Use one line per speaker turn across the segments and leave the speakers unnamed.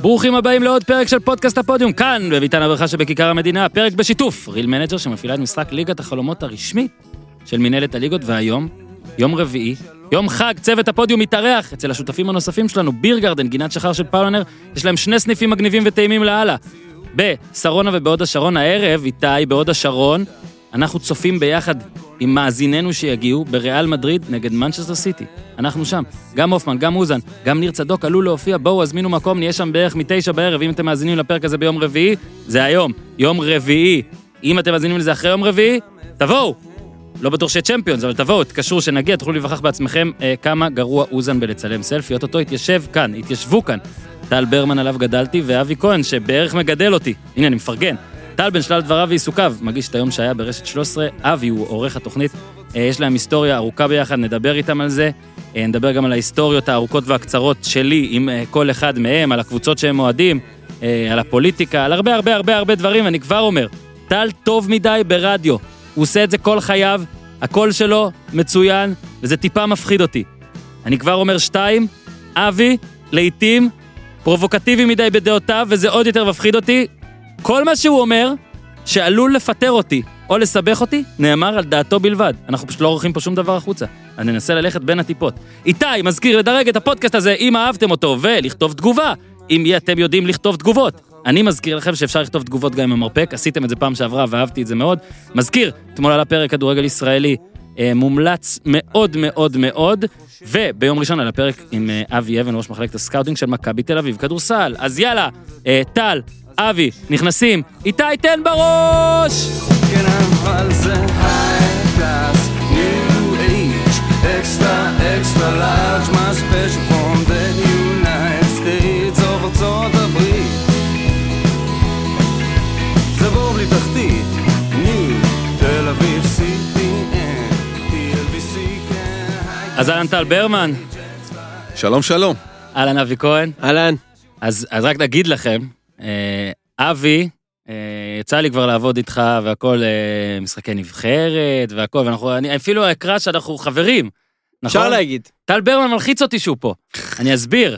ברוכים הבאים לעוד פרק של פודקאסט הפודיום, כאן, בביתן הברכה שבכיכר המדינה, פרק בשיתוף, ריל מנג'ר שמפעילה את משחק ליגת החלומות הרשמי של מינהלת הליגות, והיום, יום רביעי, יום חג, צוות הפודיום מתארח אצל השותפים הנוספים שלנו, ביר גרדן, גינת שחר של פאולנר, יש להם שני סניפים מגניבים וטעימים לאללה. בשרונה ובהוד השרון הערב, איתי, בהוד השרון, אנחנו צופים ביחד עם מאזיננו שיגיעו בריאל מדריד נגד מנצ'סטר סיטי. אנחנו שם. גם הופמן, גם אוזן, גם ניר צדוק עלול להופיע, בואו, הזמינו מקום, נהיה שם בערך מתשע בערב. אם אתם מאזינים לפרק הזה ביום רביעי, זה היום. יום רביעי. אם אתם מאזינים לזה אחרי יום רביעי, תבואו! לא בטוח שיהיה צ'מפיונס, אבל תבואו, תקשרו, שנגיע, תוכלו להיווכח בעצמכם אה, כמה גרוע אוזן בלצלם סלפי. אוטוטו התיישב כאן, התיישבו כאן. טל ברמן עליו גדלתי, ואבי כהן, שבערך מגדל אותי. הנה, אני מפרגן. טל בין שלל דבריו ועיסוקיו, מגיש את היום שהיה ברשת 13, אבי הוא עורך התוכנית. אה, יש להם היסטוריה ארוכה ביחד, נדבר איתם על זה. אה, נדבר גם על ההיסטוריות הארוכות והקצרות שלי עם אה, כל אחד מהם, על הקבוצות שהם אוהדים, אה, על הפוליטיקה, על הרבה הרבה הרבה הרבה דברים, אני כבר אומר. טל טוב מדי ברדיו, הוא עושה את זה כל חייו, הקול שלו מצוין, וזה טיפה מפחיד אותי. אני כבר אומר שתיים, אבי, לעיתים, פרובוקטיבי מדי בדעותיו, וזה עוד יותר מפחיד אותי. כל מה שהוא אומר, שעלול לפטר אותי או לסבך אותי, נאמר על דעתו בלבד. אנחנו פשוט לא עורכים פה שום דבר החוצה. אז ננסה ללכת בין הטיפות. איתי, מזכיר לדרג את הפודקאסט הזה, אם אהבתם אותו, ולכתוב תגובה, אם יהיה- אתם יודעים לכתוב תגובות. אני מזכיר לכם שאפשר לכתוב תגובות גם עם המרפק, עשיתם את זה פעם שעברה ואהבתי את זה מאוד. מזכיר, אתמול עלה פרק כדורגל ישראלי אה, מומלץ מאוד מאוד מאוד, וביום ראשון על הפרק עם אה, אבי אבן, ראש מחלקת הסקאוטינג של מכבי תל אביב כדורסל. אז יאללה, אה, טל, אבי, נכנסים, איתי תן בראש!
Can I find the high class, new age, extra, extra large, my special from the United States או ארצות הברית? זה בור בלי תחתית, ניו, תל אביב, CTN, TLBC, כן, היי.
אז אהלן טל ברמן,
שלום שלום. נכון.
אהלן אבי כהן.
אהלן.
אז, אז רק נגיד לכם, אה, אבי, אה, יצא לי כבר לעבוד איתך והכל אה, משחקי נבחרת והכל, ואנחנו, אני אפילו אקרא שאנחנו חברים, נכון?
אפשר להגיד.
טל ברמן מלחיץ אותי שהוא פה, אני אסביר.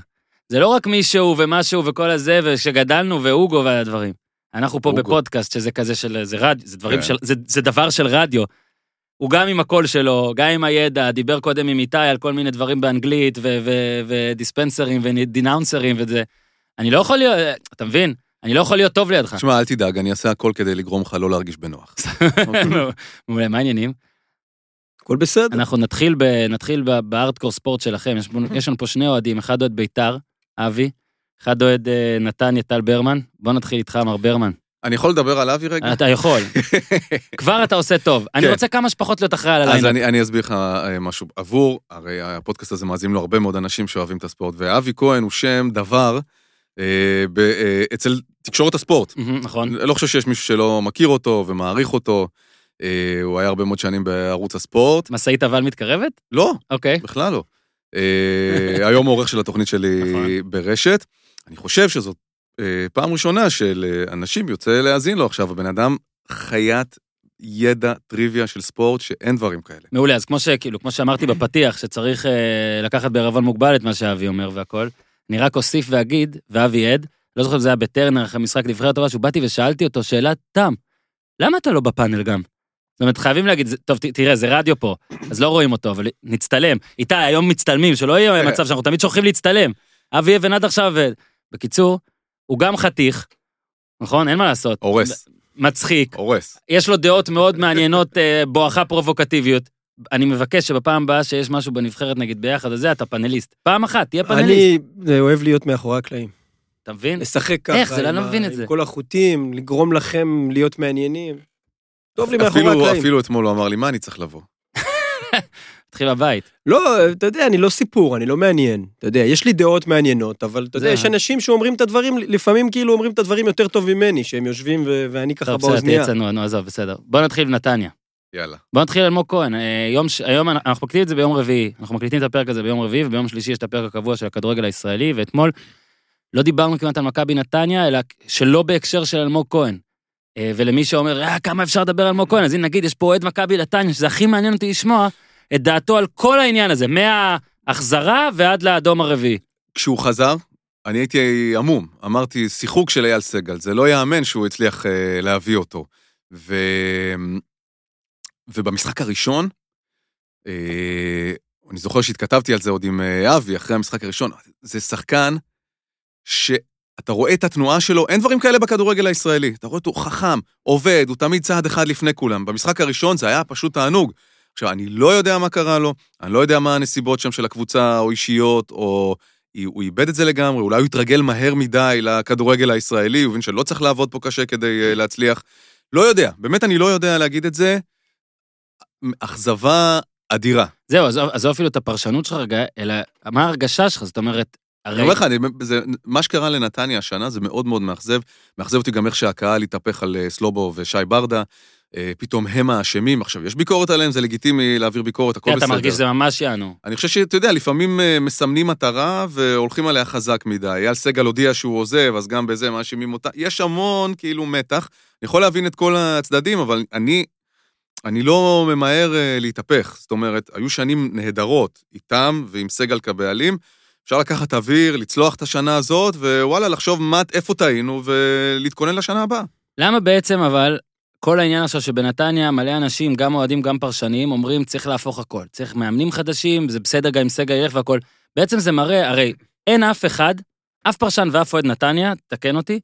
זה לא רק מישהו ומשהו וכל הזה, ושגדלנו והוגו והדברים. אנחנו פה
הוגו.
בפודקאסט שזה כזה של, זה רדיו, זה דברים
כן.
של, זה, זה דבר של רדיו. הוא גם עם הקול שלו, גם עם הידע, דיבר קודם עם איתי על כל מיני דברים באנגלית, ו- ו- ודיספנסרים ודינאונסרים וזה. אני לא יכול להיות, אתה מבין? אני לא יכול להיות טוב לידך.
תשמע, אל תדאג, אני אעשה הכל כדי לגרום לך לא להרגיש בנוח. אוקיי.
מעולה, מה העניינים?
הכל בסדר.
אנחנו נתחיל, ב, נתחיל ב- בארדקור ספורט שלכם, יש, בנו- יש לנו פה שני אוהדים, אחד אוהד בית"ר, אבי, אחד אוהד אה, נתניה, טל ברמן. בוא נתחיל איתך, מר ברמן.
אני יכול לדבר על אבי רגע?
אתה יכול. כבר אתה עושה טוב. אני
כן.
רוצה כמה שפחות להיות אחראי על
אז
הלילה.
אני, אני אסביר לך אה, משהו עבור, הרי הפודקאסט הזה מאזינים לו הרבה מאוד אנשים שאוהבים את הספורט, ואבי כהן הוא שם דבר אה, ב, אה, אצל תקשורת הספורט.
מהמם, נכון.
לא חושב שיש מישהו שלא מכיר אותו ומעריך אותו. אה, הוא היה הרבה מאוד שנים בערוץ הספורט.
משאית אבל מתקרבת?
לא,
אוקיי.
בכלל לא. אה, היום הוא עורך של התוכנית שלי
נכון.
ברשת. אני חושב שזאת אה, פעם ראשונה של אה, אנשים יוצא להאזין לו עכשיו. הבן אדם חיית ידע טריוויה של ספורט שאין דברים כאלה.
מעולה, אז כמו, שכאילו, כמו שאמרתי בפתיח, שצריך אה, לקחת בערבון מוגבל את מה שאבי אומר והכל, אני רק אוסיף ואגיד, ואבי עד, לא זוכר אם זה היה בטרנר אחרי משחק נבחרת או משהו, באתי ושאלתי אותו שאלת תם, למה אתה לא בפאנל גם? זאת אומרת, חייבים להגיד, זה- טוב, ת- תראה, זה רדיו פה, אז לא רואים אותו, אבל נצטלם. איתי, היום מצטלמים, שלא יהיה מצב שאנחנו תמיד שוכחים להצטלם. אבי אבן עד עכשיו, ו- בקיצור, הוא גם חתיך, נכון? אין מה לעשות.
הורס,
מצחיק,
הורס.
יש לו דעות מאוד מעניינות, אה, בואכה פרובוקטיביות. אני מבקש שבפעם הבאה שיש משהו בנבחרת, נגיד ביחד, אז זה, אתה פאנליסט. פעם אחת, תהיה פאנליסט,
אני אה, אוהב להיות מאחורי הקלעים.
אתה מבין?
לשחק ככה.
איך זה? לא
עם
אני
ה-
מבין את זה.
עם כל החוטים, לגרום לכם להיות מעניינים. טוב לי מאחורי
אפילו,
הקלעים.
אפילו אתמול הוא אמר לי, מה אני צריך לבוא?
תתחיל בבית.
לא, אתה יודע, אני לא סיפור, אני לא מעניין. אתה יודע, יש לי דעות מעניינות, אבל אתה יודע,
זה-
יש אנשים שאומרים את הדברים, לפעמים כאילו אומרים את הדברים יותר טוב ממני, שהם יושבים ו- ואני ככה
טוב, בסדר,
באוזנייה.
תהיה צנוע, נו, עזוב, בסדר. בוא נתחיל בנתניה.
יאללה.
בוא נתחיל אלמוג כהן. אה, יום ש- היום אנ- אנחנו מקליטים את זה ביום רביעי. אנחנו מקליטים את הפרק הזה ביום רביעי, וביום שלישי יש את הפרק הקבוע של הכדורגל הישראלי, ואתמול לא דיברנו כמעט על מכבי נתניה, אלא שלא בהקשר של אלמוג כהן. אה, ולמי שאומר, אה, כמה אפשר לדבר על אלמוג כהן, אז הנה נגיד, יש פה אוהד מכבי נתניה, שזה הכי מעניין אותי לשמוע את דעתו על כל העניין הזה, מההחזרה ועד לאדום הרביעי.
כשהוא חזר, אני הייתי המום. אמרתי, שיחוק של אייל סגל, זה לא ייאמן שהוא הצליח אה, להביא אותו. ו... ובמשחק הראשון, אה, אני זוכר שהתכתבתי על זה עוד עם אה, אבי, אחרי המשחק הראשון, זה שחקן שאתה רואה את התנועה שלו, אין דברים כאלה בכדורגל הישראלי. אתה רואה אותו חכם, עובד, הוא תמיד צעד אחד לפני כולם. במשחק הראשון זה היה פשוט תענוג. עכשיו, אני לא יודע מה קרה לו, אני לא יודע מה הנסיבות שם של הקבוצה, או אישיות, או... הוא איבד את זה לגמרי, אולי הוא התרגל מהר מדי לכדורגל הישראלי, הוא הבין שלא צריך לעבוד פה קשה כדי אה, להצליח. לא יודע, באמת אני לא יודע להגיד את זה. אכזבה אדירה.
זהו, עזוב עזוב אפילו את הפרשנות שלך רגע, אלא מה ההרגשה שלך? זאת אומרת,
אני
הרי...
אומר לך, אני- זה- מה שקרה לנתניה השנה זה מאוד מאוד מאכזב. מאכזב אותי גם איך שהקהל התהפך על אה, סלובו ושי ברדה. אה, פתאום הם האשמים. עכשיו, יש ביקורת עליהם, זה לגיטימי להעביר ביקורת, הכל
כן,
בסדר.
אתה מרגיש שזה ממש יענו.
אני חושב שאתה יודע, לפעמים אה, מסמנים מטרה והולכים עליה חזק מדי. אייל סגל הודיע שהוא עוזב, אז גם בזה מאשימים אותה. יש המון כאילו מתח. אני יכול להבין את כל הצדדים, אבל אני, אני לא ממהר אה, להתהפך. זאת אומרת, היו שנים נהדרות איתם ועם סגל כבעלים. אפשר לקחת אוויר, לצלוח את השנה הזאת, ווואלה, לחשוב מה, איפה טעינו ולהתכונן לשנה הבאה.
למה בעצם אבל, כל העניין עכשיו שבנתניה מלא אנשים, גם אוהדים, גם פרשנים, אומרים צריך להפוך הכל. צריך מאמנים חדשים, זה בסדר גם אם סגל ילך והכל. בעצם זה מראה, הרי אין אף אחד, אף פרשן ואף אוהד נתניה, תקן אותי,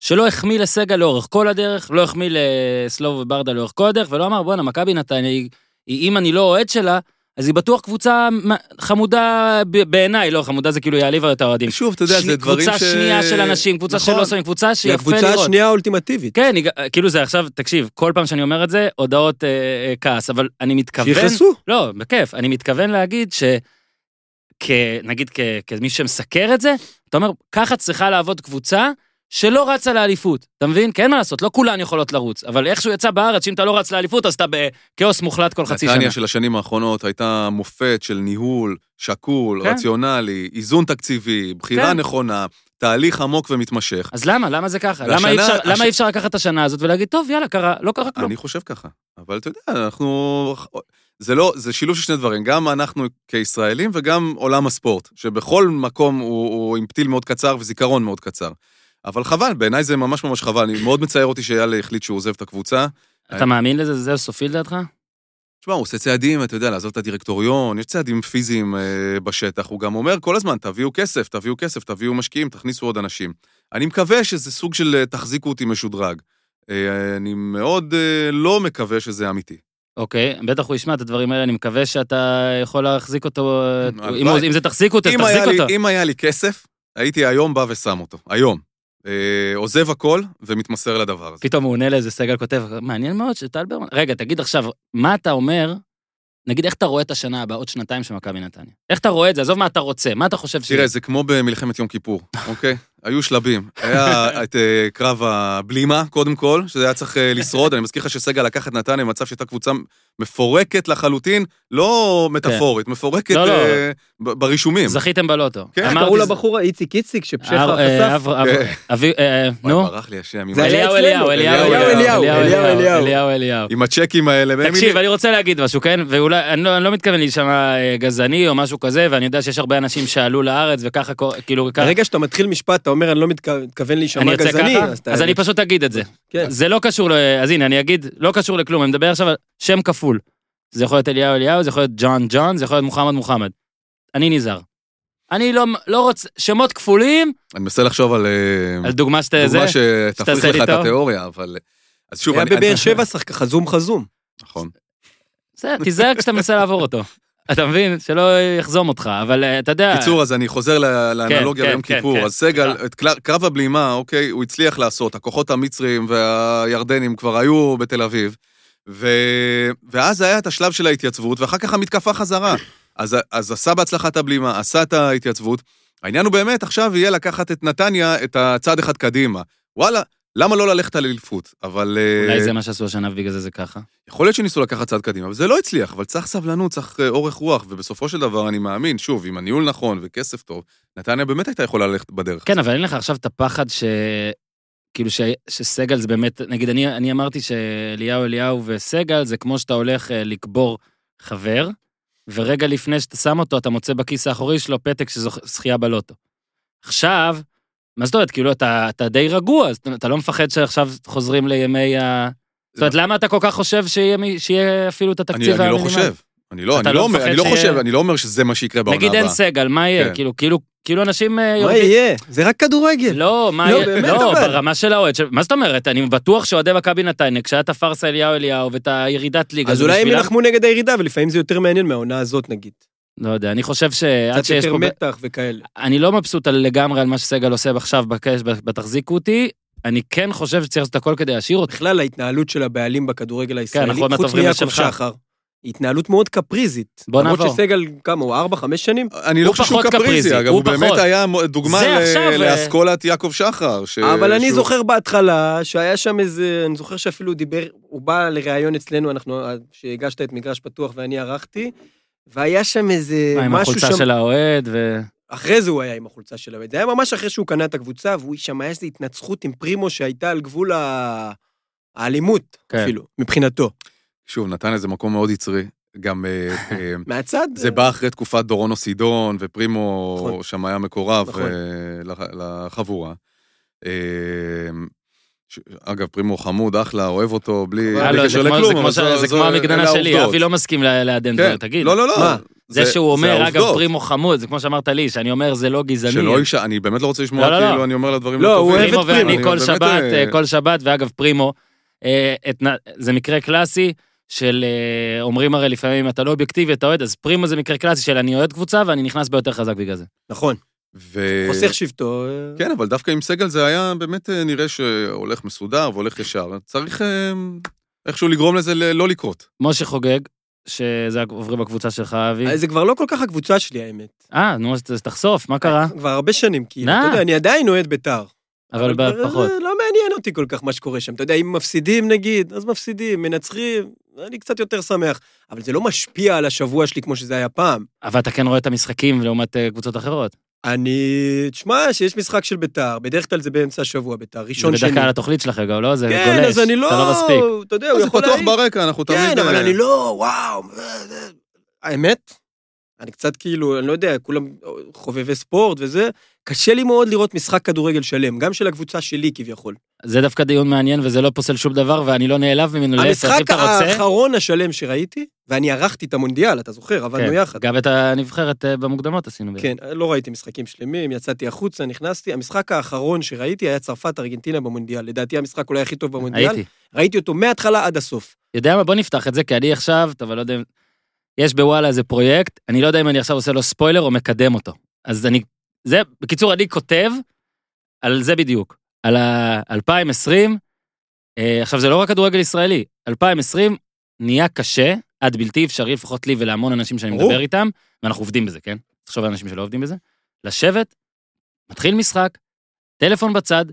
שלא החמיא לסגל לאורך כל הדרך, לא החמיא לסלוב וברדה לאורך כל הדרך, ולא אמר, בואנה, מכבי נתניה, היא, היא, אם אני לא אוהד שלה, אז היא בטוח קבוצה מ- חמודה ב- בעיניי, לא, חמודה זה כאילו יעליב את האוהדים.
שוב, אתה יודע,
שני-
זה דברים ש...
קבוצה שנייה של אנשים, קבוצה
נכון.
שלא שמים, קבוצה
היא
שיפה
כן, הקבוצה
לראות.
השנייה האולטימטיבית.
כן, היא- כאילו זה עכשיו, תקשיב, כל פעם שאני אומר את זה, הודעות אה, אה, כעס, אבל אני מתכוון...
שיכעסו.
לא, בכיף. אני מתכוון להגיד ש... כ... נגיד כ... כמי שמסקר את זה, אתה אומר, ככה צריכה לעבוד קבוצה שלא רצה לאליפות. אתה מבין? כי אין מה לעשות, לא כולן יכולות לרוץ. אבל איכשהו יצא בארץ, שאם אתה לא רץ לאליפות, אז אתה בכאוס מוחלט כל חצי שנה.
נתניה של השנים האחרונות הייתה מופת של ניהול שקול,
כן.
רציונלי, איזון תקציבי, בחירה
כן.
נכונה, תהליך עמוק ומתמשך.
אז למה? למה זה ככה?
והשנה-
למה אי אפשר-
הש-
למה אי אפשר לקחת את השנה הזאת ולהגיד, טוב, יאללה, קרה, לא קרה כלום.
אני חושב ככה, אבל אתה יודע, אנחנו... זה לא, זה שילוב של שני דברים, גם אנחנו כישראלים וגם עולם הספורט, שבכל מקום הוא, הוא עם פתיל מאוד קצר וזיכרון מאוד קצר. אבל חבל, בעיניי זה ממש ממש חבל, אני מאוד מצער אותי שאייל החליט שהוא עוזב את הקבוצה.
אתה מאמין לזה? זה סופי לדעתך?
תשמע, הוא עושה צעדים, אתה יודע, לעזוב את הדירקטוריון, יש צעדים פיזיים אה, בשטח. הוא גם אומר כל הזמן, תביאו כסף, תביאו כסף, תביאו משקיעים, תכניסו עוד אנשים. אני מקווה שזה סוג של אה, תחזיקו אותי משודרג. אה, אני מאוד אה, לא מקווה שזה אמיתי.
אוקיי, בטח הוא ישמע את הדברים האלה, אני מקווה שאתה יכול להחזיק אותו,
הלוואי.
אם, הוא- אם זה תחזיק אותו, אז
אם היה,
תחזיק אותו.
לי, אם היה לי כסף, הייתי היום בא ושם אותו. היום. אה, עוזב הכל ומתמסר לדבר הזה.
פתאום הוא עונה לאיזה סגל כותב, מעניין מאוד שטלברמן... רגע, תגיד עכשיו, מה אתה אומר, נגיד איך אתה רואה את השנה הבאה, עוד שנתיים של מכבי נתניה? איך אתה רואה את זה? עזוב מה אתה רוצה, מה אתה חושב ש...
תראה, זה כמו במלחמת יום כיפור, אוקיי? היו שלבים. היה את אה, קרב הבלימה, קודם כל, שזה היה צריך אה, לשרוד. אני מזכיר לך שסגל לקח את נתניה במצב שהייתה קבוצה מפורקת לחלוטין, לא מטאפורית, מפורקת
לא, לא.
אה, ב- ברישומים.
זכיתם בלוטו.
כן,
אמרתי
קראו
זה-
לבחור איציק איציק, שפשחה
אה, אה,
חשף.
אב- אב-
כן.
אבי- אה,
וואי,
נו,
ברח לי השם. עם
זה
ה-
היה-
אליהו,
אצלנו.
אליהו, אליהו,
אליהו,
אליהו,
אליהו,
אליהו,
אליהו.
אליהו, אליהו.
עם הצ'קים האלה. והם-
תקשיב, אני רוצה להגיד משהו, כן? ואולי, אני לא, אני לא מתכוון להישמע אה, גזעני או משהו כזה, ואני יודע שיש הרבה אנשים שעלו לארץ וככה, קור- כאילו, ככה,
ברגע שאתה מתחיל משפט, אתה אומר, אני לא מתכו- מתכוון
אני
להישמע
יוצא
גזעני.
ככה,
אתה-
אז אני פשוט אגיד את זה.
כן.
זה לא קשור, ל- אז הנה, אני אגיד, לא קשור לכלום, אני מדבר עכשיו על שם כפול. זה יכול להיות אליהו אליהו, זה יכול להיות ג'ון ג'ון, זה יכול להיות מוחמד מוחמד. אני נזהר. אני לא, לא רוצה, שמות כפולים,
אני מנסה לחשוב על אה,
על דוגמה שאתה זה,
דוגמה שתפריך
שתעשה לי
לך את
טוב. אה,
התיאוריה, אבל... אז שוב,
היה
אני... אני-
בבאר שבע שחק חזום חזום.
נכון.
בסדר, תיזהר כשאתה מנסה לעבור אותו. אתה מבין? שלא יחזום אותך, אבל אה, אתה יודע...
קיצור, אז אני חוזר ל- לאנלוגיה
כן,
ליום
כן,
כיפור.
כן.
אז סגל,
סליחה.
את קל- קרב הבלימה, אוקיי, הוא הצליח לעשות, הכוחות המצרים והירדנים כבר היו בתל אביב, ו... ואז היה את השלב של ההתייצבות, ואחר כך המתקפה חזרה. אז, אז עשה בהצלחה את הבלימה, עשה את ההתייצבות. העניין הוא באמת, עכשיו יהיה לקחת את נתניה, את הצעד אחד קדימה. וואלה, למה לא ללכת על אליפות? אבל... אה,
אולי זה מה שעשו השנה ובגלל זה זה ככה.
יכול להיות שניסו לקחת צעד קדימה, וזה לא הצליח, אבל צריך סבלנות, צריך אה, אורך רוח, ובסופו של דבר אני מאמין, שוב, עם הניהול נכון וכסף טוב, נתניה באמת הייתה יכולה ללכת בדרך.
כן, אבל אין לך עכשיו את הפחד ש... כאילו ש... שסגל זה באמת, נגיד אני, אני אמרתי שאליהו אליהו וסגל זה כמו שאתה הולך אה, לקבור חבר, ורגע לפני שאתה שם אותו אתה מוצא בכיס האחורי שלו פתק של זוכ- זכייה בלוטו. עכשיו, מה זאת אומרת, כאילו, אתה, אתה די רגוע, אז אתה לא מפחד שעכשיו חוזרים לימי ה... זאת אומרת, למה אתה כל כך חושב שיהיה, מי- שיהיה אפילו את התקציב
אני, אני לא
המינימלי?
חושב. אני לא,
אתה
אני
לא
לא, אומר-
מפחד
אני לא
שיהיה-
חושב, אני לא אומר שזה מה שיקרה בעונה הבאה.
נגיד אין סגל, מה יהיה?
כן.
כאילו, כאילו, כאילו אנשים אה,
מה
יורדים...
יהיה? זה רק כדורגל.
לא, מה
לא,
יהיה?
באמת,
לא,
אבל.
ברמה של האוהד. ש- מה זאת אומרת? אני בטוח שאוהדי מכבי נתניה, כשהיה את הפארסה אליהו אליהו ואת הירידת ליגה,
אז
זה
אולי הם
בשבילם-
יילחמו נגד הירידה, ולפעמים זה יותר מעניין מהעונה הזאת, נגיד.
לא יודע, אני חושב שעד
קצת
שיש
יותר
פה...
מתח וכאלה.
אני לא מבסוט על- לגמרי על מה שסגל עושה עכשיו בקש, בתחזיקו אותי. אני כן חושב שצריך לעשות את הכל כדי להשאיר אותי.
בכלל, ההתנהלות של הבעלים בכדורגל הישראלי,
אנחנו עוד מעט
חוץ
עוברים
מיעקב
לשלך.
שחר, היא התנהלות מאוד קפריזית.
בוא נעבור.
למרות שסגל, כמה הוא, ארבע, חמש שנים?
אני לא
הוא
חושב שהוא
פחות קפריזי,
קפריזי, אגב,
הוא
הוא באמת
פחות.
היה מו- דוגמה
זה
ל-
עכשיו, אה,
לאסכולת יעקב שחר. ש-
אבל אני
אה, שהוא-
זוכר בהתחלה שהיה שם איזה, אני זוכר שאפילו הוא דיבר, הוא בא לראיון אצלנו, אנחנו, אה, שהגשת את מגרש פתוח ואני ערכתי, והיה שם איזה
מה, עם
אה, משהו
החולצה
שם...
של האוהד ו...
אחרי זה הוא היה עם החולצה של האוהד. זה היה ממש אחרי שהוא קנה את הקבוצה, והוא שם, היה איזו התנצחות עם פרימו שהייתה על גבול ה... האלימות,
כן.
אפילו, מבחינתו.
שוב, נתן איזה מקום מאוד יצרי. גם אה, אה,
מהצד,
זה בא אחרי תקופת דורון אוסידון ופרימו
נכון.
שם היה מקורב
נכון.
אה, לח- לחבורה. אה, ש- אגב, פרימו חמוד, אחלה, אוהב אותו, בלי...
אבל
בלי
הלו, אה, לא, זה
קשר
כמו- זה
לכלום,
כמו
אבל
ש-
זו-
זה
זו-
כמו
אלה
המגננה שלי,
העובדות.
אבי לא מסכים ל- לעדן
כן.
דברים, תגיד.
לא, לא, לא.
מה?
זה שהוא אומר, אגב,
העובדות.
פרימו חמוד, זה כמו שאמרת לי, שאני אומר, זה לא גזעני.
שלא איש... אני באמת לא רוצה לשמוע,
לא, לא, לא.
כאילו, אני אומר לה דברים
לא,
לא
הוא
טובים.
אוהב
פרימו
את פרימו,
ואני
אני
כל
באמת,
שבת,
אה,
אה, כל שבת, ואגב, פרימו, אה, את נ- זה מקרה קלאסי של, אה, אומרים הרי לפעמים, אתה לא אובייקטיבי, אתה אוהד, אז פרימו זה מקרה קלאסי של אני אוהד קבוצה ואני נכנס ביותר חזק בגלל זה.
נכון,
ו...
חוסך שבטו.
אה,
כן, אבל דווקא עם סגל זה היה באמת אה, נראה שהולך מסודר והולך ישר. צריך אה, איכשהו לגרום לזה ל- לא לקרות.
משה חוגג, שזה עוברים בקבוצה שלך, אבי.
אה, זה כבר לא כל כך הקבוצה שלי, האמת.
אה, נו, אז ת- תחשוף, מה קרה?
כבר הרבה שנים, כאילו,
נא.
אתה יודע, אני עדיין אוהד בית"ר.
אבל
כבר זה
פחות.
לא מעניין אותי כל כך מה שקורה שם. אתה יודע, אם מפסידים נגיד, אז מפסידים, מנצחים, אני קצת יותר שמח. אבל זה לא משפיע על השבוע שלי כמו שזה היה פעם.
אבל אתה כן רואה את המשחקים לעומת אה, קבוצות אחרות.
אני... תשמע, שיש משחק של בית"ר, בדרך כלל זה באמצע השבוע בית"ר, ראשון
זה
שני.
בדרך כלל התוכנית שלך רגע, לא? זה גולש.
כן, אז אני לא...
אתה לא מספיק.
אתה יודע, הוא
זה
יכול
פתוח
להעיד.
ברקע, אנחנו תמיד...
כן, אבל
אה,
אני לא, וואו. אה, זה- האמת, אני קצת כאילו, אני לא יודע, כולם חובבי ספורט וזה, קשה לי מאוד לראות משחק כדורגל שלם, גם של הקבוצה שלי כביכול.
זה דווקא דיון מעניין וזה לא פוסל שום דבר ואני לא נעלב ממנו. להפך, אם
המשחק
אתה רוצה-
האחרון השלם שראיתי, ואני ערכתי את המונדיאל, אתה זוכר, עבדנו
כן,
יחד.
גם את הנבחרת אה, במוקדמות עשינו. ביחד.
כן, לא ראיתי משחקים שלמים, יצאתי החוצה, נכנסתי. המשחק האחרון שראיתי היה צרפת-ארגנטינה במונדיאל. לדעתי המשחק אולי הכי טוב במונדיאל.
הייתי.
ראיתי אותו מההתחלה עד הסוף.
יודע מה, בוא נפתח את זה, כי אני עכשיו, טוב, אני לא יודע, אם- יש בוואלה איזה פרויקט, אני לא יודע אם אני עכשיו עושה לו ספוילר או מקדם אותו. אז אני, זה, בקיצור, אני כותב על זה בדיוק, על ה- 2020, אה, עכשיו זה לא רק כדורגל ישראלי, 2020 נהיה קשה, עד בלתי אפשרי, לפחות לי ולהמון אנשים שאני
ברור.
מדבר איתם, ואנחנו עובדים בזה, כן? תחשוב על אנשים שלא עובדים בזה, לשבת, מתחיל משחק, טלפון בצד,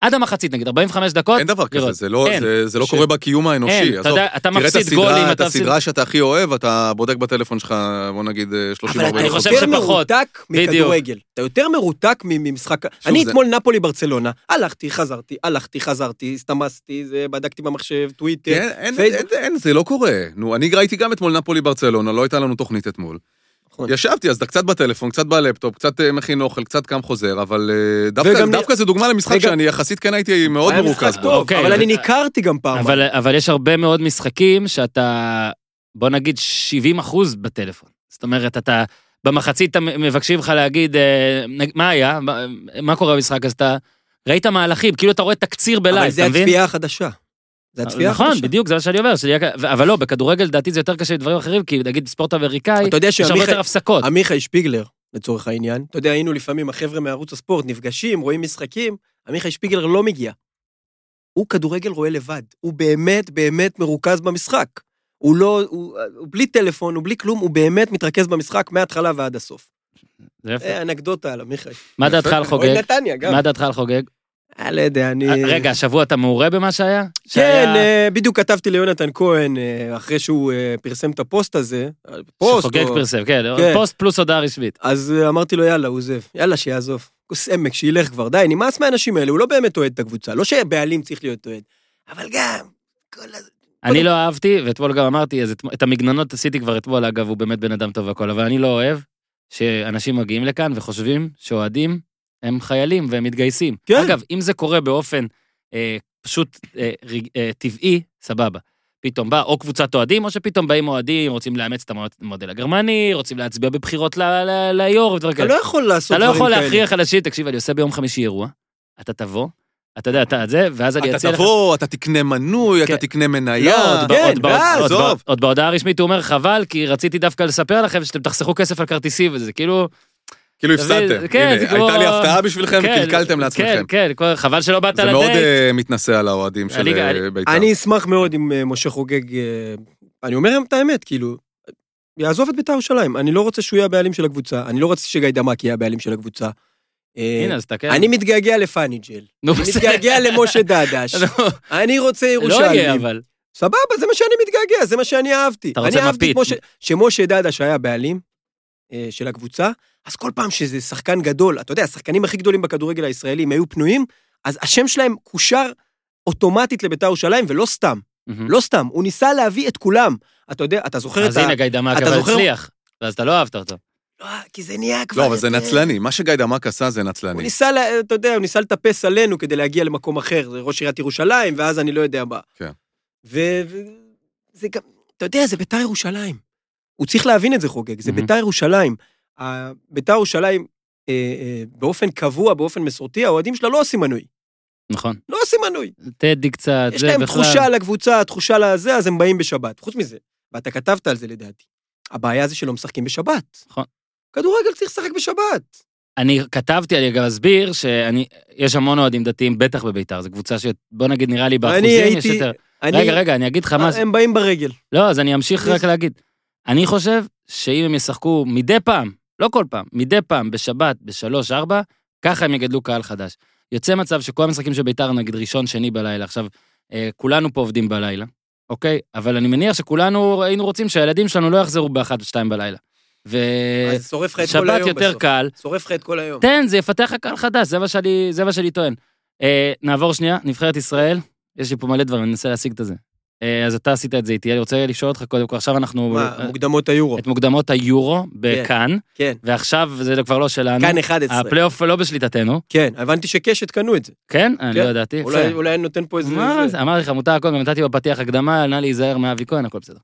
עד המחצית, נגיד 45 דקות,
אין דבר כזה,
לראות.
זה לא,
אין.
זה, זה לא
ש-
קורה בקיום האנושי.
אין, כן, אתה
עזוב,
יודע, אתה
תראה את
מפסיד גולים,
הסדרה, את
אתה מפסיד...
הסדרה שאתה הכי אוהב, אתה בודק בטלפון שלך, בוא נגיד אה, 30
אבל אתה
40
אני חושב
יותר
שפחות.
מרותק
בדיוק.
מכדורגל. אתה יותר מרותק מ- ממשחק... אני
זה-
אתמול נפולי-ברצלונה, הלכתי, חזרתי, הלכתי, חזרתי, הסתמסתי, זה, בדקתי במחשב, טוויטר.
כן, אין, אין,
פייסבוק.
אין, זה לא קורה. נו, אני ראיתי גם אתמול נפולי ברצלונה, לא הייתה לנו תוכנית אתמול.
נכון.
ישבתי, אז קצת בטלפון, קצת בלפטופ, קצת אה, מכין אוכל, קצת קם חוזר, אבל אה, דווקא,
וגם-
דווקא זה דוגמה למשחק
וגם-
שאני יחסית כן הייתי מאוד
היה משחק
מרוכז בו.
טוב,
אוקיי,
אבל
זה-
אני ניכרתי גם פעם.
אבל, אבל יש הרבה מאוד משחקים שאתה, בוא נגיד 70 אחוז בטלפון. זאת אומרת, אתה, במחצית אתה מבקשים לך להגיד, אה, נג- מה היה, מה, מה קורה במשחק, אז אתה ראית מהלכים, כאילו אתה רואה תקציר
אבל
בלייב,
זה
אתה מבין?
הצפייה החדשה. זה הצפייה החדשה.
נכון, בדיוק, זה מה שאני אומר, שיהיה כ- אבל לא, בכדורגל לדעתי זה יותר קשה מדברים אחרים, כי נגיד בספורט אמריקאי,
אתה יודע
יש הרבה
שעמיחי
יותר הפסקות.
עמיחי שפיגלר, לצורך העניין, אתה יודע, היינו לפעמים, החבר'ה מערוץ הספורט נפגשים, רואים משחקים, עמיחי שפיגלר לא מגיע. הוא כדורגל רואה לבד, הוא באמת באמת מרוכז במשחק. הוא לא, הוא, הוא בלי טלפון, הוא בלי כלום, הוא באמת מתרכז במשחק מההתחלה ועד הסוף.
זה יפה.
אה, אנקדוטה על עמיחי.
מה דעתך על
אוהד
חוגג?
נתניה גם.
מה דעתך על חוגג?
אה, לא יודע, אני...
רגע, השבוע אתה מעורה במה שהיה?
כן,
שהיה-
אה, בדיוק כתבתי ליונתן כהן, אה, אחרי שהוא אה, פרסם את הפוסט הזה, אה, פוסט,
שחוגג
או-
פרסם, כן,
כן.
פוסט פלוס הודעה רשמית.
אז אה, אמרתי לו, יאללה, הוא עוזב. יאללה, שיעזוב. כוס עמק, שילך כבר, די, נמאס מהאנשים האלה, הוא לא באמת אוהד את הקבוצה. לא שהבעלים צריך להיות אוהד, אבל גם, כל הז...
אני לא אהבתי, ואתמול גם אמרתי, אז את, את המגננות עשיתי כבר אתמול, אגב, הוא באמת בן אדם טוב והכל, אבל אני לא אוהב שאנשים מגיעים לכאן וחושבים שאוהדים הם חיילים והם מתגייסים.
כן.
אגב, אם זה קורה באופן אה, פשוט אה, רג- אה, טבעי, סבבה. פתאום בא או קבוצת אוהדים, או שפתאום באים אוהדים, רוצים לאמץ את המודל הגרמני, רוצים להצביע בבחירות ל- ל- ליו"ר ודברים
אתה
כאלה.
לא יכול לעשות
אתה לא
דברים
יכול
כאלה.
להכריח אנשים, תקשיב, אני עושה ביום חמישי אירוע, אתה תבוא, אתה יודע, אתה זה, ואז אני
אתה
אציע לך...
תבוא, אתה תקנה מנוי, אתה
כן.
תקנה מניה.
לא, עוד ב-
כן,
עוד ב-
די,
עוד ב-
עזוב.
עוד בהודעה הרשמית הוא אומר חבל, כי רציתי דווקא לספר לכם שאתם תחסכו כסף על כרטיסים וזה, כאילו...
כאילו
אתה מבין?
הפסדתם.
כן,
הנה,
זה כמו-
הייתה לי הפתעה בשבילכם
כן,
וקלקלתם לעצמכם.
כן, כן, חבל שלא באת
זה מאוד
לדייט.
אה, מתנשא על האוהדים של
הליגה-
אה,
הליגה-
בית"ר.
אני אשמח מאוד אם אה, משה חוגג... אה, אני אומר להם את האמת, כאילו... יעזוב את בית"ר ירושלים. אני לא רוצה שהוא יהיה הבעלים של הקבוצה. אני לא רוצה שגיא דמק יהיה הבעלים של הקבוצה. אה,
הנה, אז כן. תקן.
אני מתגעגע לפאניג'ל.
נו,
אני
בסדר.
מתגעגע למשה דדש.
לא,
אני רוצה
לא יהיה,
ירושלמים.
אבל.
סבבה, זה מה שאני מתגעגע, זה מה שאני אהבתי.
אתה רוצה
אני אהבתי
מפית.
את משה- שמשה דדה, שהיה בעלים אה, של הקבוצה, אז כל פעם שזה שחקן גדול, אתה יודע, השחקנים הכי גדולים בכדורגל הישראלי, אם היו פנויים, אז השם שלהם קושר אוטומטית לביתר ירושלים, ולא סתם. לא סתם, הוא ניסה להביא את כולם. אתה יודע, אתה זוכר את
אז
ה...
הנה, גיא דמק,
אתה
אבל
זוכר-
הצליח. ואז אתה לא אהבת אותו.
לא, כי זה נהיה כבר...
לא, אבל זה
יותר-
נצלני. מה שגיא דמק עשה זה
הוא
נצלני.
ניסה, לה- אתה יודע, הוא ניסה לטפס עלינו כדי להגיע למקום אחר, זה ראש עיריית ירושלים, ואז אני לא יודע מה.
כן.
וזה גם, אתה יודע, זה ביתר ירושלים. הוא צריך להבין את זה, חוגג, זה
מהמם.
ביתר ירושלים. ה- ביתר ירושלים, אה, אה, באופן קבוע, באופן מסורתי, האוהדים שלה לא עושים מנוי.
נכון.
לא עושים מנוי.
טדי קצת, זה בכלל.
יש להם תחושה לקבוצה, תחושה לזה, אז הם באים בשבת. חוץ מזה, ואתה כתבת על זה לדעתי, הבעיה זה שלא משחקים בשבת.
נכון.
כדורגל צריך לשחק בשבת.
אני כתבתי, אני גם אסביר, שאני, יש המון אוהדים דתיים, בטח בביתר, זו קבוצה ש... בוא נגיד, נראה לי באחוזים יש
הייתי-
יותר...
אני- אה,
רגע, רגע, אני אגיד לך מה זה.
הם באים ברגל.
לא, אז אני אמשיך
אני-
רק להגיד. אני חושב שאם הם ישחקו מדי פעם, לא כל פעם, מדי פעם בשבת, בשלוש, ארבע, ככה הם יגדלו קהל חדש. יוצא מצב שכל המשחקים של ביתר, נגיד ראשון, שני בלילה, עכשיו, אה, כולנו פה עובדים בלילה, אוקיי? אבל אני מניח שכולנו היינו רוצים שהילדים שלנו לא יחזרו באחת ושתיים בלילה.
אז זה שורף לך את כל
ושבת
היום
אה, יותר
בסוף.
קל,
שורף לך את כל היום.
תן, זה יפתח לך קהל חדש, זה מה שאני, זה מה שאני טוען. אה, נעבור שנייה, נבחרת ישראל, יש לי פה מלא דברים, אני מנסה להשיג את זה. אה, אז אתה עשית את זה איתי, אני רוצה לשאול אותך קודם כל, עכשיו אנחנו...
מה,
אה,
מוקדמות היורו.
את מוקדמות היורו בכאן,
כן.
ועכשיו זה כבר לא שלנו.
כאן 11.
הפלייאוף לא בשליטתנו,
כן, הבנתי שקשת קנו את זה.
כן? אני
כן.
לא ידעתי.
אולי-
יפה.
אולי אני נותן פה איזה...
מה
איזה-
זה? אמר לך, מותר הכל, גם נתתי בפתיח הקדמה, נא להיזהר מאבי כהן, הכל בסדר.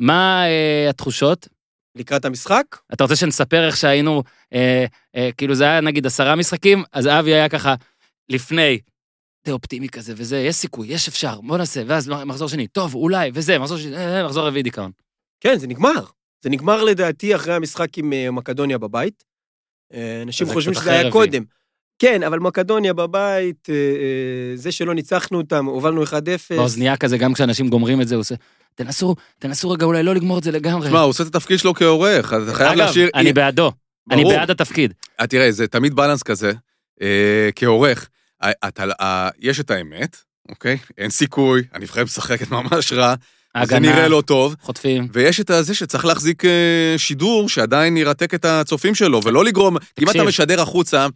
מה אה, התחושות?
לקראת המשחק?
אתה רוצה שנספר איך שהיינו, אה, אה, כאילו זה היה נגיד עשרה משחקים, אז אבי היה ככה לפני, די אופטימי כזה וזה, יש סיכוי, יש אפשר, בוא נעשה, ואז מח- מחזור שני, טוב, אולי, וזה, מחזור שני, אה, אה, מחזור רביעי דיכאון.
כן, זה נגמר. זה נגמר לדעתי אחרי המשחק עם אה, מקדוניה בבית. אה, אנשים
אז זה
חושבים
קצת
שזה
אחרי
היה
רביעי.
קודם. כן, אבל מקדוניה בבית, אה, אה, זה שלא ניצחנו אותם, הובלנו 1-0.
באוזנייה כזה, גם כשאנשים גומרים את זה, הוא עושה, תנסו, תנסו רגע אולי לא לגמור את זה לגמרי.
תשמע, הוא עושה את התפקיד שלו כעורך, אז אתה חייב
אגב,
להשאיר...
אני בעדו, אני
ברור.
בעד התפקיד.
אה, תראה, זה תמיד בלנס כזה, אה, כעורך. אה, אתה- אה, יש את האמת, אוקיי? אין סיכוי, הנבחרת משחקת ממש רע, אז זה נראה
הגנה,
לא טוב.
חוטפים.
ויש את זה שצריך להחזיק אה, שידור שעדיין ירתק את הצופים שלו, ולא לגרום, כי אם אתה משדר החוצה,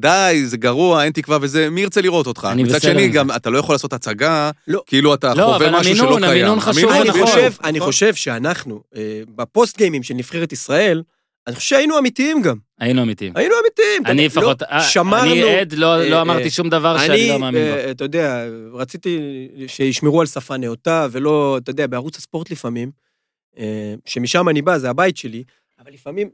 די, זה גרוע, אין תקווה וזה, מי ירצה לראות אותך?
אני
מצד
בסדר
שני,
עם זה.
גם אתה לא יכול לעשות הצגה,
לא.
כאילו אתה
לא,
חווה
אבל
משהו שלא
המינון,
קיים.
המינון חשוב,
המינון
אני
נכון.
חושב,
נכון.
אני חושב שאנחנו, אה, בפוסט גיימים של נבחרת ישראל, אני חושב שהיינו אמיתיים גם.
היינו אמיתיים.
היינו אמיתיים.
אני
לא,
לפחות, אה,
שמרנו,
אני עד, לא
אה,
לא
אה,
אמרתי שום דבר שאני
אני,
לא מאמין בו.
אה, אתה יודע, רציתי שישמרו על שפה נאותה, ולא, אתה יודע, בערוץ הספורט לפעמים, אה, שמשם אני בא, זה הבית שלי, אבל לפעמים...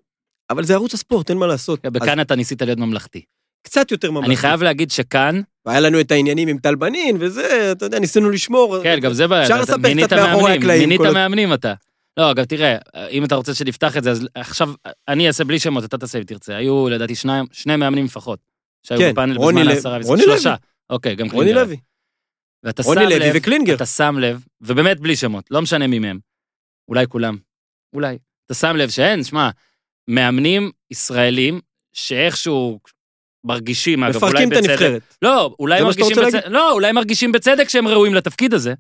אבל זה ערוץ הספורט, אין מה לעשות. אז
כן, בכאן אתה ניסית להיות ממלכתי.
קצת יותר ממלכתי.
אני חייב להגיד שכאן,
והיה לנו את העניינים עם טל בנין וזה, אתה יודע, ניסינו לשמור.
כן, גם זה בעיה.
אפשר
אתה-
לספר
מינית
קצת מאחורי
מאמנים,
הקלעים,
מינית
כל ה-
מאמנים אתה. לא, אגב, תראה, אם אתה רוצה שנפתח את זה, אז עכשיו, אני אעשה בלי שמות, אתה תעשה אם תרצה. היו, לדעתי, שניים- שני מאמנים לפחות. שהיו
כן,
בפאנל
רוני
בזמן
לוי-
העשרה.
רוני
שלושה. אוקיי, גם
רוני
קלינגר.
לוי.
ואתה שם
רוני לוי
לב,
וקלינגר.
אתה שם לב, ובאמת בלי שמות, לא משנה מי מהם. אולי כולם. אולי. אתה שם לב שאין, שמע, מאמנים ישראלים שאיכשהו מרגישים, אגב, אולי
מפרקים את
בצדק,
הנבחרת.
לא, אולי
זה מה שאתה
מרגישים,
רוצה
בצ... לא, אולי מרגישים בצדק שהם ראויים לתפקיד הזה.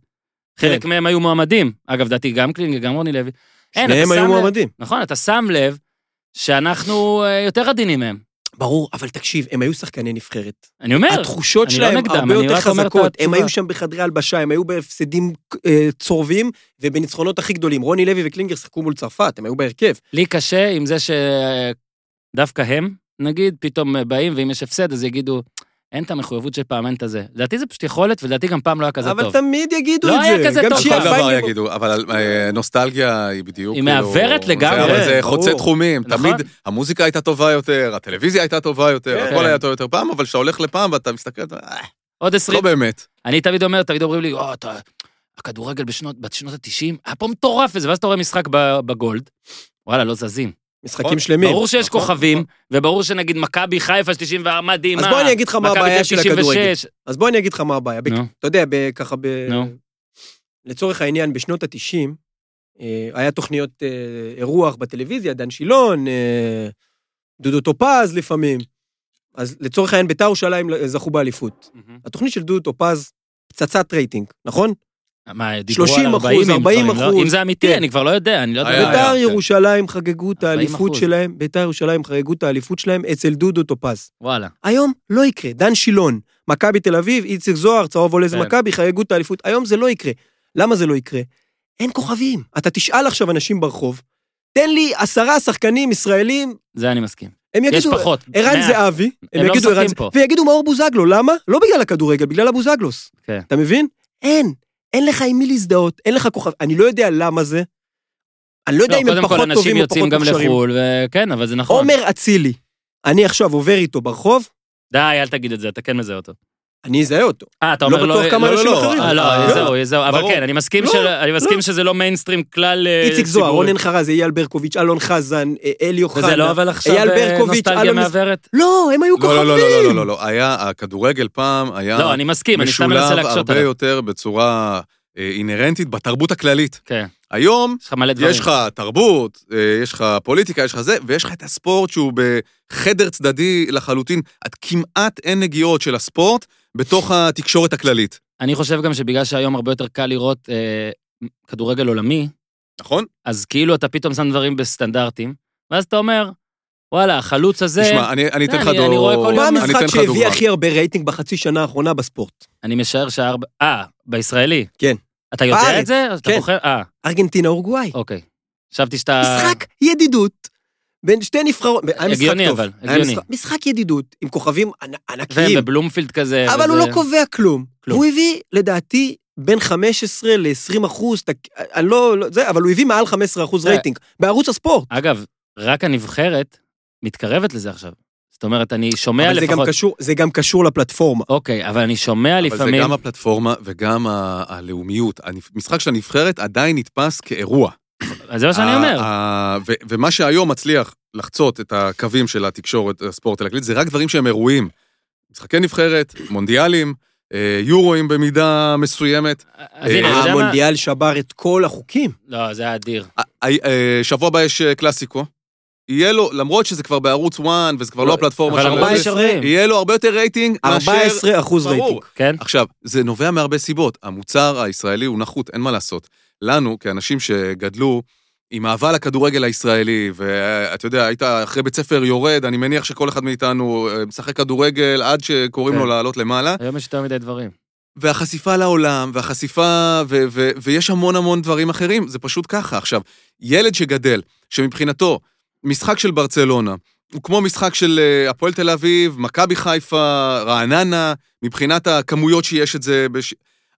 כן.
חלק מהם היו מועמדים. אגב, לדעתי גם קלינגר, גם רוני לוי. אין, אתה
שניהם
שם
היו
לב-
מועמדים.
נכון, אתה שם לב שאנחנו אה, יותר עדינים מהם.
ברור, אבל תקשיב, הם היו שחקני נבחרת.
אני אומר,
התחושות
אני
שלהם
לא נגדם,
הרבה
אני
יותר
רק אומר את
חזקות. הם
התשובה.
היו שם בחדרי הלבשה, הם היו בהפסדים אה, צורבים ובניצחונות הכי גדולים. רוני לוי וקלינגר שיחקו מול צרפת, הם היו בהרכב.
לי קשה עם זה שדווקא הם נגיד פתאום אה, באים, ואם יש הפסד, אז יגידו, אין את המחויבות של פעם, אין את הזה. לדעתי זה פשוט יכולת, ולדעתי גם פעם לא היה כזה
אבל
טוב.
תמיד יגידו
לא
את זה.
היה כזה
גם
טוב.
על
שיהיה
כל
שיהיה
דבר
פיינגר-
יגידו, אבל אה, נוסטלגיה היא בדיוק...
היא
כאילו-
מעוורת
זה-
לגמרי.
אבל זה
כן,
חוצה
ברור.
תחומים.
נכון.
תמיד המוזיקה הייתה טובה יותר, הטלוויזיה הייתה טובה יותר,
כן.
הכל היה טוב יותר פעם, אבל כשאתה הולך לפעם ואתה מסתכל, אתה, אה,
עוד
לא
20...
באמת.
אני תמיד אומר, תמיד אומרים לי, או, אתה... הכדורגל בשנות, בת שנות ה-90, היה פה מטורף וזה, ואז אתה רואה משחק ב- בגולד, וואלה, לא זזים.
משחקים
נכון.
שלמים.
ברור שיש
נכון,
כוכבים,
נכון.
וברור שנגיד מכבי חיפה של 94 מדהימה.
אז בוא אני אגיד לך מה
מכבי
הבעיה
תל
של
96.
הכדורגל. אז בוא אני אגיד לך מה הבעיה. בק-
נו.
אתה יודע, ב- ככה ב...
נו.
לצורך העניין, בשנות ה-90, היה תוכניות אה, אירוח בטלוויזיה, דן שילון, אה, דודו טופז לפעמים. אז לצורך העניין, ביתר ירושלים זכו באליפות. התוכנית של דודו טופז, פצצת רייטינג, נכון?
מה, דיברו
30%,
על 40 אם
40%,
דברים, לא? אם זה
כן.
אמיתי, אני כבר לא יודע, אני לא
היה,
יודע.
ביתר
כן.
ירושלים חגגו את
40%.
האליפות שלהם, ביתר ירושלים חגגו את האליפות שלהם אצל דודו טופז.
וואלה.
היום לא יקרה, דן שילון, מכבי תל אביב, איציק זוהר, צהוב עולה זה
כן.
מכבי, חגגו את האליפות, היום זה לא יקרה. למה זה לא יקרה? אין כוכבים. אתה תשאל עכשיו אנשים ברחוב, תן לי עשרה שחקנים ישראלים,
זה אני מסכים.
הם
יש
יגידו,
פחות.
ערן
מעט.
זהבי,
הם
הם
לא
יגידו
משחקים
ערן,
פה.
ויגידו מאור בוזגלו, למה? לא בגלל הכדורגל, בגלל הבוזגלוס.
כן.
אתה מבין? אין, אין לך עם מי להזדהות, אין לך כוכב, אני לא יודע למה זה. אני לא יודע
לא,
אם הם
קודם כל
פחות
אנשים
טובים או
יוצאים
פחות
גם
מוכשרים.
לחו"ל, וכן, אבל זה נכון.
עומר אצילי, אני עכשיו עובר איתו ברחוב,
די, אל תגיד את זה, אתה כן מזהה אותו.
אני אזהה אותו.
אה, אתה
לא
אומר לא...
בטוח כמה
לא,
אנשים
לא, לא.
אחרים.
אה, לא,
אה,
זהו, זהו, אבל
ברור.
כן, אני מסכים
לא,
של- אני מסכים שזה לא מיינסטרים כלל אה, ציבורי.
איציק זוהר, רונן חרז, אייל ברקוביץ', אלון חזן, אה, אלי אוחנה.
וזה לא אבל עכשיו
אייל
אה,
ברקוביץ',
נוסטלגיה
אלון מס-
מעוורת?
לא, הם היו
לא, לא,
כוכבים.
לא, לא, לא, לא, לא, היה, הכדורגל פעם
אה,
היה
לא, אני מסכים, אני סתם מנסה
משולב
להקשות
הרבה
עליו.
יותר בצורה אה, אינהרנטית בתרבות הכללית.
כן,
היום
יש לך מלא דברים.
יש לך תרבות, אה, יש לך פוליטיקה, יש לך זה, ויש לך את הספורט שהוא בחדר צדדי לחלוטין. את כמעט אין נגיעות של הספורט בתוך התקשורת הכללית,
אני חושב גם שבגלל שהיום הרבה יותר קל לראות אה, כדורגל עולמי,
נכון?
אז כאילו אתה פתאום שם דברים בסטנדרטים, ואז אתה אומר, וואלה, החלוץ הזה,
תשמע, אני, אני אתן
אני-
לך
לא, אני
דור...
רואה כל
מה
יום-
אני אתן
המשחק
לך
שהביא
דוגמה.
הכי הרבה רייטינג בחצי שנה האחרונה בספורט?
אני משער שהארבע... אה, בישראלי.
כן.
אתה יודע
בארץ,
את זה? אתה
כן.
בוחר? אה,
ארגנטינה אורוגוואי.
אוקיי. חשבתי שאתה...
משחק ידידות בין שתי נבחרות. היה משחק
הגיוני,
טוב.
אבל,
היה
הגיוני.
משחק- משחק ידידות עם כוכבים ענ- ענקיים,
ובבלומפילד כן, כזה.
אבל הוא
וזה-
לא קובע כלום.
כן, אה, כלום.
הוא הביא, לדעתי, בין 15 ל-20 אחוז, תק- אני לא, לא- זה, אבל הוא הביא מעל 15 אחוז
זה-
רייטינג, בערוץ הספורט.
אגב, רק הנבחרת מתקרבת לזה עכשיו. זאת אומרת, אני שומע
אבל זה גם
לפחות...
קשור- זה גם קשור לפלטפורמה.
אוקיי, אבל אני שומע
אבל זה
לפעמים...
גם הפלטפורמה וגם ה- הלאומיות. המשחק של הנבחרת עדיין נתפס כאירוע.
אז זה מה
אה,
שאני
ה-
אומר.
ה- ו- ומה שהיום מצליח לחצות את הקווים של התקשורת, הספורט הכללית, זה רק דברים שהם אירועים. משחקי נבחרת, מונדיאלים, אה, יורואים במידה מסוימת.
אז הנה, אתה יודע מה?
אה, המונדיאל שבר את כל החוקים.
לא, זה היה אדיר.
אה, אה, שבוע הבא יש אה, קלאסיקו. יהיה לו, למרות שזה כבר בערוץ 1 וזה כבר לא
לא,
הפלטפורמה
אבל
של...
14
זה,
אה,
יהיה לו הרבה יותר רייטינג מאשר...
14 אחוז
ברור.
רייטינג.
כן?
עכשיו, זה נובע מהרבה סיבות. המוצר הישראלי הוא נחות, אין מה לעשות. לנו, כאנשים שגדלו עם אהבה לכדורגל הישראלי, ואתה יודע, היית אחרי בית ספר יורד, אני מניח שכל אחד מאיתנו אה, משחק כדורגל עד שקוראים
כן.
לו לעלות למעלה.
היום יש יותר מדי דברים.
והחשיפה לעולם, והחשיפה, ו- ו- ויש המון המון דברים אחרים, זה פשוט ככה. עכשיו, ילד שגדל, שמבחינתו, משחק של ברצלונה, הוא כמו משחק של אה, הפועל תל אביב, מכבי חיפה, רעננה, מבחינת הכמויות שיש את זה. בש...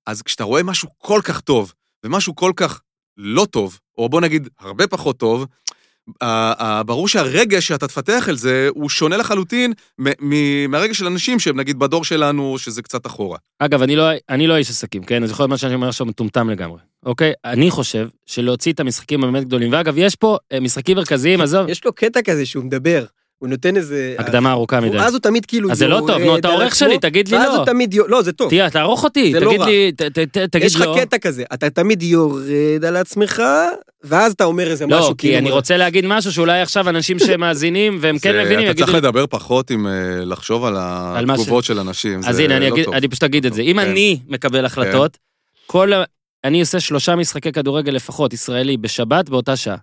אז כשאתה רואה משהו כל כך טוב, ומשהו כל כך לא טוב, או בוא נגיד הרבה פחות טוב, ה- ה- ברור שהרגש שאתה תפתח אל זה, הוא שונה לחלוטין מ- מ- מהרגש של אנשים שהם נגיד בדור שלנו, שזה קצת אחורה.
אגב, אני לא, אני לא איש עסקים, כן? אז יכול להיות מה שאני אומר עכשיו מטומטם לגמרי, אוקיי? אני חושב שלהוציא את המשחקים הבאמת גדולים, ואגב, יש פה אה, משחקים מרכזיים, עזוב,
יש לו קטע כזה שהוא מדבר, הוא נותן איזה...
הקדמה ארוכה מדי.
אז הוא תמיד כאילו...
אז זה לא טוב, נו, אתה עורך שלי, תגיד לי
ואז
לא.
הוא תמיד... יו- לא, זה טוב.
תהיה, תערוך אותי,
זה לא
תגיד
רע.
לי, ת- ת- ת- תגיד
יש לך
לא.
קטע כזה, אתה תמיד יורד על עצמך, ואז אתה אומר איזה משהו כאילו
לא,
כאילו
כי אני רוצה להגיד משהו שאולי עכשיו אנשים שמאזינים והם כן
זה-
מבינים
אתה
יגידו...
צריך לדבר פחות עם אה, לחשוב על
על מה ש-
התגובות של אנשים.
אז
זה
הנה, אני
לא
אגיד-
טוב.
אני פשוט אגיד את זה. אם
כן.
אני מקבל החלטות, כל ה... אני עושה שלושה משחקי כדורגל לפחות, ישראלי, בשבת באותה שעה.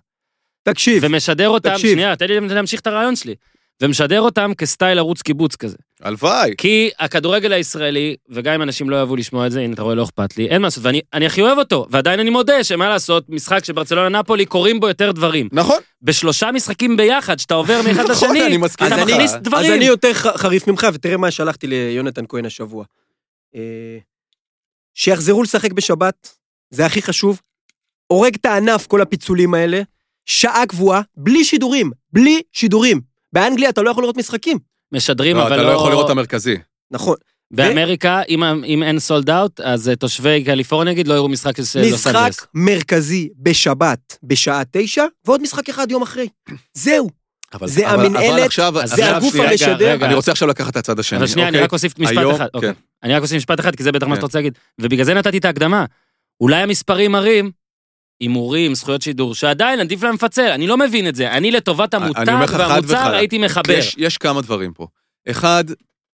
תקשיב,
ומשדר אותם,
תקשיב.
שנייה, תן לי להמשיך את הרעיון שלי. ומשדר אותם כסטייל ערוץ קיבוץ כזה.
הלוואי.
כי הכדורגל הישראלי, וגם אם אנשים לא יאהבו לשמוע את זה, הנה, אתה רואה, לא אכפת לי, אין מה לעשות, ואני אני הכי אוהב אותו, ועדיין אני מודה שמה לעשות, משחק שברצלונה-נפולי קורים בו יותר דברים.
נכון.
בשלושה משחקים ביחד, שאתה עובר מאחד
נכון,
לשני,
אני מסכים
אתה
איתך.
מכניס
אז
דברים.
אני יותר ח- חריף ממך, ותראה מה שלחתי ליונתן כהן השבוע. אה, שיחזרו לשחק בשבת, זה הכי חשוב. הורג את הענף, כל הפיצולים האלה. שעה קבועה, בלי שידורים. בלי שידורים. באנגליה אתה לא יכול לראות משחקים.
משדרים,
לא,
אבל
אתה
לא...
לא יכול לראות את המרכזי.
נכון.
באמריקה, אם- אם אין סולד אאוט, אז אה, תושבי קליפורניה, נגיד, לא יראו משחק של של לוס
משחק
אנג'לס.
מרכזי בשבת, בשעה תשע, ועוד משחק אחד יום אחרי. זהו.
אבל-
זה
אבל- אבל
המנהלת,
עכשיו,
אז
עכשיו,
זה הגוף
שנייה,
רגע,
המשדר.
רגע.
אני רוצה עכשיו לקחת את הצד השני.
אבל שנייה, אני
אוקיי?
רק אוסיף משפט
היום,
אחד. אוקיי.
כן.
אני רק אוסיף משפט אחד, כי זה בטח מה
כן.
שאתה רוצה להגיד. ובגלל זה נתתי את ההקדמה. אולי המספרים מראים, הימורים, זכויות שידור, שעדיין עדיף להם לפצל, אני לא מבין את זה. אני לטובת
אני
המותג
אומר לך חד
והמוצר
וחלק.
הייתי מחבר.
יש, יש כמה דברים פה. אחד,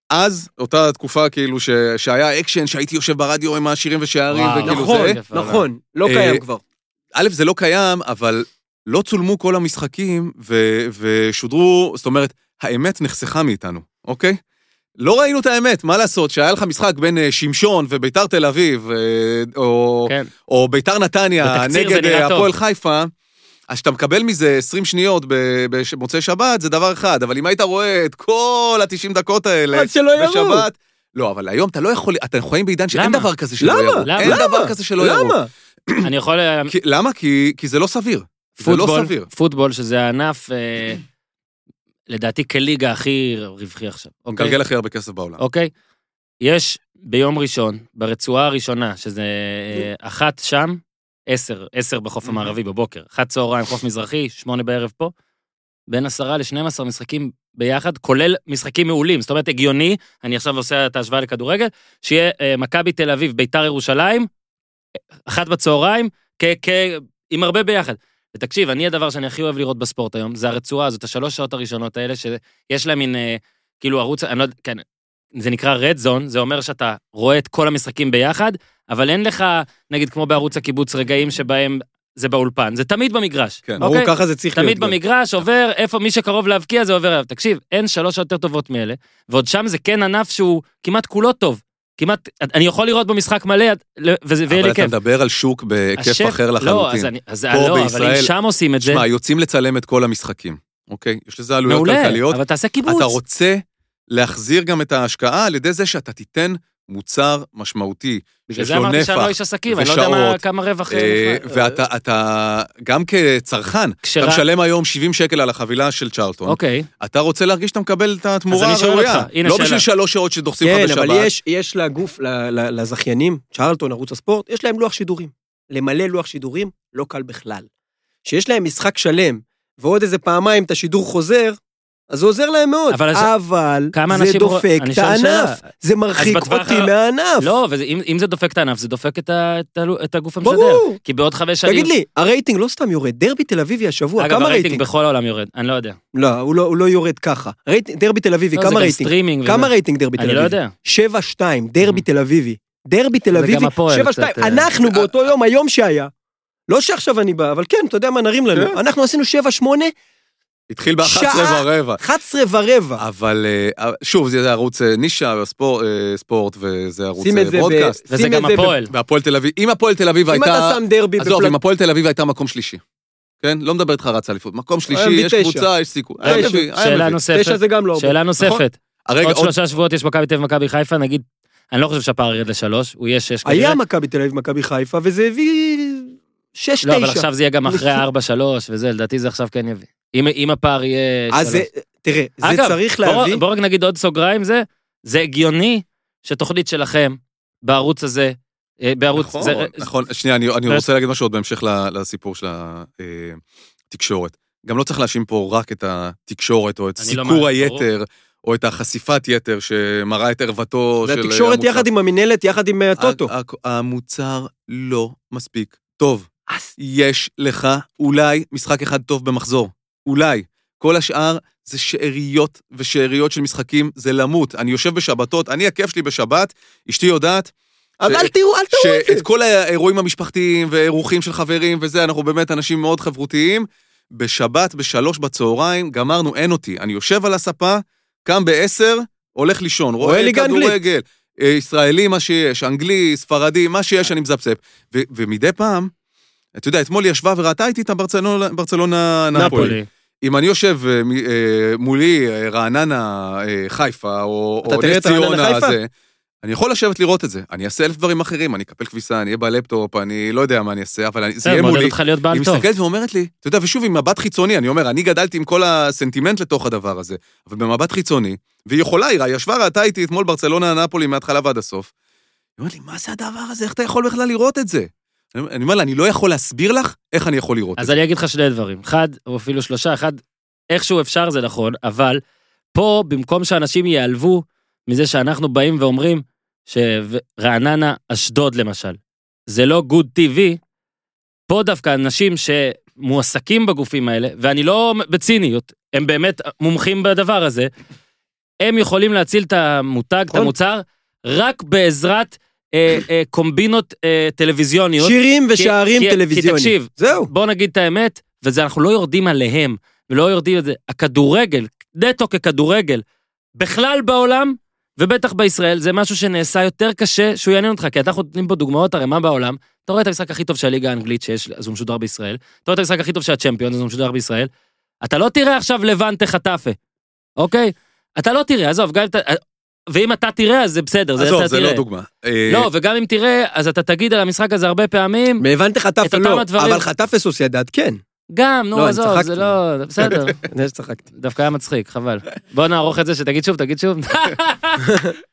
אז, אותה תקופה כאילו ש, שהיה אקשן, שהייתי יושב ברדיו עם השירים ושערים,
וואו.
וכאילו
נכון,
זה,
כאילו יפה,
נכון, לא
אה,
קיים כבר.
א', זה לא קיים, אבל לא צולמו כל המשחקים ו, ושודרו, זאת אומרת, האמת נחסכה מאיתנו, אוקיי? לא ראינו את האמת, מה לעשות, שהיה לך משחק בין אה, שמשון וביתר תל אביב, אה, או,
כן.
או ביתר נתניה
בתקציר זה
נגד
נראה
אה,
טוב.
הפועל חיפה, אז שאתה מקבל מזה 20 שניות ב- במוצאי שבת, זה דבר אחד, אבל אם היית רואה את כל ה-90 דקות האלה
אז שלא יראו.
בשבת... לא, אבל היום אתה לא יכול, אתה חיים בעידן שאין
למה?
דבר כזה שלא
למה?
יראו.
למה?
אין
למה?
דבר כזה
לא
שלא יראו.
למה?
אוקיי. אני יכול... אה,
כי, למה? כי, כי זה לא סביר. זה לא
פוטבול,
סביר.
פוטבול, שזה הענף, אה, לדעתי, כליגה הכי רווחי עכשיו. אוקיי?
מגלגל הכי הרבה כסף בעולם.
אוקיי? יש ביום ראשון, ברצועה הראשונה, שזה אה, אחת שם, עשר, עשר בחוף המערבי בבוקר, אחת צהריים, חוף מזרחי, שמונה בערב פה, בין עשרה לשנים עשר משחקים ביחד, כולל משחקים מעולים. זאת אומרת, הגיוני, אני עכשיו עושה את ההשוואה לכדורגל, שיהיה אה, מכבי תל אביב, ביתר ירושלים, אה, אחת בצהריים, כ... כ... עם הרבה ביחד. ותקשיב, אני הדבר שאני הכי אוהב לראות בספורט היום, זה הרצועה הזאת, השלוש שעות הראשונות האלה, שיש להם מין, אה, כאילו, ערוץ, אני לא יודע, כן, זה נקרא רד זון, זה אומר שאתה רואה את כל המשחקים ביחד, אבל אין לך, נגיד כמו בערוץ הקיבוץ, רגעים שבהם זה באולפן, זה תמיד במגרש.
כן,
ברור,
אוקיי?
ככה זה צריך להיות.
תמיד
גם.
במגרש, עובר, איפה מי שקרוב להבקיע זה עובר אליו. תקשיב, אין שלוש יותר טובות מאלה, ועוד שם זה כן ענף שהוא כמעט כולו טוב. כמעט, אני יכול לראות במשחק מלא, וזה- ויהיה
אבל
לי
אתה
כיף.
מדבר על שוק בהיקף
השף-
אחר
לא, אז
לחלוטין.
אני- אז
פה
לא, אבל אם
בישראל-
שם עושים את זה,
שמע, יוצאים לצלם את כל המשחקים, אוקיי? יש לזה עלויות
מעולה,
כלכליות.
אבל תעשה
אתה
קיבוץ.
רוצה להחזיר גם את ההשקעה על ידי זה שאתה תיתן מוצר משמעותי,
בגלל
שיש
זה
לו
אמרתי שאני לא
נפח.
איש עסקים, אני לא יודע מה-
ושעות.
כמה רווח...
אה,
נכנס.
ואתה אתה- גם כצרכן,
כשרה-
אתה משלם היום 70 שקל על החבילה של צ'ארלטון.
אוקיי.
אתה רוצה להרגיש שאתה מקבל את התמורה
אני שואל
הראויה.
אותך, הנה
לא
שאלה.
בשביל שלוש שעות שדוחסים לך
כן,
בשבת.
אבל יש, יש לגוף, ל- ל- לזכיינים, צ'רלטון, ערוץ הספורט, יש להם לוח שידורים. למלא לוח שידורים, לא קל בכלל. כשיש להם משחק שלם, ועוד איזה פעמיים את השידור חוזר, אז זה עוזר להם מאוד.
אבל
אבל,
אז-
אבל
כמה
זה
אנשים רוא-
דופק
אני
את
שואל
הענף.
שאלה.
זה מרחיק
בטווח
אותי
ה-
מהענף.
לא, ואם אם זה דופק את הענף, זה דופק את ה- את ה- את הגוף המשדר.
ברור.
כי בעוד חמש שנים...
תגיד לי, הרייטינג לא סתם יורד, דרבי תל אביבי השבוע,
אגב,
כמה
הרייטינג
רייטינג?
בכל העולם יורד, אני לא יודע.
לא, הוא לא- הוא לא יורד ככה. רייטינג- דרבי תל אביבי,
לא,
כמה
זה גם
רייטינג?
סטרימינג.
כמה
וזה.
רייטינג דרבי תל
אני
אביבי?
לא יודע.
7-2, דרבי תל אביבי. דרבי תל
Mm-hmm. זה
אביבי,
גם הפועל
7-2.
קצת, אה,
אנחנו באותו יום, היום שהיה, לא שעכשיו אני בא, אבל כן, אתה יודע מה נרים לנו.
כן.
אנחנו עשינו 7-8,
התחיל ב-11
שעה-
ורבע.
11 ורבע.
אבל אה, שוב, זה ערוץ אה, נישה, ספור- אה, ספורט, וזה ערוץ
שים
אה,
את זה ב-
ברודקאסט.
וזה
שים
גם
את זה ב- אה,
הפועל.
והפועל תל אביב, אם הפועל תל אביב
אם
הייתה...
אתה שם דרבי
עזוב,
בפלט-
אם הפועל תל אביב הייתה מקום שלישי. כן? לא מדבר איתך רץ אליפות. מקום שלישי,
היה מביא
יש
תשע.
קבוצה, יש סיכוי. אה,
היה
היה
מביא.
מביא, היה
שאלה
מביא.
אה, תשע
נוספת.
זה גם לא הרבה.
שאלה נוספת.
הרגע,
עוד
עוד...
שלושה שבועות יש מכבי תל אביב ומכבי חיפה, נגיד, אני לא חושב שהפער ירד לשלוש, הוא יהיה שש כנראה.
היה מכבי תל אביב, מכבי חיפה, וזה הביא 6-9.
לא, אבל עכשיו זה יהיה גם אחרי ארבע שלוש וזה, לדעתי זה עכשיו כן יביא. אם- אם הפער יהיה
אז זה,
שלוש.
תראה, זה
אגב,
צריך
בוא-
להביא...
בוא רק נגיד עוד סוגריים זה, זה הגיוני שתוכנית שלכם בערוץ הזה, אה, בערוץ...
נכון,
זה-
נכון. שנייה, אני אני
ו-
רוצה להגיד משהו עוד בהמשך ל- לסיפור של התקשורת. גם לא צריך להאשים פה רק את התקשורת, או את
אני לא
סיקור
מאמין, ברור.
היתר, או את החשיפת יתר שמראה את ערוותו של... אה,
והתקשורת
המוצר.
יחד עם המינהלת, יחד עם אה, הטוטו.
ה- ה- המוצר לא מספיק טוב. יש לך אולי משחק אחד טוב במחזור. אולי. כל השאר זה שאריות ושאריות של משחקים, זה למות. אני יושב בשבתות, אני, הכיף שלי בשבת, אשתי יודעת
אז
ש-
אל תראו, אל תראו את
שאת
זה.
כל האירועים המשפחתיים ואירוחים של חברים וזה, אנחנו באמת אנשים מאוד חברותיים. בשבת, בשלוש בצהריים, גמרנו, אין אותי. אני יושב על הספה, קם בעשר, הולך לישון,
רואה
רואה
ליגה אנגלית.
כדורגל, אה, ישראלי, מה שיש, אנגלי, ספרדי, מה שיש,
אה.
אני מזפזפ. ו- ומדי פעם, אתה יודע, אתמול היא ישבה וראתה איתי את הברצלונה, ברצלונה נפולי.
נפולי.
אם אני יושב אה, מ- אה, מולי אה, רעננה אה, חיפה, או
אתה
או
תראה את
נס
רעננה
ציונה
חיפה?
זה, אני יכול לשבת לראות את זה. אני אעשה אלף דברים אחרים, אני אקפל כביסה, אני אהיה בלפטופ, אני לא יודע מה אני אעשה, אבל אני- זה
בסדר,
יהיה
מעודד
מולי.
אותך להיות
היא
בעל טוב.
מסתכלת ואומרת לי, אתה יודע, ושוב, עם מבט חיצוני, אני אומר, אני גדלתי עם כל הסנטימנט לתוך הדבר הזה, אבל במבט חיצוני, והיא יכולה, היא ישבה, ראתה איתי אתמול ברצלונה, נפולי, מההתחלה ועד הסוף. היא אומרת לי, מה זה הדבר הזה? איך אתה יכול בכלל לראות את זה? אני אני אומר לה, אני לא יכול להסביר לך איך אני יכול לראות את
אז
זה.
אני אגיד לך שני דברים. אחד, או אפילו שלושה, אחד, איכשהו אפשר זה נכון, אבל פה, במקום שאנשים ייעלבו מזה שאנחנו באים ואומרים שרעננה, אשדוד למשל, זה לא גוד TV, פה דווקא אנשים שמועסקים בגופים האלה, ואני לא בציניות, הם באמת מומחים בדבר הזה, הם יכולים להציל את המותג, את
נכון.
המוצר, רק בעזרת אה, אה, קומבינות אה, טלוויזיוניות.
שירים
כי-
ושערים
כי-
טלוויזיוניים.
כי תקשיב,
זהו.
בוא נגיד את האמת, וזה אנחנו לא יורדים עליהם, ולא יורדים את זה. הכדורגל, נטו ככדורגל, בכלל בעולם, ובטח בישראל, זה משהו שנעשה יותר קשה שהוא יעניין אותך, כי אתה אנחנו נותנים פה דוגמאות, הרי מה בעולם? אתה רואה את המשחק הכי טוב של הליגה האנגלית שיש, אז הוא משודר בישראל, אתה רואה את המשחק הכי טוב של הצ'מפיון, אז הוא משודר בישראל, אתה לא תראה עכשיו לבנטה חטאפה, אוקיי? אתה לא תראה, עזוב, גם אם אתה... ואם אתה תראה, אז זה בסדר, זה
עזוב,
אתה
זה
תראה.
לא דוגמה. אה,
לא, וגם אם תראה, אז אתה תגיד על המשחק הזה הרבה פעמים,
הבנתי
את
חטף
אותם
לא,
הדברים-
אבל חטף לסוסיידד כן.
גם, נו,
לא, אני
עזוב,
צחקתי.
זה לא... בסדר,
אני צחקתי.
דווקא היה מצחיק, חבל. בוא נערוך את זה שתגיד שוב, תגיד שוב.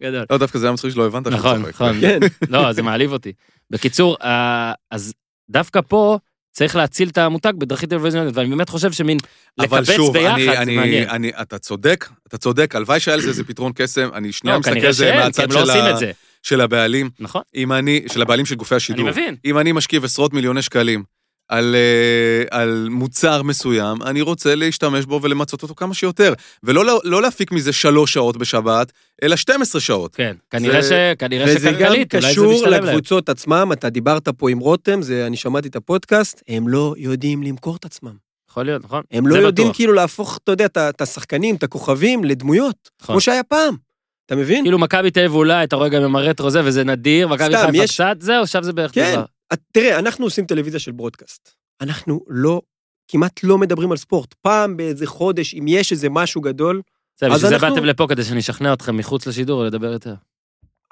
גדול.
לא, דווקא זה היה מצחיק שלא הבנת. שהוא
נכון,
צוחק.
נכון.
כן.
לא, זה מעליב אותי. בקיצור, אה, אז דווקא פה צריך להציל את המותג בדרכים טלוויזיוניות, ואני באמת חושב שמין
אבל
לקבץ
שוב, אני-
ביחד, זה
אני-
מעניין.
אני- אתה צודק, אתה צודק, הלוואי שהיה לזה איזה פתרון קסם, אני
לא,
שנייה מסתכל
כנראה
על זה
שאין, כי
מהצד
הם לא
של
עושים
ה-
את זה.
של הבעלים.
נכון,
אם אני, של הבעלים של גופי
אני
השידור.
מבין.
אם אני משכיב עשרות מיליוני שקלים על, אה, על מוצר מסוים, אני רוצה להשתמש בו ולמצות אותו כמה שיותר. ולא לא- לא להפיק מזה שלוש שעות בשבת, אלא 12 שעות.
כן, כנראה ש- כנראה
וזה גם
שכלכלית, אולי זה
קשור
משתלם להם.
לקבוצות עצמם, אתה דיברת פה עם רותם, זה- אני שמעתי את הפודקאסט, הם לא יודעים למכור את עצמם.
יכול להיות, נכון?
הם לא
זה
יודעים
בטוח.
כאילו להפוך, אתה יודע, את ה- את השחקנים, את הכוכבים, לדמויות,
נכון.
כמו שהיה פעם. אתה מבין?
כאילו מכבי תל אביב אולי, אתה רואה גם עם הרטרו זה, וזה נדיר, מכבי
סתם,
חיפה
יש-
קצת, זהו, עכשיו זה בערך
כן.
דבר.
את- תראה, אנחנו עושים טלוויזיה של ברודקאסט. אנחנו לא, כמעט לא מדברים על ספורט. פעם באיזה חודש, אם יש איזה משהו גדול,
בסדר,
אז
בשביל זה
אנחנו-
באתם לפה כדי שאני אשכנע אתכם מחוץ לשידור לדבר יותר.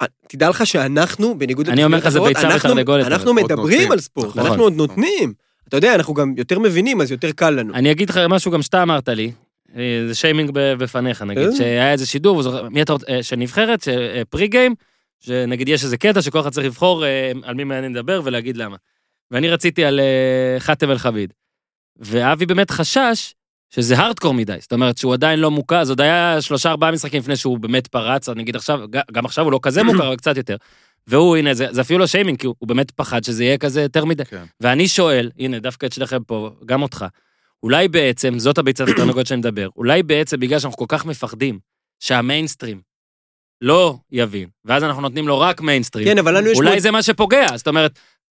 אה, תדע לך שאנחנו, בניגוד
אני אומר לך, זה
לתוכניות
ביצה
אחרות, אנחנו-
ותרנגולת, אבל.
אנחנו
עוד
מדברים
נותנים.
על ספורט,
נכון.
אנחנו עוד נותנים. אתה יודע, אנחנו גם יותר מבינים, אז יותר קל לנו.
אני אגיד לך משהו גם שאתה אמרת לי, אה, זה שיימינג ב- בפניך נגיד,
כן.
שהיה איזה שידור, הוא זוכר- מי אתה רוצה, אה, של נבחרת, של, אה, פרי גיים, שנגיד יש איזה קטע שכל אחד צריך לבחור אה, על מי מעניין לדבר ולהגיד למה. ואני רציתי על אה, חאתם אל-חביד. ואבי באמת חשש שזה הארדקור מדי, זאת אומרת שהוא עדיין לא מוכר, זה עוד היה שלושה ארבעה משחקים לפני שהוא באמת פרץ, אז נגיד עכשיו, ג- גם עכשיו הוא לא כזה מוכר, אבל קצת יותר. והוא, הנה, זה, זה אפילו לא שיימינג, כי הוא, הוא באמת פחד שזה יהיה כזה יותר מדי.
כן.
ואני שואל, הנה, דווקא את שלכם פה, גם אותך, אולי בעצם, זאת הביצה התרנגולת שאני מדבר, אולי בעצם בגלל שאנחנו כל כך מפחדים שהמיינסטרים לא יבין, ואז אנחנו נותנים לו רק מיינסטרים,
כן, אבל לנו יש...
אולי
מוד-
זה מה שפוגע, זאת אומרת,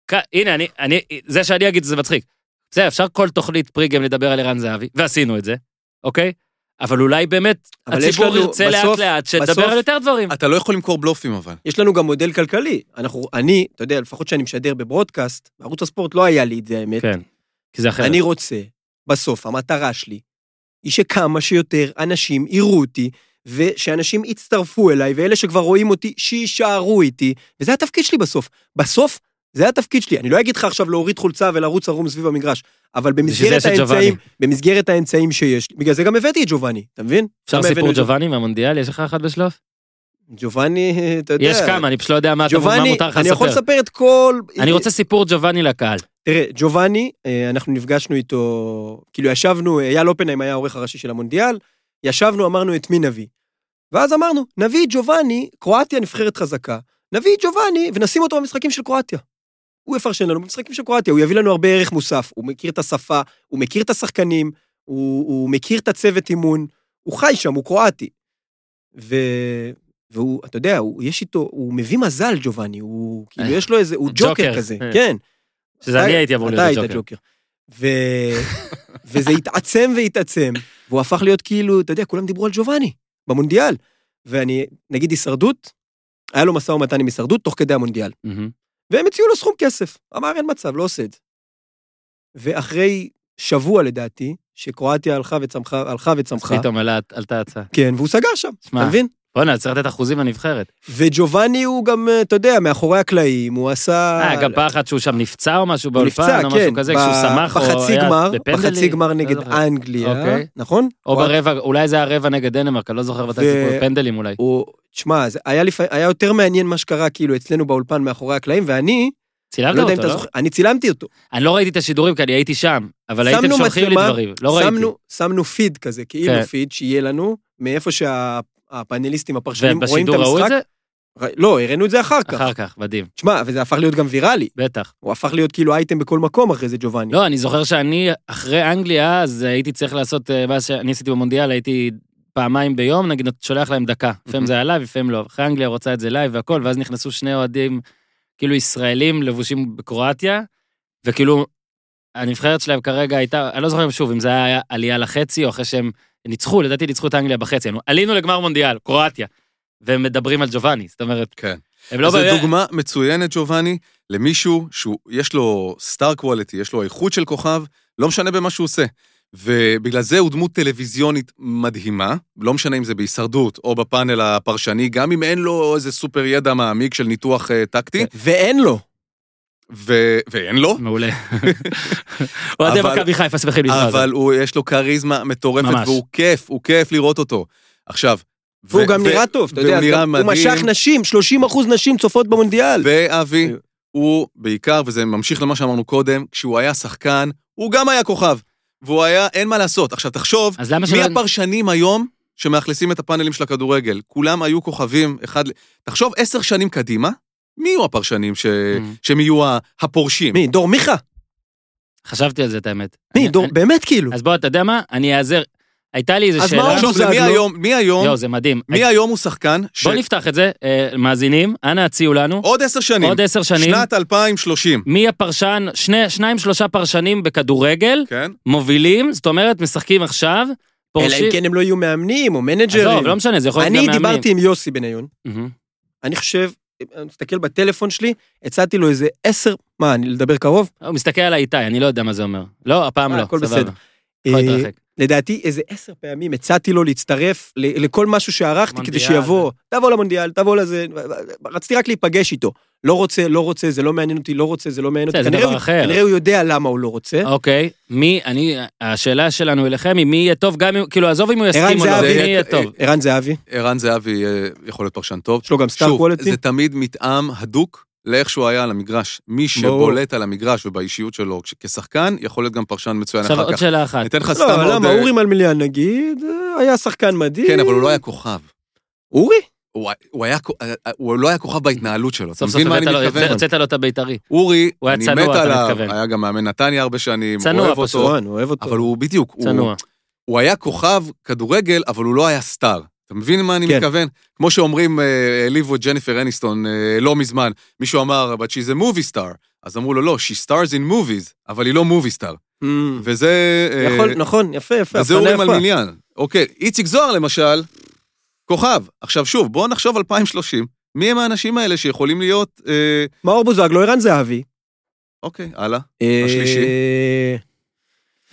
כ- הנה, אני, אני, זה שאני אגיד זה מצחיק. בסדר, אפשר כל תוכנית פריגם לדבר על ערן זהבי, ועשינו את זה, אוקיי? אבל אולי באמת
אבל יש
הציבור
לנו-
ירצה
בסוף-
לאט-לאט
בסוף-
שתדבר על יותר דברים.
אתה לא יכול למכור בלופים אבל.
יש לנו גם מודל כלכלי. אנחנו, אני, אתה יודע, לפחות שאני משדר בברודקאסט, בערוץ הספורט לא היה לי את זה, האמת.
כן, כי זה אחרת.
אני רוצה, בסוף, המטרה שלי, היא שכמה שיותר אנשים יראו אותי, ושאנשים יצטרפו אליי, ואלה שכבר רואים אותי, שיישארו איתי, וזה התפקיד שלי בסוף. בסוף, זה התפקיד שלי. אני לא אגיד לך עכשיו להוריד חולצה ולרוץ ערום סביב המגרש, אבל
בשביל
במסגרת
זה יש את ג'ובאני.
האמצעים, במסגרת האמצעים שיש לי, בגלל זה גם הבאתי את ג'ובאני, אתה לא מבין?
אפשר
למה
סיפור
הבאנו את
ג'ובאני מהמונדיאל, יש לך אחד בשלוף?
ג'ובאני, אתה יודע.
יש כמה, אני פשוט לא יודע מה אתה- מה
ג'ובאני,
מותר לך
אני יכול
לספר.
לספר את כל...
אני רוצה סיפור ג'ובאני לקהל.
תראה, ג'ובאני, אה, אנחנו נפגשנו איתו, כאילו ישבנו, אייל אופנהיים היה העורך הראשי של המונדיאל, ישבנו, אמרנו את מי נביא. ואז אמרנו, נביא את ג'ובאני, קרואטיה נבחרת חזקה, נביא את ג'ובאני ונשים אותו במשחקים של קרואטיה. הוא יפרשן לנו במשחקים של קרואטיה, הוא יביא לנו הרבה ערך מוסף, הוא מכיר את השפה, הוא מכיר את השחקנים, הוא, הוא מכיר את הצוות אימון, הוא חי שם, הוא קרואטי. ו... והוא, אתה יודע, הוא, יש איתו, הוא מביא מזל, ג'ובאני, הוא, כאילו, יש לו איזה, הוא
אה, ג'וקר,
ג'וקר כזה,
אה.
כן.
שזה
אתה-
אני הייתי אמור
אתה
להיות
היית
הג'וקר.
ג'וקר. ו... וזה התעצם והתעצם, והוא הפך להיות כאילו, אתה יודע, כולם דיברו על ג'ובאני במונדיאל. ואני, נגיד הישרדות, היה לו משא ומתן עם הישרדות תוך כדי המונדיאל.
מהמם.
והם הציעו לו סכום כסף. אמר, אין מצב, לא עושה את זה. ואחרי שבוע, לדעתי, שקרואטיה הלכה וצמחה, הלכה
אז
וצמחה,
פתאום עלה- עלתה הצעה.
כן, והוא סגר שם,
שמע.
אתה מבין?
בוא'נה, צריך לתת אחוזים לנבחרת.
וג'ובאני הוא גם, אה, אתה יודע, מאחורי הקלעים, הוא עשה...
אה, גם פעם אחת שהוא שם נפצע או משהו
הוא
באולפן,
לא. נפצע,
או
כן,
משהו כזה, כשהוא
ב-
שמח, או
בחצי
היה
גמר,
בפנדלים,
בחצי גמר
לא
נגד
זוכר.
אנגליה,
אוקיי.
נכון?
או
הוא-
ברבע, אולי זה היה רבע נגד דנמרק, אני לא זוכר מתי
ו-
זה קורה, פנדלים אולי.
הוא, תשמע, זה היה לפע- היה יותר מעניין מה שקרה כאילו אצלנו באולפן מאחורי הקלעים, ואני,
צילמת
לא יודע אם
אותו,
אתה
לא?
זוכר, אני צילמתי אותו.
אני לא ראיתי את השידורים, כי אני הייתי שם, אבל
שמנו
הייתם שולחים לי
מצלמה,
דברים, לא ראיתי.
שמנו- שמנו פיד כזה, כאילו
כן.
פיד, שיהיה לנו, מאיפה שהפאנליסטים, הפרשנים רואים את
ובשידור ראו את
המשחק.
זה?
ר- לא, הראינו את זה אחר כך.
אחר כך, מדהים,
תשמע, וזה הפך להיות גם ויראלי.
בטח.
הוא הפך להיות כאילו אייטם בכל מקום אחרי זה, ג'ובאני.
לא, אני זוכר שאני, אחרי אנגליה, אז הייתי צריך לעשות, אה, מה שאני עשיתי במונדיאל, הייתי פעמיים ביום, נגיד, שולח להם דקה. לפעמים זה היה לייב, לפעמים לא. אחרי אנגליה הוא רוצה את זה לייב והכל, ואז נכנסו שני אוהדים, כאילו ישראלים לבושים בקרואטיה, וכאילו, הנבחרת שלהם כרגע הייתה, אני לא זוכר אם שוב, אם זה היה עלייה לחצי, או אחרי שהם ניצחו, לדעתי ניצחו את אנגליה בחצי. נו, עלינו לגמר מונדיאל, קרואטיה, והם מדברים על ג'ובאני, זאת אומרת,
כן.
הם לא...
זו
ב-
דוגמה מצוינת, ג'ובאני, למישהו שיש לו סטאר קואליטי, יש לו איכות של כוכב, לא משנה במה שהוא עושה. ובגלל זה הוא דמות טלוויזיונית מדהימה, לא משנה אם זה בהישרדות או בפאנל הפרשני, גם אם אין לו איזה סופר ידע מעמיק של ניתוח אה,
כן.
טקטי,
ואין לו.
ו- ואין לו,
מעולה. אוהדי
אבל-
מכבי חיפה שמחים לשמוע את זה.
אבל הוא, יש לו כריזמה מטורפת,
ממש.
והוא כיף, הוא כיף לראות אותו. עכשיו,
והוא
ו-
גם
ו-
נראה טוב, אתה יודע,
והוא
אז
נראה
גם- הוא
מדהים.
משך נשים, 30 אחוז נשים צופות במונדיאל.
ואבי, הוא בעיקר, וזה ממשיך למה שאמרנו קודם, כשהוא היה שחקן, הוא גם היה כוכב. והוא היה, אין מה לעשות. עכשיו, תחשוב,
אז למה
מי
שלא...
הפרשנים היום שמאכלסים את הפאנלים של הכדורגל? כולם היו כוכבים, אחד... ל- תחשוב, עשר שנים קדימה, מי יהיו הפרשנים ש...
Mm.
שהם יהיו ה- הפורשים?
מי, דור מיכה?
חשבתי על זה, את האמת.
מי,
אני-
דור,
אני-
באמת כאילו.
אז בוא, אתה יודע מה? אני איעזר. הייתה לי איזו
אז מה
שאלה.
הוא
תחשוב, זה מי
בוזגלו.
היום, מי היום,
יואו, זה מדהים. אה,
מי היום הוא שחקן, ש...
בוא נפתח את זה, אה, מאזינים, אנא הציעו לנו.
עוד עשר שנים,
עוד עשר שנים.
שנת 2030,
מי הפרשן, שני- שניים שלושה פרשנים בכדורגל,
כן?
מובילים, זאת אומרת, משחקים עכשיו,
אלא
פורשים.
אם כן הם לא יהיו מאמנים או מנג'רים.
עזוב, לא משנה, זה יכול להיות גם
אני
מאמנים.
דיברתי עם יוסי בניון,
מהמם.
אני חושב, אני מסתכל בטלפון שלי, הצעתי לו איזה עשר, מה, אני לדבר קרוב?
הוא מסתכל על איתי, אני לא יודע מה זה אומר. לא, הפעם
אה,
לא,
הכל
סבבה.
בסדר.
יכול
אה,
להתרחק.
לדעתי איזה עשר פעמים הצעתי לו להצטרף ל- לכל משהו שערכתי כדי
מונדיאל.
שיבוא, תבוא למונדיאל, תבוא לזה, רציתי רק להיפגש איתו. לא רוצה, לא רוצה, זה לא מעניין אותי, לא רוצה, זה לא מעניין
בסדר,
אותי.
זה
כנראה
דבר
הוא-
אחר.
כנראה הוא יודע למה הוא לא רוצה.
אוקיי, מי, אני, השאלה שלנו אליכם היא מי יהיה טוב, גם אם, כאילו, עזוב אם הוא
ערן
יסכים או לא, מי
זהבי.
יהיה
זה יהיה-
טוב.
ערן זהבי,
ערן זהבי אה, יכול להיות פרשן טוב.
יש לו גם סטאר
שוב,
קוולטי.
זה תמיד מתאם הדוק לאיך שהוא היה על המגרש. מי שבולט על המגרש ובאישיות שלו כש- כשחקן, יכול להיות גם פרשן מצוין
עכשיו
אחר
עוד
כך.
שאלה אחת.
אני אתן לך סתם
לא,
עוד...
למה,
אה,
אורי מלמיליאן נגיד, אה, היה שחקן מדהים.
כן, אבל הוא לא היה כוכב.
אורי?
הוא ה- הוא היה כ- אה, הוא לא היה כוכב בהתנהלות שלו. אתה
סוף
מבין
סוף
מה אני
הבאת לו-
מתכוון?
הוצאת לו את הבית"רי.
אורי,
הוא היה
אני
צנוע,
מת
אתה
עליו,
מתכוון.
היה גם מאמן נתניה הרבה שנים,
צנוע,
אוהב
פשוט.
אותו.
נכון, הוא אוהב אותו.
אבל הוא בדיוק, הוא-
צנוע.
הוא היה כוכב כדורגל, אבל הוא לא היה סטאר. אתה מבין מה אני
כן.
מתכוון? כמו שאומרים, אה, העליבו את ג'ניפר אניסטון אה, לא מזמן, מישהו אמר, but she's a movie star. אז אמרו לו, לא, she stars in movies, אבל היא לא movie star.
Mm.
וזה... אה,
יכול, נכון, יפה, יפה,
וזה
הבחנה
אורי
יפה.
מלמיליאן. אוקיי, איציק זוהר למשל, כוכב. עכשיו שוב, בואו נחשוב 2030, מי הם האנשים האלה שיכולים להיות... אה,
מאור בוזגלו, ערן זהבי. אה,
אוקיי, הלאה. השלישי.
השלישי.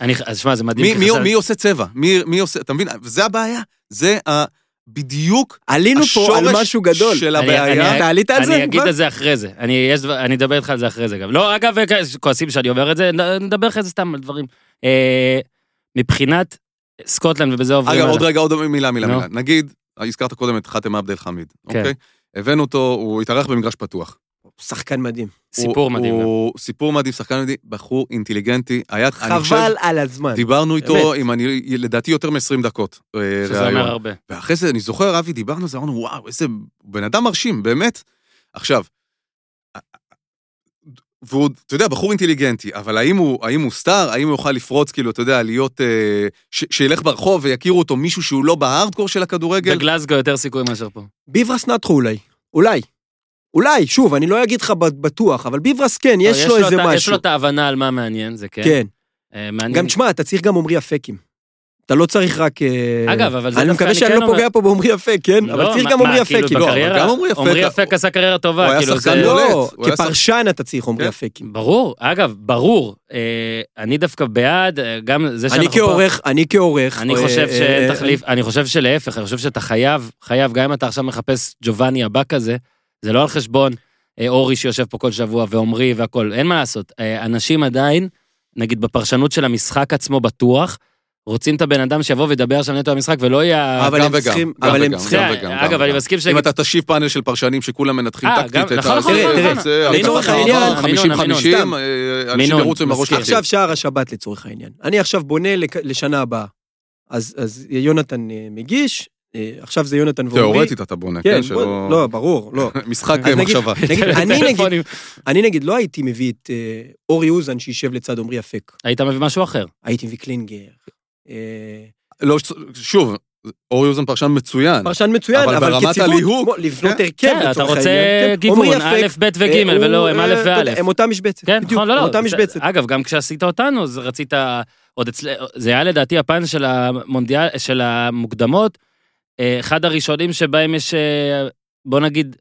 אני, אז שמע, זה מדהים.
מי,
כי
מי,
חשב-
מי עושה צבע? מי, מי עושה... אתה מבין? זה הבעיה. זה ה... בדיוק
עלינו פה על
השורש
משהו גדול.
של
אני-
הבעיה.
אני-
אתה עלית על זה?
אני אגיד
מה?
את זה אחרי זה. אני יש דבר- אני אדבר איתך על זה אחרי זה גם. לא, אגב, כ- כועסים שאני אומר את זה, נ- נדבר אחרי זה סתם על דברים. אה, מבחינת סקוטלנד, ובזה עוברים
אגב,
הלאה.
עוד רגע, עוד מילה, מילה,
לא. נו.
מילה. נגיד, הזכרת קודם את חאתם עבד אל חמיד,
כן.
אוקיי? הבאנו אותו, הוא התארח במגרש פתוח.
שחקן מדהים.
סיפור
הוא-
מדהים. אה. גם.
הוא סיפור מדהים, שחקן מדהים, בחור אינטליגנטי. היה, אני חושב,
חבל על הזמן.
דיברנו איתו,
באמת.
עם, אני, לדעתי, יותר מ-20 דקות. אה,
שזה
ראיון.
אומר הרבה.
ואחרי זה, אני זוכר, אבי, דיברנו על זה, אמרנו, וואו, איזה בן אדם מרשים, באמת. עכשיו, והוא, אתה יודע, בחור אינטליגנטי, אבל האם הוא, האם הוא סטאר? האם הוא יוכל לפרוץ, כאילו, אתה יודע, להיות... אה, ש, שילך ברחוב ויכירו אותו מישהו שהוא לא בהארדקור של הכדורגל?
בגלזגו יותר סיכוי מאשר פה.
ביברס נטחו אולי. אולי. אולי, שוב, אני לא אגיד לך ב- בטוח, אבל ביברס כן,
לא,
יש לו
את
איזה
ה- יש
משהו.
לו את ההבנה על מה מעניין, זה כן.
כן.
אה, מעניין.
גם תשמע, אתה צריך גם עמרי אפקים. אתה לא צריך רק... אה,
אגב, אבל זה
אני
דווקא
מקווה
אני
שאני
כן
לא
אומר-
פוגע פה בעמרי יפה, כן?
לא,
אבל צריך
מה-
גם
מה,
עמרי יפה,
כאילו,
כאילו.
אבל
בקריירה-
לא, גם עמרי יפה-
עמרי יפק עשה קריירה טובה,
הוא היה
כאילו
שחקן
זה...
מעולה.
לא,
הוא היה
כפרשן אתה צריך עמרי
כן.
יפה. כאילו.
ברור, אגב, ברור. אה, אני דווקא בעד, אה, גם זה שאנחנו...
אני כעורך, אני כעורך.
אני
אה,
חושב
אה, אה,
שתחליף, אני חושב שלהפך, אני חושב שאתה חייב, חייב, גם אם אתה עכשיו מחפש ג'ובאני הבא כזה, זה לא על חשבון אה, אורי שיושב פה כל שבוע ועומרי והכל, אין מה לעשות. אה, אנשים עדיין, נגיד בפרשנות של המשחק עצמו בטוח, רוצים את הבן אדם שיבוא וידבר שם נטו במשחק ולא יהיה...
אבל
גם
הם
וגם,
צריכים-
אה, גם
אבל הם
וגם,
צריכים-
גם וגם, גם
אגב, אני
וגם.
מסכים
אם
שגם-
אתה תשיב פאנל של פרשנים שכולם מנתחים
אה,
טקטית,
גם-
את
נכון,
ה-
נכון,
זה,
נכון,
זה,
נכון.
זה,
מינון,
לצורך
מינון,
העניין,
מינון, מינון.
50-50,
סתם.
אה,
מינון,
אנשים ירוצו עם הראש
מסכים.
לחשב.
עכשיו שער השבת לצורך העניין. אני עכשיו בונה לק- לשנה הבאה. אז אז יונתן אה, מגיש, אה, עכשיו זה יונתן ועמרי.
תיאורטית אתה בונה,
כן,
כן,
בוא-
שלא...
לא, ברור, לא.
משחק
אז נגיד-
מחשבה.
נגיד, אני נגיד,
טלפונים.
אני נגיד לא הייתי מביא את אה, אורי אוזן שישב לצד עמרי אפק.
היית מביא משהו אחר.
הייתי מביא קלינגר. אה,
לא, שוב, אורי אוזן פרשן מצוין.
פרשן מצוין,
אבל
אבל
ברמת
כציוות,
הליהוק,
כמו לבנות
כן.
הרכב
כן, אתה
לצורך
רוצה
העניין. כן.
גיוון,
עמרי
א',
אפק,
ב' וג'
אה,
ולא
הוא,
הם
אה,
א'
אתה יודע,
וא'.
הם אותה משבצת.
כן,
בדיוק,
נכון, לא, לא.
הם אותה
זה-
משבצת.
אגב, גם כשעשית אותנו, אז רצית... עוד אצל... זה היה לדעתי הפן של המונדיאל, של המוקדמות, אה, אחד הראשונים שבהם יש, אה, בוא נגיד,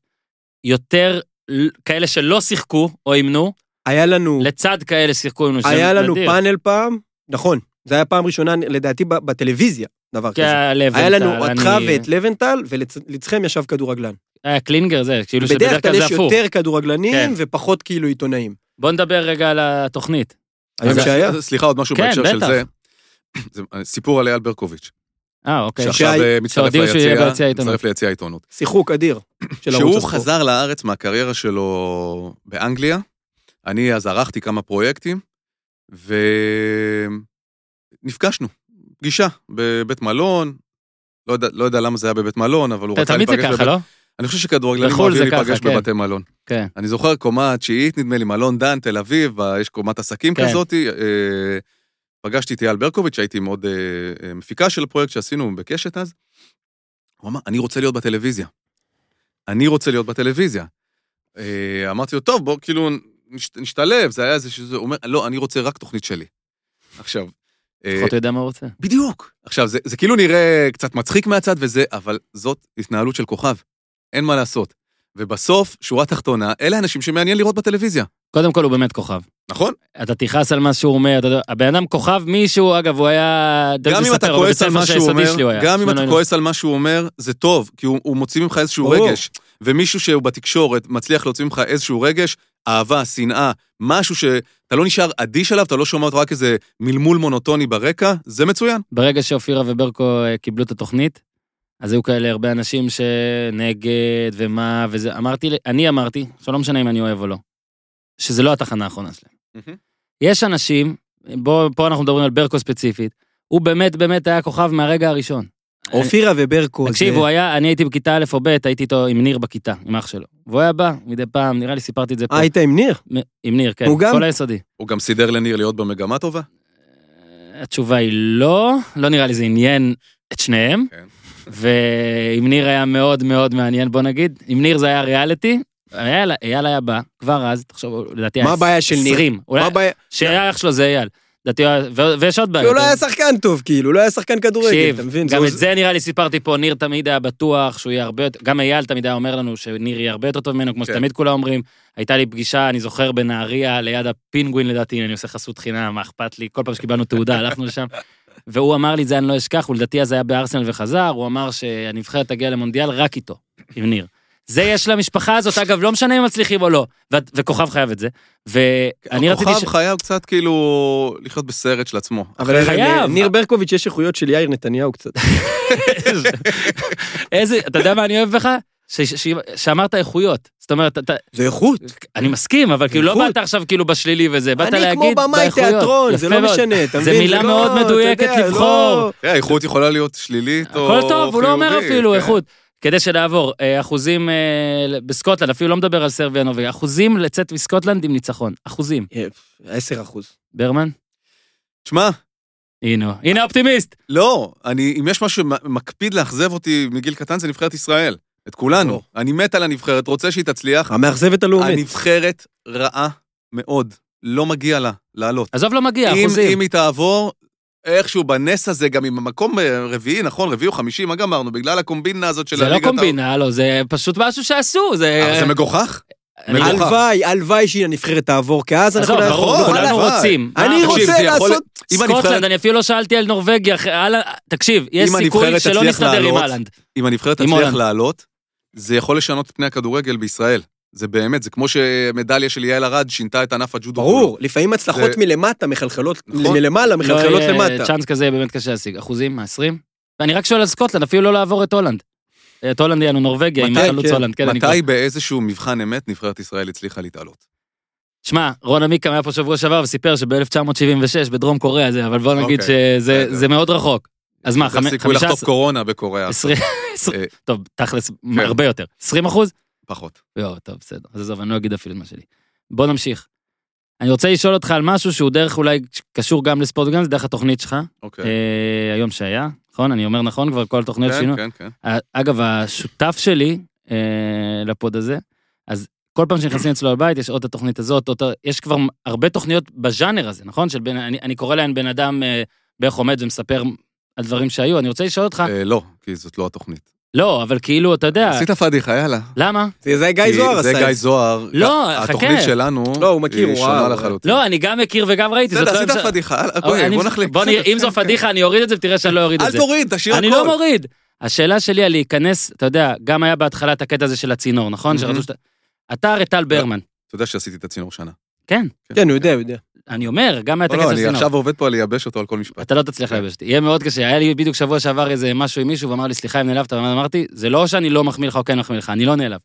יותר ל- כאלה שלא שיחקו או אימנו,
היה לנו...
לצד כאלה ששיחקו אימנו. שזה
היה לנו
נדיר.
פאנל פעם, נכון, זה היה פעם ראשונה לדעתי ב- בטלוויזיה, דבר
כי
כזה.
לבנטל,
היה לנו אותך
כן, אני-
ואת לבנטל, ולצדכם ישב כדורגלן.
היה קלינגר, זה, כאילו
בדרך
שבדרך
כלל
כלל זה
יש
הפוך.
יותר
כן.
כדורגלנים ופחות כאילו עיתונאים.
בוא נדבר רגע על התוכנית.
היום
אגב,
שהיה,
סליחה, עוד משמשהו
כן,
בהקשר של
בטח.
זה. זה סיפור על אייל ברקוביץ',
אה, אוקיי.
שעכשיו
שהיה-
אה, מצטרף
שהודיעו שהוא יהיה
ליציע-
ביציע העיתונות.
מצטרף ליציע העיתונות.
שיחוק אדיר של ערוץ
כשהוא
הספורט.
חזר לארץ מהקריירה שלו באנגליה, אני אז ערכתי כמה פרויקטים, ונפגשנו, פגישה בבית מלון, לא יודע, לא יודע למה זה היה בבית מלון, אבל הוא רצה
תמיד
להיפגש
זה ככה,
בבית-
לא?
אני חושב שכדורגלנים
בחו"ל
אוהבים
זה ככה,
להיפגש
כן.
בבתי מלון.
כן.
אני זוכר קומה תשיעית, נדמה לי, מלון דן, תל אביב, ב- יש קומת עסקים
כן.
כזאת. אה, פגשתי את אייל ברקוביץ', שהייתי מאוד אה, אה, מפיקה של פרויקט שעשינו בקשת אז. הוא אמר, אני רוצה להיות בטלוויזיה. אני רוצה להיות בטלוויזיה. אה, אמרתי לו, טוב, בוא כאילו נשת- נשתלב, זה היה איזה שזה, הוא אומר, לא, אני רוצה רק תוכנית שלי. עכשיו, אה,
לפחות הוא יודע מה הוא רוצה.
בדיוק. עכשיו, זה, זה כאילו נראה קצת מצחיק מהצד וזה, אבל זאת התנהלות של כוכב. אין מה לעשות. ובסוף, שורה תחתונה, אלה האנשים שמעניין לראות בטלוויזיה.
קודם כל הוא באמת כוכב.
נכון?
אתה תכעס על מה שהוא אומר, אתה יודע, הבן אדם כוכב מישהו, אגב, הוא היה... דרך
גם אם
לספר,
אתה
אבל בבית
כועס על
ספר
מה שהוא
שהיסודי
אומר,
שלי הוא היה. לא,
גם אם
שנינו
אתה
היינו-
כועס על מה שהוא אומר, זה טוב, כי הוא, הוא מוציא ממך איזשהו
ברור.
רגש. ומישהו שהוא בתקשורת מצליח להוציא ממך איזשהו רגש, אהבה, שנאה, משהו שאתה לא נשאר אדיש עליו, אתה לא שומע אותו רק איזה מלמול מונוטוני ברקע, זה מצוין.
ברגע שאופירה וברקו אה, קיבלו את התוכנית, אז היו כאלה הרבה אנשים שנגד ומה וזה. אמרתי, ל- אני אמרתי, שלא משנה אם אני אוהב או לא, שזה לא התחנה האחרונה שלהם. יש אנשים, בוא, פה אנחנו מדברים על ברקו ספציפית, הוא באמת באמת היה כוכב מהרגע הראשון.
אופירה וברקו. אה,
תקשיב,
זה-
הוא היה, אני הייתי בכיתה א' או ב', הייתי איתו עם ניר בכיתה, עם אח שלו. והוא היה בא מדי פעם, נראה לי סיפרתי את זה פה.
אה, היית עם ניר?
מ- עם ניר, כן,
הוא גם-
כל היסודי.
הוא גם סידר לניר להיות במגמה טובה.
אה, התשובה היא לא, לא נראה לי זה עניין את שניהם.
כן.
ועם ניר היה מאוד מאוד מעניין, בוא נגיד. עם ניר זה היה ריאליטי, אייל, אייל היה בא, כבר אז, תחשוב, לדעתי היה
מה הבעיה של ניר?
20, אולי,
מה הבעיה?
שהיה אח שלו זה אייל. לדעתי, הוא היה- ו- ויש עוד בעיה.
כי הוא לא היה שחקן טוב, כאילו, הוא לא היה שחקן כדורגל,
תקשיב,
אתה מבין?
גם
זה-
את זה נראה לי סיפרתי פה, ניר תמיד היה בטוח שהוא יהיה הרבה יותר, גם אייל תמיד היה אומר לנו שניר יהיה הרבה יותר טוב ממנו, כמו
כן.
שתמיד כולם אומרים. הייתה לי פגישה, אני זוכר, בנהריה, ליד הפינגווין לדעתי, אני עושה חסות חינם, מה אכפת לי, כל פעם שקיבלנו תעודה הלכנו לשם. והוא אמר לי, זה אני לא אשכח, ולדעתי אז היה בארסנל וחזר, הוא אמר שהנבחרת תגיע למונדיאל רק איתו, עם ניר. זה יש למשפחה הזאת, אגב, לא משנה אם מצליחים או לא, ו- וכוכב חייב את זה. ואני רציתי
הכוכב
ש...
חייב קצת כאילו לחיות בסרט של עצמו.
אבל
חייב.
ניר ברקוביץ' יש איכויות של יאיר נתניהו קצת.
איזה, אתה יודע מה אני אוהב בך? ש- ש- שאמרת איכויות. זאת אומרת, אתה-
זה איכות.
אני מסכים, אבל כאילו לא
איכות.
באת עכשיו כאילו בשלילי וזה, באת
אני
להגיד
כמו במאי
באיכויות.
תיאטרון, זה
יפה
לא
מאוד.
משנה, אתה
זה
מבין?
מילה
לא-
מאוד
אתה
מדויקת
יודע, לא-
לבחור.
תראה, "אה, איכות יכולה להיות שלילית או
הכל
חיובית.
טוב, הוא לא אומר אפילו
כן.
איכות. כדי שנעבור, אה, אחוזים אה, בסקוטלנד, אפילו לא מדבר על סרביה נובי, אחוזים לצאת מסקוטלנד עם ניצחון, אחוזים.
אה, 10 אחוז.
ברמן?
תשמע,
הנה, הנה האופטימיסט.
לא, אני, אם יש משהו שמקפיד לאכזב אותי מגיל קטן, זה נבחרת ישראל. את כולנו.
ברור.
אני מת על הנבחרת, רוצה שהיא תצליח.
המאכזבת הלאומית.
הנבחרת רעה מאוד. לא מגיע לה לעלות.
עזוב, לא מגיע,
אם,
אחוזים.
אם היא תעבור, איכשהו בנס הזה, גם עם המקום אה, רביעי, נכון, רביעי או חמישי, מה גמרנו? בגלל הקומבינה הזאת של
זה לא
הליגת העל-
קומבינה, לא, זה פשוט משהו שעשו,
אבל
זה...
זה מגוחך.
אני-
מגוחך.
הלוואי, הלוואי שהיא הנבחרת תעבור, כי אז אנחנו...
עזוב, ברור,
נכון,
כולנו
אבל-
רוצים. מה,
אני
תקשיב,
רוצה
אה, זה יכול-
לעשות...
אם
סקוטלנד,
הנבחרת-
אני אפילו לא שאלתי על נורבגיה, אחרי- אהלן- תקשיב, יש
אם
סיכוי
הנבחרת
שלא
תצליח
נסתדר עם
לעלות-
אהלנד.
אם הנבחרת
עם
תצליח
הולנד.
לעלות, זה יכול לשנות את פני הכדורגל בישראל. זה באמת, זה כמו שמדליה של יעל ארד שינתה את ענף הג'ודו.
ברור, לפעמים הצלחות
זה-
מלמטה מחלחלות,
נכון.
מלמעלה
לא
מחלחלות
יהיה-
למטה.
צ'אנס כזה באמת קשה להשיג. אחוזים? מה, 20? ואני רק שואל על סקוטלנד, אפילו לא לעבור את הולנד. אה, את הולנד יענו נורבגיה, עם
מתי?
החלוץ
כן.
הולנד. כן, אני כבר-
מתי באיזשהו מבחן אמת נבחרת ישראל הצליחה להתעלות?
שמע, רון עמיקם היה פה שבוע שעבר וסיפר שב-1976 בדרום קוריאה זה, אבל בוא נגיד
אוקיי,
שזה
בסדר.
זה מאוד רחוק. אז מה,
זה סיכוי
חמישה...
לחטוף קורונה בקוריאה,
עשרים...
אה, כן.
טוב, תכלס, הרבה יותר. 20 אחוז?
פחות.
לא, טוב, בסדר. אז עזוב, אני לא אגיד אפילו את מה שלי. בוא נמשיך. אני רוצה לשאול אותך על משהו שהוא דרך אולי קשור גם לספורט וגם זה דרך התוכנית שלך,
אוקיי.
אה, היום שהיה, נכון? אני אומר נכון כבר, כל התוכניות שינו. אה,
כן, כן, כן.
אגב, השותף שלי אה, לפוד הזה, אז כל פעם שנכנסים אצלו לבית, יש עוד את התוכנית הזאת, עוד... ה- יש כבר הרבה תוכניות בז'אנר הזה, נכון? של בין, אני, אני קורא להן בן אדם אה, בערך עומד ומספר על דברים שהיו. אני רוצה לשאול אותך,
אה, לא, כי זאת לא התוכנית.
לא, אבל כאילו, אתה יודע,
עשית פדיחה, יאללה.
למה?
זה זה גיא
כי
זוהר
זה
עשה
גיא
את זה.
זוהר.
לא, חכה.
התוכנית שלנו
לא, הוא מכיר,
היא
הוא
שונה
ראה,
לחלוטין.
לא, אני גם מכיר וגם ראיתי, זאת
בסדר,
לא
עשית
אפשר-
פדיחה, יאללה,
אבל
אוקיי,
אני-
בוא נחליק. כן.
בוא נראה, אם זו פדיחה, אני אוריד את זה ותראה שאני לא אוריד את
אל
זה.
תוריד, תשאיר הכול.
אני לא מוריד. השאלה שלי על להיכנס, אתה יודע, גם היה בהתחלה את הקטע הזה של הצינור, נכון?
מהמם. לא.
שרצו שאתה... אתה הרי טל ברמן.
אתה יודע שעשיתי את הצינור שנה.
כן.
כן, הוא יודע, הוא יודע.
אני אומר, גם היה את
לא,
הקטע
לא,
של
אני
הצינור.
עכשיו עובד פה על לייבש אותו על כל משפט.
אתה לא תצליח
כן.
לייבש אותי. יהיה מאוד קשה. היה לי בדיוק שבוע שעבר איזה משהו עם מישהו, ואמר לי, סליחה אם נעלבת, ואמרתי, זה לא שאני לא מחמיא לך או כן מחמיא לך, אני לא נעלב.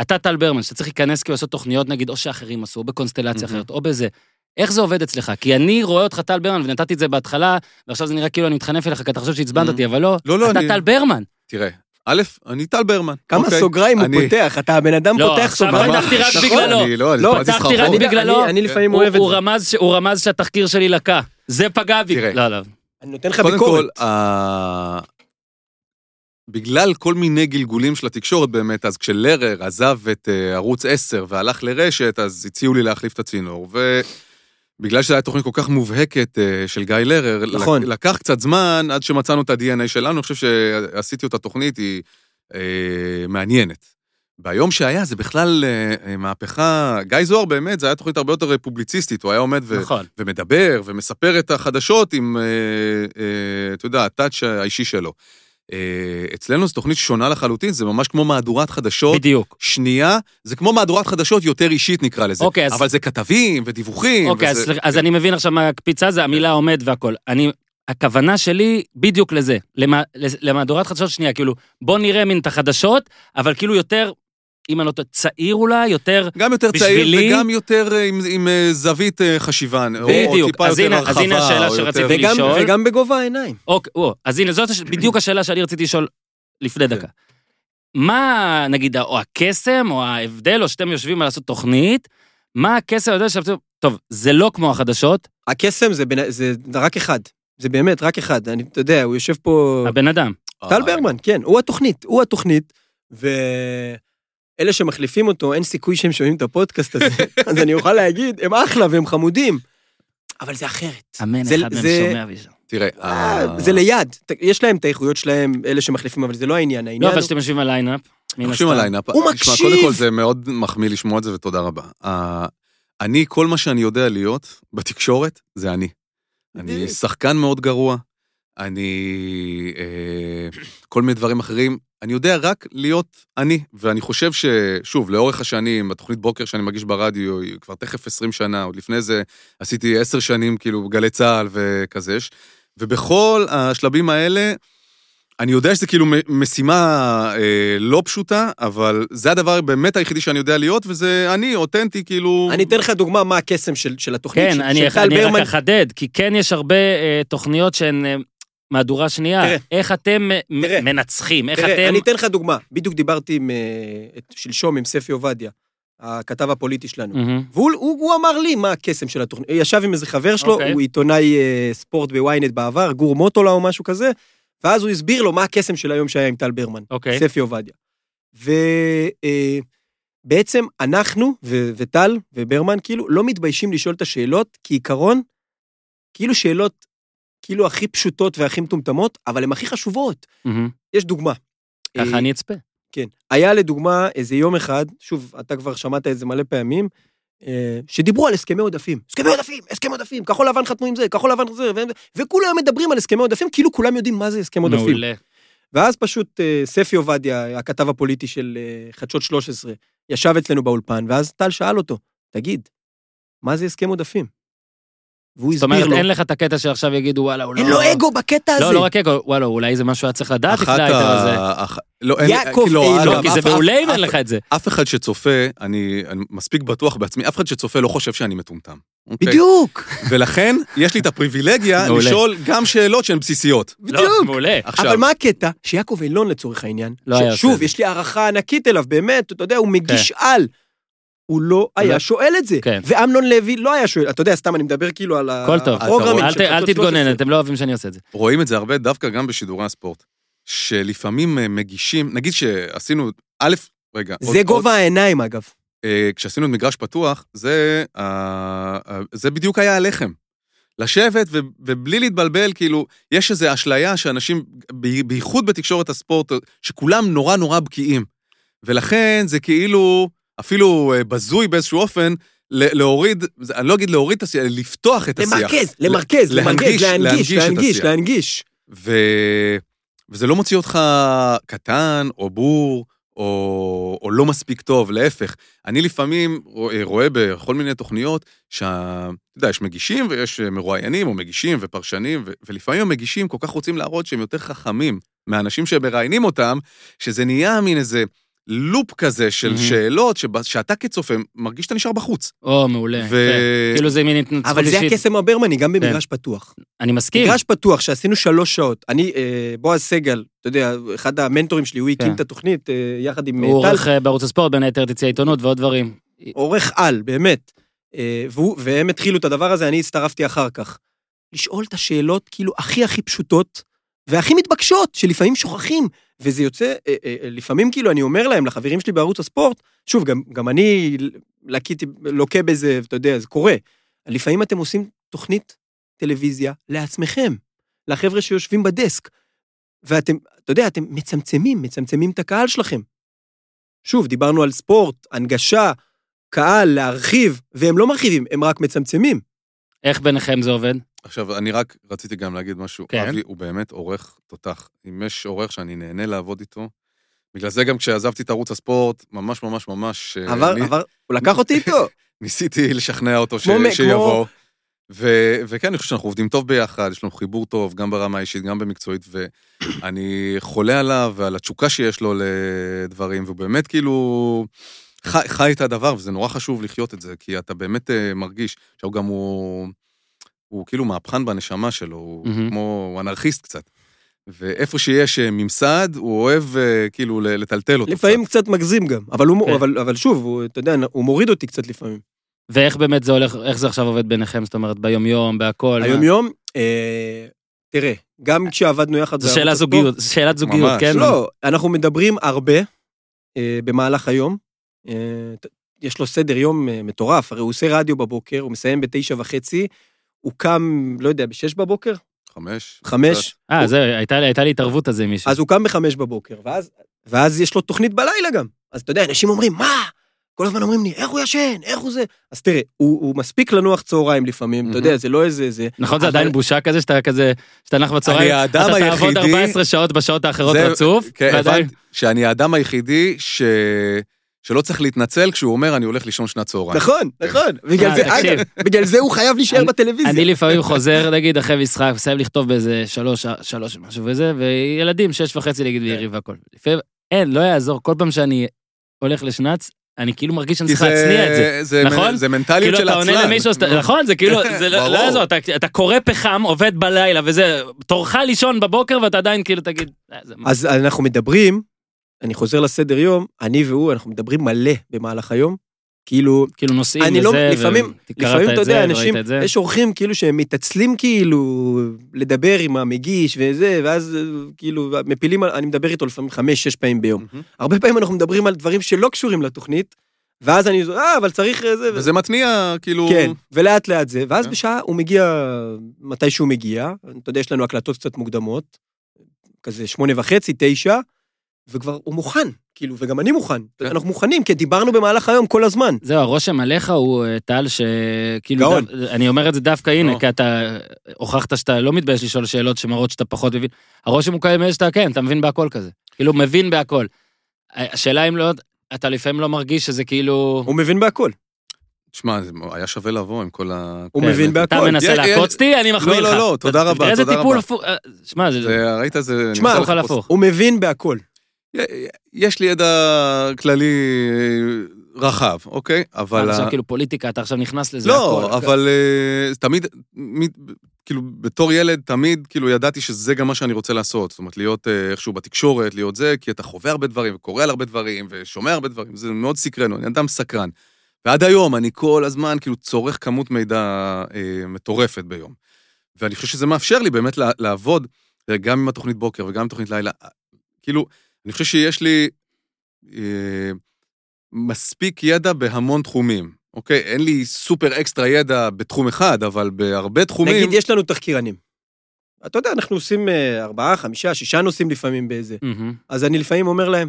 אתה טל ברמן, שאתה צריך להיכנס כאילו לעשות תוכניות נגיד, או שאחרים עשו, או בקונסטלציה
מהמם.
אחרת, או בזה. איך זה עובד אצלך? כי אני רואה אותך טל ברמן, ונתתי את זה בהתחלה, ועכשיו זה נראה כאילו אני מתחנף אליך, כי אתה חושב שעצבנת
מהמם.
אותי, אבל לא.
לא, לא,
אתה
אני...
טל ברמן.
תראה, א', אני טל ברמן.
כמה
אוקיי?
סוגריים הוא
אני-
פותח, אתה הבן אדם
לא,
פותח
עכשיו
סוגריים.
אני פתחתי רק
נכון,
בגללו.
אני לא, אני
לא,
קיבלתי
פתחתי רק
סחרחורת.
אני-
בגללו.
אני- אני לפעמים
הוא-
אוהב את
הוא
זה.
רמז ש- הוא רמז שהתחקיר שלי לקה. זה פגע בי.
תראה.
לא, לא.
אני נותן לך
קודם
ביקורת.
כל, ה- בגלל כל מיני גלגולים של התקשורת באמת, אז כשלרר עזב את אה, ערוץ 10 והלך לרשת, אז הציעו לי להחליף את הצינור, ובגלל שזו הייתה תוכנית כל כך מובהקת אה, של גיא לרר, לק-
נכון.
לקח קצת זמן עד שמצאנו את ה-DNA שלנו, אני חושב שעשיתי אותה תוכנית, היא אה, מעניינת. ביום שהיה זה בכלל אה, אה, מהפכה, גיא זוהר באמת, זו הייתה תוכנית הרבה יותר אה, פובליציסטית, הוא היה עומד ו...
נכון.
ומדבר ומספר את החדשות עם, אה, אה, אתה יודע, הטאץ' האישי שלו. אה, אצלנו זו תוכנית שונה לחלוטין, זה ממש כמו מהדורת חדשות.
בדיוק.
שנייה, זה כמו מהדורת חדשות יותר אישית נקרא לזה.
אוקיי, אז-
אבל זה כתבים ודיווחים.
אוקיי, אז,
וזה-
סליח, אז אני מבין עכשיו מה הקפיצה זה, המילה עומד והכל. אני, הכוונה שלי בדיוק לזה, למה- למהדורת חדשות שנייה, כאילו, בוא נראה מן את החדשות, אבל כאילו יותר, אם אני לא טועה, צעיר אולי, יותר...
גם יותר צעיר
בשבילי-
וגם יותר אה, עם, עם אה, זווית אה, חשיבה, או- או
בדיוק,
טיפה
אז
יותר
הנה- אז
הרחבה.
הנה השאלה
או יותר-
שרציתי
וגם-
לשאול.
וגם בגובה העיניים.
אוקיי, או, אז הנה, זאת הש- בדיוק השאלה שאני רציתי לשאול לפני דקה. מה, נגיד, או הקסם, או ההבדל, או שאתם יושבים על לעשות תוכנית, מה הקסם, אני יודע שאתם... טוב, זה לא כמו החדשות,
הקסם זה בנ- זה רק אחד. זה באמת רק אחד. אני, אתה יודע, הוא יושב פה...
הבן אדם.
אה,
טל ברמן, כן, הוא התוכנית, הוא התוכנית, ואלה שמחליפים אותו, אין סיכוי שהם שומעים את הפודקאסט הזה, אז אני אוכל להגיד, הם אחלה והם חמודים, אבל זה אחרת.
אמן,
זה-
אחד מהם
זה-
שומע וישר.
תראה,
אה,
ה-
זה ליד, ת- יש להם את האיכויות שלהם, אלה שמחליפים, אבל זה לא העניין,
לא,
העניין
אבל
הוא...
שאתם יושבים על ליינאפ. מן
חושבים
הסתם.
על העיניים.
הוא
תשמע,
מקשיב.
קודם כל זה מאוד מחמיא לשמוע את זה, ותודה רבה. ה- אני, כל מה שאני יודע להיות בתקשורת, זה אני. אני
בדיוק.
שחקן מאוד גרוע, אני... אה, כל מיני דברים אחרים. אני יודע רק להיות אני, ואני חושב ששוב, לאורך השנים, התוכנית בוקר שאני מגיש ברדיו היא כבר תכף 20 שנה, עוד לפני זה עשיתי 10 שנים כאילו בגלי צה"ל וכזה, ש- ובכל השלבים האלה, אני יודע שזה כאילו מ- משימה אה, לא פשוטה, אבל זה הדבר באמת היחידי שאני יודע להיות, וזה אני, אותנטי, כאילו...
אני אתן לך דוגמה מה הקסם של של התוכנית,
כן,
של-
אני,
של טל
אני רק
ברמן.
אחדד, כי כן יש הרבה אה, תוכניות שהן אה, מהדורה שנייה.
תראה.
איך אתם אה, מ-
תראה.
מנצחים, איך
תראה,
אתם...
אני אתן לך דוגמה, בדיוק דיברתי עם, אה, את- שלשום עם ספי עובדיה, הכתב הפוליטי שלנו.
מהמם.
והוא הוא, הוא אמר לי מה הקסם של התוכנית. הוא ישב עם איזה חבר שלו,
אוקיי.
okay. הוא עיתונאי אה, ספורט בוויינט בעבר, גור מוטולה או משהו כזה, ואז הוא הסביר לו מה הקסם של היום שהיה עם טל ברמן,
אוקיי.
ספי עובדיה. ובעצם אנחנו, ו, וטל וברמן, כאילו, לא מתביישים לשאול את השאלות, כי עיקרון, כאילו שאלות כאילו הכי פשוטות והכי מטומטמות, אבל הן הכי חשובות.
מהמם.
יש דוגמה.
ככה
אה,
אני אצפה.
כן. היה לדוגמה איזה יום אחד, שוב, אתה כבר שמעת את זה מלא פעמים, אה, שדיברו על הסכמי עודפים. הסכמי עודפים, הסכמי עודפים, כחול לבן חתמו עם זה, כחול לבן זה, ו- וכולם מדברים על הסכמי עודפים, כאילו כולם יודעים מה זה הסכם עודפים.
מעולה.
ואז פשוט אה, ספי עובדיה, הכתב הפוליטי של אה, חדשות 13, ישב אצלנו באולפן, ואז טל שאל אותו, תגיד, מה זה הסכם עודפים? והוא
זאת
הסביר
אומרת,
לו,
אין לך את הקטע שעכשיו יגידו, וואלה, הוא לא...
אין לו אגו בקטע הזה.
לא, לא רק אגו, וואלה, אולי זה משהו היה צריך לדעת לפני האייטם הזה.
אח- לא, אין לי-
יעקב
כאילו,
אילון.
לא,
אגב,
כי זה
אף-
מעולה אם
אף-
אין לך את זה.
אף אחד שצופה, אני אני מספיק בטוח בעצמי, אף אחד שצופה לא חושב שאני מטומטם. אוקיי?
בדיוק,
ולכן, יש לי את הפריבילגיה
מעולה.
לשאול גם שאלות שהן בסיסיות.
לא,
בדיוק.
מעולה.
עכשיו,
אבל מה הקטע? שיעקב אילון לצורך העניין,
לא היה עושה את
שוב,
זה. כן.
יש לי הערכה ענקית אליו, באמת, אתה יודע, הוא מגיש על. הוא לא
לא.
היה שואל את זה.
כן.
ואמנון לוי לא היה שואל, אתה יודע, סתם אני מדבר כאילו על
הכל טוב.
הפרוגרמינג
אל ת-
של
אל
חדשות
תתגונן,
13.
אתם לא אוהבים שאני עושה את זה.
רואים את זה הרבה דווקא גם בשידורי הספורט, שלפעמים אה, מגישים, נגיד שעשינו, א', רגע, עוד-
זה
עוד-
גובה העיניים, אגב.
אה, כשעשינו את מגרש פתוח, זה, אה, אה, זה בדיוק היה הלחם. לשבת ו, ובלי להתבלבל, כאילו, יש איזו אשליה שאנשים, ב- בייחוד בתקשורת הספורט, שכולם נורא נורא בקיאים. ולכן זה כאילו, אפילו אה, בזוי באיזשהו אופן, ל- להוריד, זה- אני לא אגיד להוריד את השיח, לפתוח את השיח.
למרכז, למרכז, למרכז, להנגיש,
להנגיש- להנגיש את
להנגיש,
השיח.
להנגיש.
ו... וזה לא מוציא אותך קטן, או בור, או, או לא מספיק טוב, להפך. אני לפעמים רואה, רואה בכל מיני תוכניות שה... אתה יודע, יש מגישים ויש אה, מרואיינים, או מגישים ופרשנים, ו... ולפעמים המגישים כל כך רוצים להראות שהם יותר חכמים מהאנשים שמראיינים אותם, שזה נהיה מין איזה לופ כזה של
מהמם.
שאלות, שבה- שאתה כצופה מרגיש שאתה נשאר בחוץ.
או, מעולה.
ו...
יפה. כאילו זה מין התנצחות
אבל זה
אישית.
הקסם הברמני,
כן.
גם במגרש פתוח.
אני מסכים.
מגרש פתוח, שעשינו שלוש שעות. אני, אה, בועז סגל, אתה יודע, אחד המנטורים שלי, הוא
כן.
הקים את התוכנית אה, יחד עם אה,
הוא
טל,
עורך אה, בערוץ הספורט, בין היתר תצא עיתונות ועוד דברים.
עורך על, באמת. אה, והוא- והם התחילו את הדבר הזה, אני הצטרפתי אחר כך. לשאול את השאלות כאילו הכי הכי פשוטות והכי מתבקשות, שלפעמים שוכחים. וזה יוצא, אה, אה, אה, לפעמים כאילו אני אומר להם, לחברים שלי בערוץ הספורט, שוב, גם, גם אני לקיתי, לוקה בזה, אתה יודע, זה קורה. לפעמים אתם עושים תוכנית טלוויזיה לעצמכם, לחבר'ה שיושבים בדסק, ואתם, אתה יודע, אתם מצמצמים, מצמצמים את הקהל שלכם. שוב, דיברנו על ספורט, הנגשה, קהל, להרחיב, והם לא מרחיבים, הם רק מצמצמים.
איך ביניכם זה עובד?
עכשיו, אני רק רציתי גם להגיד משהו.
כן.
כן. אבי הוא באמת עורך תותח. אם יש עורך שאני נהנה לעבוד איתו, בגלל זה גם כשעזבתי את ערוץ הספורט, ממש ממש ממש... אה,
עבר,
אני-
עבר, הוא לקח אותי איתו.
ניסיתי לשכנע אותו ש...
כמו מ-
שיבוא.
כמו-
ו... וכן, אני חושב שאנחנו עובדים טוב ביחד, יש לנו חיבור טוב, גם ברמה האישית, גם במקצועית, ואני חולה עליו ועל התשוקה שיש לו לדברים, והוא באמת כאילו חי, חי את הדבר, וזה נורא חשוב לחיות את זה, כי אתה באמת אה, מרגיש, עכשיו גם הוא, הוא כאילו מהפכן בנשמה שלו, הוא
מהמם.
כמו, הוא אנרכיסט קצת. ואיפה שיש אה, ממסד, הוא אוהב אה, כאילו ל- לטלטל אותו
לפעמים
קצת.
קצת מגזים גם, אבל, הוא,
כן.
אבל, אבל שוב, הוא, אתה יודע, הוא מוריד אותי קצת לפעמים.
ואיך באמת זה הולך, איך זה עכשיו עובד ביניכם? זאת אומרת, ביום-יום, בהכל? מה?
היום-יום, אה, תראה, גם כשעבדנו יחד...
זו
בערוץ
שאלה
הספורט-
זוגיות, זו שאלת זוגיות,
ממש.
כן?
לא, אנחנו מדברים הרבה אה, במהלך היום. אה, ת- יש לו סדר יום אה, מטורף, הרי הוא עושה רדיו בבוקר, הוא מסיים בתשע וחצי, הוא קם, לא יודע, בשש בבוקר?
חמש.
חמש?
אה, זהו, הייתה לי- הייתה לי התערבות על זה עם מישהו.
אז הוא קם בחמש בבוקר, ואז, ואז יש לו תוכנית בלילה גם. אז אתה יודע, אנשים אומרים, מה? כל הזמן אומרים לי, איך הוא ישן? איך הוא זה? אז תראה, הוא, הוא מספיק לנוח צהריים לפעמים, אתה יודע, זה לא איזה זה.
נכון, זה
אבל-
עדיין בושה כזה, שאתה כזה, שאתה נח
אני
בצהריים, אתה
האדם
תעבוד
היחידי-
14 שעות בשעות האחרות
זה-
רצוף,
כן,
ועדיין...
הבנתי שאני האדם היחידי ש... שלא צריך להתנצל כשהוא אומר, אני הולך לישון שנת צהריים.
נכון, נכון.
אה,
בגלל זה,
תקשיב.
אגב, בגלל זה הוא חייב להישאר בטלוויזיה.
אני לפעמים חוזר, נגיד, אחרי משחק, מסיים לכתוב באיזה שלוש, שלוש משהו וזה, וילדים, שש וחצי,
כן.
נגיד, בירי והכל. לפעמים, אין, לא יעזור, כל פעם שאני הולך לשנץ, אני כאילו מרגיש שאני
כי
צריך להצניע את זה.
זה,
נכון?
זה מנטליות
כאילו
של
אתה
עצלן.
עונה למישהו, שאתה- נכון, זה כאילו, זה לא
ברור.
לא יעזור, אתה- אתה קורא פחם, עובד בלילה וזה, תורך לישון בבוקר ואתה עדיין כאילו תגיד, "אה, זה מה?"
אז אנחנו מדברים, אני חוזר לסדר יום, אני והוא, אנחנו מדברים מלא במהלך היום. כאילו,
כאילו נוסעים
אני
לזה,
לא- לפעמים-
ותקראת
לפעמים
את
אתה
זה,
יודע,
וראית
אנשים,
את זה.
יש אורחים כאילו שהם מתעצלים כאילו לדבר עם המגיש וזה, ואז אה, כאילו
נכון.
מפילים, על- אני מדבר איתו לפעמים חמש, שש פעמים ביום.
מהמם.
הרבה פעמים אנחנו מדברים על דברים שלא קשורים לתוכנית, ואז אני, אה, אבל צריך אה, זה... וזה.
וזה מתניע, כאילו...
כן, ולאט לאט זה, ואז
כן.
בשעה הוא מגיע מתי שהוא מגיע, אתה יודע, יש לנו הקלטות קצת מוקדמות, כזה שמונה וחצי, תשע, וכבר הוא מוכן, כאילו, וגם אני מוכן.
כן.
אנחנו מוכנים, כי דיברנו במהלך היום כל הזמן.
זהו, הרושם עליך הוא, אה, טל, שכאילו...
גאון.
דו- אני אומר את זה דווקא הנה,
לא.
כי אתה הוכחת שאתה לא מתבייש לשאול שאלות שמראות שאתה פחות מבין. הרושם הוא כאלה שאתה, כן, אתה מבין בהכל כזה. כאילו, מבין בהכל. השאלה אם לא... אתה לפעמים לא מרגיש שזה כאילו...
הוא מבין בהכל.
תשמע, זה היה שווה לבוא עם כל ה...
הוא
כן,
מבין
אתה
בהכל.
מנסה
יא-
לעקוץ אותי, אני מחמיא לך.
לא, לא, תודה
אתה-
רבה,
תראה איזה
תודה
טיפול
רבה.
הפוך. אה, שמע, זה...
זה- ראית זה... אני
תשמע,
עושה לך
הכל
פוסט.
הפוך.
הוא מבין בהכל.
י- יש לי ידע כללי אה, רחב, אוקיי? אבל...
עכשיו
ה-
כאילו פוליטיקה, אתה עכשיו נכנס לזה. הכל.
לא, אבל אה, תמיד, מ- כאילו, בתור ילד, תמיד, כאילו, ידעתי שזה גם מה שאני רוצה לעשות. זאת אומרת, להיות אה, איכשהו בתקשורת, להיות זה, כי אתה חווה הרבה דברים, וקורא על הרבה דברים, ושומע הרבה דברים, זה מאוד סקרן, אני אדם סקרן. ועד היום, אני כל הזמן, כאילו, צורך כמות מידע אה, מטורפת ביום. ואני חושב שזה מאפשר לי באמת לע- לעבוד, אה, גם עם התוכנית בוקר וגם עם תוכנית לילה. אה, כאילו, אני חושב שיש לי... אה, מספיק ידע בהמון תחומים, אוקיי? אין לי סופר אקסטרה ידע בתחום אחד, אבל בהרבה תחומים...
נגיד, יש לנו תחקירנים. אתה יודע, אנחנו עושים אה, ארבעה, חמישה, שישה נושאים לפעמים באיזה.
מהמם.
אז אני לפעמים אומר להם,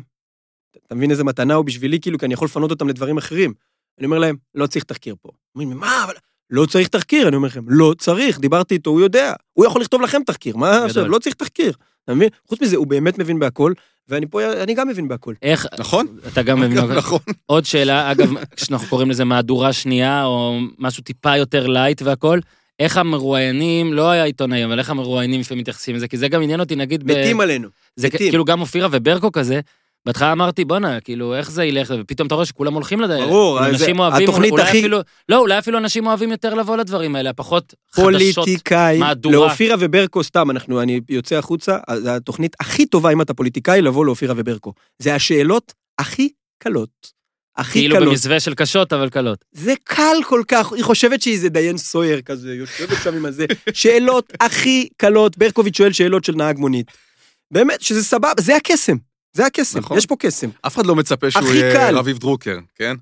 אתה מבין איזה מתנה הוא בשבילי, כאילו, כי אני יכול לפנות אותם לדברים אחרים. אני אומר להם, לא צריך תחקיר פה. אומרים לי, מה, אבל... לא צריך תחקיר, אני אומר לכם, לא צריך, דיברתי איתו, הוא יודע. הוא יכול לכתוב לכם תחקיר, מה עכשיו, לא צריך תחקיר. אתה מבין? חוץ מזה, הוא באמת מבין בהכל, ואני פה, אני גם מבין בהכל.
איך...
נכון?
אתה גם מבין...
נכון.
עוד שאלה, אגב, כשאנחנו קוראים לזה מהדורה שנייה, או משהו טיפה יותר לייט והכל, איך המרואיינים, לא היה עיתונאים, אבל איך המרואיינים לפעמים מתייחסים לזה? כי זה גם עניין אותי, נגיד, ב-
מתים עלינו.
זה כ-
מתים.
כאילו גם אופירה וברקו כזה, בהתחלה אמרתי, בואנה, כאילו, איך זה ילך? ופתאום אתה רואה שכולם הולכים לדעת.
ברור, אז
אנשים
זה-
אוהבים,
התוכנית
אולי
הכי-
אפילו, לא, אולי אפילו אנשים אוהבים יותר לבוא לדברים האלה, הפחות חדשות.
פוליטיקאי,
מהדורה.
לאופירה וברקו, סתם, אנחנו, אני יוצא החוצה, זו התוכנית הכי טובה, אם אתה פוליטיקאי, לבוא לאופירה וברקו. זה השאלות הכי קלות. הכי
כאילו
קלות.
במסווה של קשות, אבל קלות.
זה קל כל כך, היא חושבת שהיא איזה דיין סויר כזה, יושבת שם עם הזה. שאלות הכי קלות, ברקוביץ' שואל שאלות של נהג מונית. באמת, שזה סבבה, זה הקסם. זה הקסם,
נכון.
יש פה קסם.
אף אחד לא מצפה שהוא
הכי
יהיה
קל.
רביב דרוקר, כן?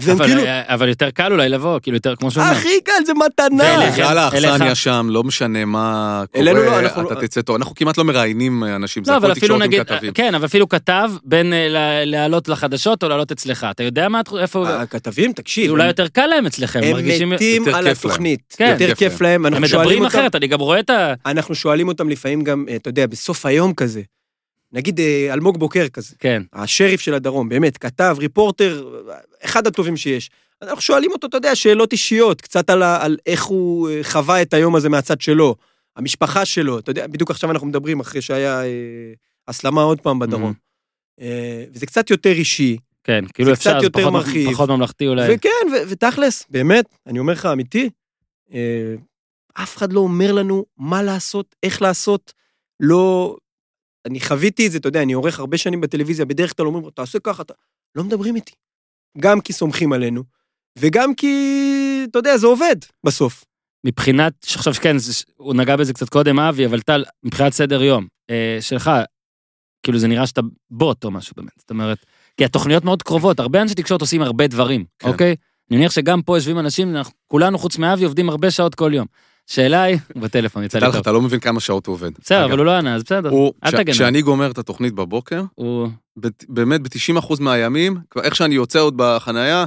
והם
אבל-
כאילו,
אבל יותר קל אולי לבוא, כאילו יותר, כמו שהוא אומר.
הכי קל, זה מתנה.
ואלה-
יאללה,
לא, אליך.
האכסניה שם, לא משנה מה
אלינו לא, אנחנו
קורה,
לא-
אתה תצא טוב. אנחנו כמעט לא מראיינים אנשים, זה
לא, אבל
הכל
אפילו
תקשורת עם
נגיד,
כתבים.
כן, אבל אפילו כתב בין אה, ל- לעלות לחדשות או לעלות אצלך. אתה יודע מה, התח- איפה,
הכתבים, תקשיב,
אולי
אה, הם-
יותר קל להם אצלכם,
הם
מרגישים,
מתים
יותר
על
כיף להם.
התוכנית.
כן.
יותר
כיף
כיף
הם
להם, אנחנו שואלים
מדברים
אותם.
אחרת, אני גם רואה את ה...
אנחנו שואלים אותם לפעמים גם, אה, אתה יודע, בסוף היום כזה. נגיד אה, אלמוג בוקר כזה,
כן.
השריף של הדרום, באמת, כתב, ריפורטר, אה, אחד הטובים שיש. אז אנחנו שואלים אותו, אתה יודע, שאלות אישיות, קצת על, ה- על איך הוא אה, חווה את היום הזה מהצד שלו, המשפחה שלו, אתה יודע, בדיוק עכשיו אנחנו מדברים, אחרי שהיה אה, הסלמה עוד פעם בדרום. אה, וזה קצת יותר אישי,
כן, כאילו אפשר,
קצת
זה
יותר
פחות-
מרחיב.
פחות ממלכתי אולי.
וכן, ו- ותכלס, באמת, אני אומר לך אמיתי, אה, אף אחד לא אומר לנו מה לעשות, איך לעשות, לא... אני חוויתי את זה, אתה יודע, אני עורך הרבה שנים בטלוויזיה, בדרך כלל אומרים, תעשה ככה, אתה... לא מדברים איתי. גם כי סומכים עלינו, וגם כי, אתה יודע, זה עובד בסוף.
מבחינת, עכשיו כן, זה- הוא נגע בזה קצת קודם, אבי, אבל טל, מבחינת סדר יום אה, שלך, כאילו זה נראה שאתה בוט או משהו באמת, זאת אומרת, כי התוכניות מאוד קרובות, הרבה אנשי תקשורת עושים הרבה דברים,
כן.
אוקיי? אני מניח שגם פה יושבים אנשים, אנחנו כולנו חוץ מאבי עובדים הרבה שעות כל יום. שאלה היא, הוא בטלפון, יצא לי
תדע לך,
טוב.
אתה לא מבין כמה שעות הוא עובד.
בסדר,
אגב,
אבל הוא לא ענה, אז בסדר,
הוא-
אל
כש-
תגן.
כשאני גומר את התוכנית בבוקר,
הוא...
בת- באמת ב-90% מהימים, כבר איך שאני יוצא עוד בחנייה,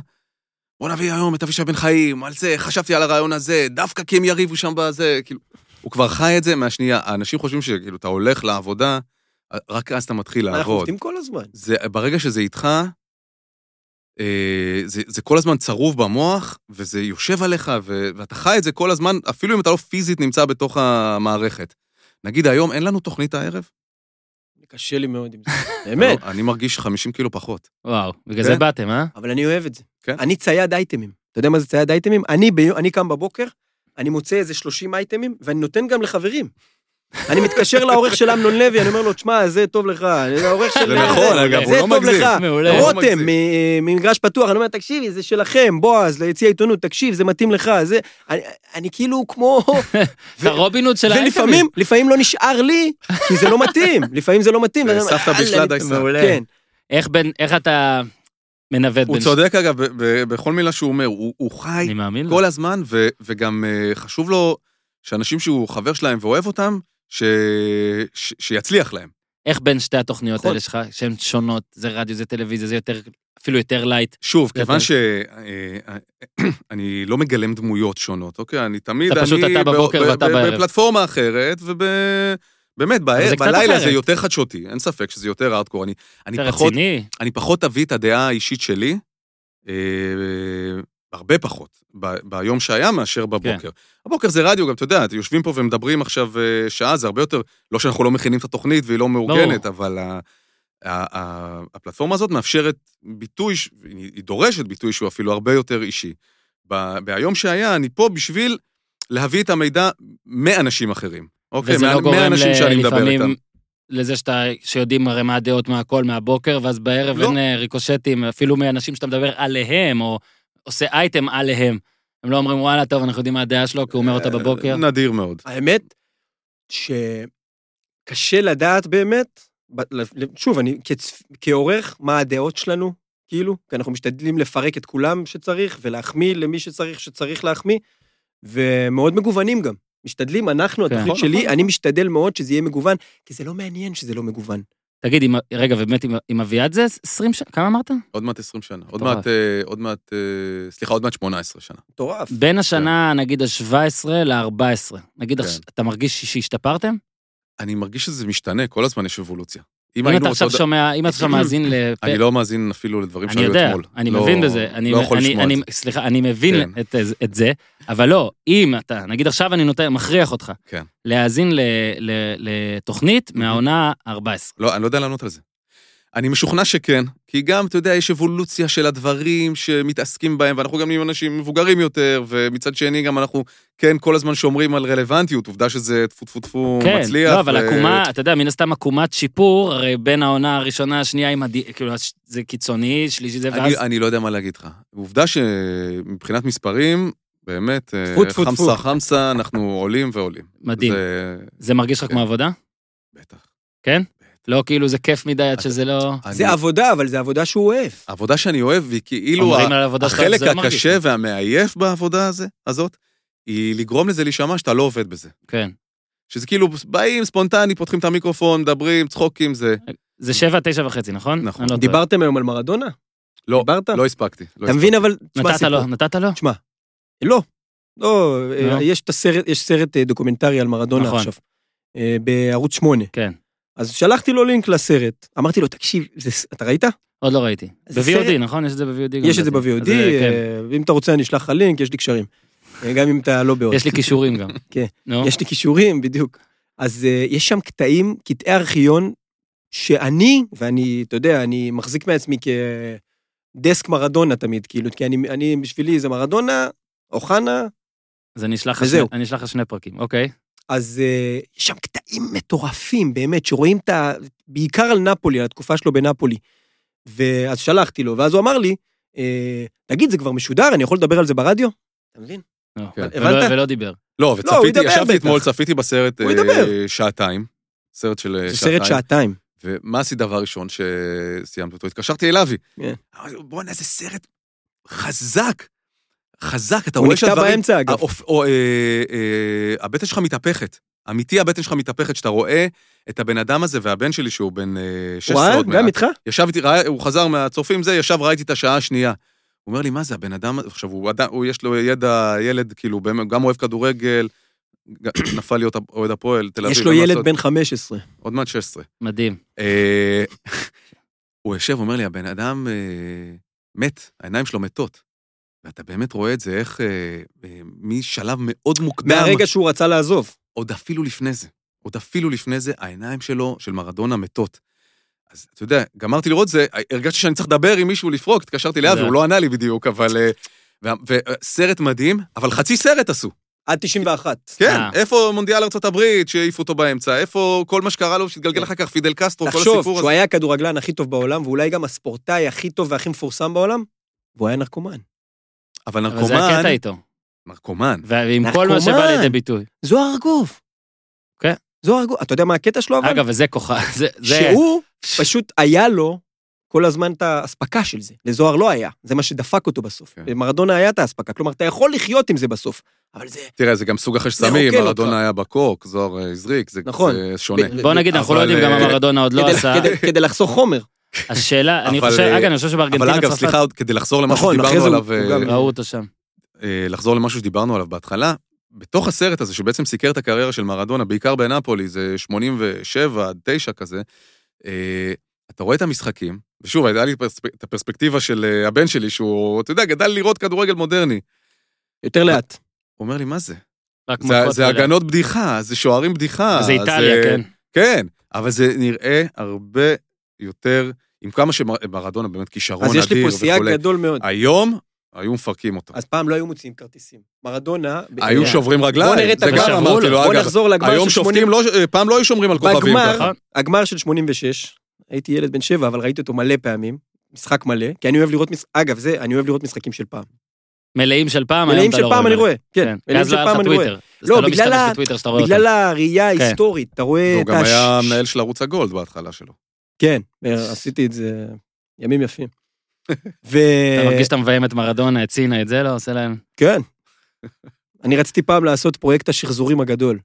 בוא נביא היום את אבישי בן חיים, על זה, חשבתי על הרעיון הזה, דווקא כי הם יריבו שם בזה, כאילו, הוא כבר חי את זה מהשנייה. האנשים חושבים שכאילו, אתה הולך לעבודה, רק אז אתה מתחיל
אנחנו
לעבוד.
עובדים כל הזמן.
זה, ברגע שזה איתך, אה, זה, זה כל הזמן צרוב במוח, וזה יושב עליך, ו, ואתה חי את זה כל הזמן, אפילו אם אתה לא פיזית נמצא בתוך המערכת. נגיד היום, אין לנו תוכנית הערב?
קשה לי מאוד עם זה, באמת.
לא, אני מרגיש 50 קילו פחות.
וואו, בגלל
כן?
זה באתם, אה?
אבל אני אוהב את זה.
כן?
אני צייד אייטמים. אתה יודע מה זה צייד אייטמים? אני, ב... אני קם בבוקר, אני מוצא איזה 30 אייטמים, ואני נותן גם לחברים. אני מתקשר לעורך של אמנון לוי, אני אומר לו, תשמע, זה טוב לך, זה העורך של...
זה נכון,
אגב, הוא
זה
לא
טוב
מגזים.
לך.
מעולה.
לא, הוא
רותם,
מגזים.
מ- ממגרש פתוח, אני אומר, תקשיבי, זה שלכם, בועז, ליציע העיתונות, תקשיב, זה מתאים לך, זה... אני, אני כאילו כמו...
אתה רובין הוד של
ולפעמים, לפעמים לא נשאר לי, כי זה לא מתאים, לפעמים זה לא מתאים. ואני אומר,
סבתא
"יאללה,
בישלה
אני-"
דייסה.
מעולה.
כן.
איך בין, איך אתה מנווט
הוא
בין...
צודק, אגב, ב- ב- בכל מילה שהוא אומר. הוא הוא
ש-
חי
אני מאמין לו.
כל הזמן, ו- וגם אה, חשוב לו שאנשים שהוא חבר שלהם ואוהב אותם, ש- ש- שיצליח להם.
איך בין שתי התוכניות
נכון.
האלה שלך, שהן שונות, זה רדיו, זה טלוויזיה, זה יותר, אפילו יותר לייט.
שוב, כיוון
אתה-
שאני לא מגלם דמויות שונות, אוקיי? אני תמיד...
אתה פשוט
אני
אתה בבוקר
ב- ב-
ואתה
ב-
בערב.
בפלטפורמה אחרת, ובאמת,
זה קצת
בלילה זה
אחרת.
יותר חדשותי, אין ספק שזה יותר ארטקור. אני- אני
אתה
פחות
רציני?
אני פחות אביא את הדעה האישית שלי, אה, הרבה פחות, ב, ביום שהיה מאשר בבוקר. כן. הבוקר זה רדיו, גם אתה יודע, אתם יושבים פה ומדברים עכשיו אה, שעה, זה הרבה יותר, לא שאנחנו לא מכינים את התוכנית והיא לא מאורגנת, אבל ה, ה, ה, הפלטפורמה הזאת מאפשרת ביטוי, ש- היא היא דורשת ביטוי שהוא אפילו הרבה יותר אישי. ב, בהיום שהיה, אני פה בשביל להביא את המידע מאנשים אחרים. אוקיי,
וזה
מה-
לא גורם
מהאנשים
ל-
שאני מדבר איתם.
לפעמים לזה שאתה, שיודעים הרי מה הדעות מהכל מהבוקר, ואז בערב
לא.
אין אה, ריקושטים, אפילו מאנשים שאתה מדבר עליהם, או עושה אייטם עליהם. הם לא אומרים, וואלה, טוב, אנחנו יודעים מה הדעה שלו, כי הוא אומר אותה
אה,
בבוקר.
נדיר מאוד.
האמת, שקשה לדעת באמת, ב- ל- שוב, אני כצ... כעורך, מה הדעות שלנו, כאילו, כי אנחנו משתדלים לפרק את כולם שצריך, ולהחמיא למי שצריך, שצריך להחמיא, ומאוד מגוונים גם. משתדלים,
כן.
אנחנו, התוכנית
נכון,
שלי,
נכון,
אני משתדל מאוד שזה יהיה מגוון, כי זה לא מעניין שזה לא מגוון.
תגיד, עם- רגע, ובאמת עם- עם אביעד זה 20 שנה, כמה אמרת?
עוד מעט 20 שנה. עוד
מטורף.
מעט, אה, עוד מעט, אה, סליחה, עוד מעט 18 שנה.
מטורף.
בין השנה, נגיד, ה-17 ל-14. נגיד,
כן.
עכשיו- אתה מרגיש ש- שהשתפרתם?
אני מרגיש שזה משתנה, כל הזמן יש אבולוציה. אם
אם
היינו
אתה
אותו
עכשיו
ד-
שומע, אם אתה עכשיו מאזין לפרק...
אני לא מאזין אפילו לדברים
אני
שהיו
יודע,
אתמול.
אני
לא-
מבין בזה. אני,
לא יכול
אני,
לשמוע
אני,
את זה.
סליחה, אני מבין
כן.
את, את זה, אבל לא, אם אתה, נגיד עכשיו אני נותן, מכריח אותך,
כן. אוקיי.
להאזין ל, ל, לתוכנית מהעונה 14.
לא, אני לא יודע לענות על זה. אני משוכנע שכן, כי גם, אתה יודע, יש אבולוציה של הדברים שמתעסקים בהם, ואנחנו גם נהיים אנשים מבוגרים יותר, ומצד שני גם אנחנו, כן, כל הזמן שומרים על רלוונטיות, עובדה שזה טפו טפו טפו
כן,
מצליח. אה,
לא, אבל
ו-
עקומה, אתה יודע, מן הסתם עקומת שיפור, הרי בין העונה הראשונה, השנייה, עם הד... כאילו, הש- זה קיצוני, שלישי
כן,
זה, ואז...
אני, אני לא יודע מה להגיד לך. עובדה שמבחינת מספרים, באמת, אה,
טפו, טפו,
חמסה
טפו.
חמסה, אנחנו עולים ועולים.
מדהים. זה,
זה...
מרגיש לך
כן.
כמו עבודה?
בטח.
לא כאילו זה כיף מדי עד
אתה-
שזה לא...
זה
אני- אה,
עבודה, אבל זה עבודה שהוא אוהב.
העבודה שאני אוהב היא כאילו
אומרים
ה-
על העבודה שלך,
החלק
זה לא מרגיש.
הקשה והמעייף בעבודה הזה- הזאת, היא לגרום לזה להישמע שאתה לא עובד בזה.
כן.
שזה כאילו באים ספונטני, פותחים את המיקרופון, מדברים, צחוקים, זה...
זה שבע, תשע וחצי, נכון?
נכון.
אני לא טועה.
דיברתם היום על מרדונה?
לא,
דיברת?
לא הספקתי. לא
אתה מבין,
הספקתי.
אבל... תשמע,
נתת לו,
סיפור.
נתת לו?
תשמע, לא. לא, אה,
לא?
יש את הסרט, יש סרט אה, דוקומנטרי על מרדונה
נכון.
עכשיו. אה, בערוץ 8.
כן.
אז שלחתי לו לינק לסרט, אמרתי לו, תקשיב, זה, ס- אתה ראית?
עוד לא ראיתי.
זה
ב-VOD,
סרט-
נכון? יש את זה ב-VOD גם.
יש את זה
לדעתי.
ב-VOD,
אז, אה, כן.
אה, אם אתה רוצה אני אשלח לך לינק, יש לי קשרים. אה, גם אם אתה לא בעוד.
יש לי כישורים גם.
כן.
נו,
יש לי כישורים, בדיוק. אז אה, יש שם קטעים, קטעי ארכיון, שאני, ואני, אתה יודע, אני מחזיק מעצמי כדסק מרדונה תמיד, כאילו, כי אני, אני בשבילי זה מרדונה, אוחנה,
אז אני אשלח לך
וזהו.
שני- אני אשלח לך שני פרקים, אוקיי.
אז אה, יש שם קטעים מטורפים, באמת, שרואים את ה... בעיקר על נפולי, על התקופה שלו בנפולי. ואז שלחתי לו, ואז הוא אמר לי, אה, תגיד, זה כבר משודר, אני יכול לדבר על זה ברדיו? אתה מבין?
נו,
כן.
ולא-
הבנת?
ולא דיבר.
לא,
לא, הוא
וצפיתי,
ידבר
ישבתי
בטח.
אתמול, צפיתי בסרט
הוא
אה,
ידבר.
שעתיים. סרט של אה,
זה
שעתיים.
סרט שעתיים.
ומה עשית דבר ראשון שסיימתי אותו? התקשרתי אל אבי.
כן.
אמרתי לו, בואנה, איזה סרט חזק. חזק, אתה
הוא
רואה
נקטע
שהדברים...
באמצע, אגב.
האופ- או, אה, אה, הבטן שלך מתהפכת. אמיתי, הבטן שלך מתהפכת, שאתה רואה את הבן אדם הזה והבן שלי, שהוא בן אה, 16
וואי,
עוד
גם
מעט.
איתך?
ישב איתי, ראה- הוא חזר מהצופים זה, ישב, ראיתי את השעה השנייה. הוא אומר לי, מה זה, הבן אדם... עכשיו, הוא אדם- הוא, יש לו ידע, ילד, כאילו, באמת, גם אוהב כדורגל, גם- נפל להיות אוהד הפועל, תל אביב.
יש לו
אין מה
ילד
לעשות.
בן 15.
עוד מעט 16.
מדהים.
אה, הוא יושב, אומר לי, הבן אדם אה, מת, העיניים שלו מתות. ואתה באמת רואה את זה, איך אה, אה, משלב מאוד מוקדם,
מהרגע שהוא רצה לעזוב.
עוד אפילו לפני זה, עוד אפילו לפני זה, העיניים שלו, של מרדונה, מתות. אז אתה יודע, גמרתי לראות זה, הרגשתי שאני צריך לדבר עם מישהו לפרוק, התקשרתי לאבי,
זה-
הוא לא ענה לי בדיוק, אבל... אה, וה- וסרט מדהים, אבל חצי סרט עשו.
עד 91.
כן,
אה.
איפה מונדיאל ארה"ב שהעיפו אותו באמצע? איפה כל מה שקרה לו שהתגלגל אחר כך פידל קסטרו, כל
תחשוב,
הסיפור
שהוא
הזה?
היה הכדורגלן הכי טוב בעולם, ואולי גם הספורטאי הכי טוב והכי מפורסם בעולם, והוא היה נרקומן.
אבל
אבל זה הקטע
נרקומן,
איתו.
נרקומן,
ועם כל מה שבא
נרקומן.
לידי ביטוי.
זוהר ארגוב.
כן.
זוהר ארגוב, אתה יודע מה הקטע שלו אבל?
אגב, וזה כוחה, זה... זה-
שהוא פשוט היה לו כל הזמן את האספקה של זה. לזוהר לא היה, זה מה שדפק אותו בסוף.
כן.
למרדונה היה את האספקה, כלומר, אתה יכול לחיות עם זה בסוף, אבל זה...
תראה, זה גם סוג אחר
זה
שסמים,
רוקן אותך.
מרדונה היה בקוק, זוהר אה, הזריק, זה
נכון.
זה שונה.
ב-
בוא נגיד, אנחנו לא
אבל,
יודעים גם
אה,
מה מרדונה עוד לא
כדי-
עשה.
כדי- כדי לחסוך חומר.
השאלה, אני
אבל,
חושב,
אה,
אגב, אני חושב
אבל
שבארגנטינה
אגב,
צרפת,
סליחה, עוד כדי לחזור למה
נכון, אחרי
שדיברנו
זה
עליו,
הוא- הוא
אה,
גם-
ראו אותו שם.
אה, לחזור למשהו שדיברנו עליו בהתחלה, בתוך הסרט הזה, שבעצם סיקר את הקריירה של מרדונה, בעיקר בנפולי, זה 87 עד 9 כזה, אה, אתה רואה את המשחקים, ושוב, הייתה לי פרספ- את הפרספקטיבה של אה, הבן שלי, שהוא, אתה יודע, גדל לראות כדורגל מודרני.
יותר לאט.
הוא אומר לי, מה זה?
רק
זה-
מכות
זה
כאלה.
הגנות בדיחה, זה שוערים בדיחה.
זה איטליה, כן.
כן, אבל זה נראה הרבה יותר, עם כמה שמרדונה באמת כישרון
אז
אדיר
יש לי פה
וכולי. אה.
סייג גדול מאוד.
היום, היו מפרקים אותו.
אז פעם לא היו מוציאים כרטיסים. מרדונה...
היו
בוא
שוברים רגליים,
נראה את
זה
הגמר.
גם
שברו
אמרתי
לו.
לו,
בוא
אגב.
נחזור לגמר
היום
של
שופטים,
80...
לא, ש- פעם לא היו שומרים על כוכבים
בגמר-
נכון?
ככה.
הגמר של 86, הייתי ילד בן שבע, אבל ראיתי אותו מלא פעמים. משחק מלא, כי אני אוהב לראות, מש... אגב, זה, אני אוהב לראות משחקים של פעם.
מלאים של פעם, היום
מלאים
אתה
של
לא
פעם אני
מלא.
רואה, כן.
כי
מלאים
אז
של
לא היה לך
פעם אני רואה.
טוויטר. אז אתה לא
בגלל
משתמש
ה-
בטוויטר שאתה רואה אותם. כן.
בגלל הראייה ההיסטורית, אתה רואה
והוא
את
גם
הש-
היה מנהל של ערוץ הגולד בהתחלה שלו.
כן, עשיתי את זה ימים יפים. ו...
אתה מרגיש שאתה מביים את מרדונה, את סינה, את זה לא עושה להם.
כן. אני רציתי פעם לעשות פרויקט השחזורים הגדול.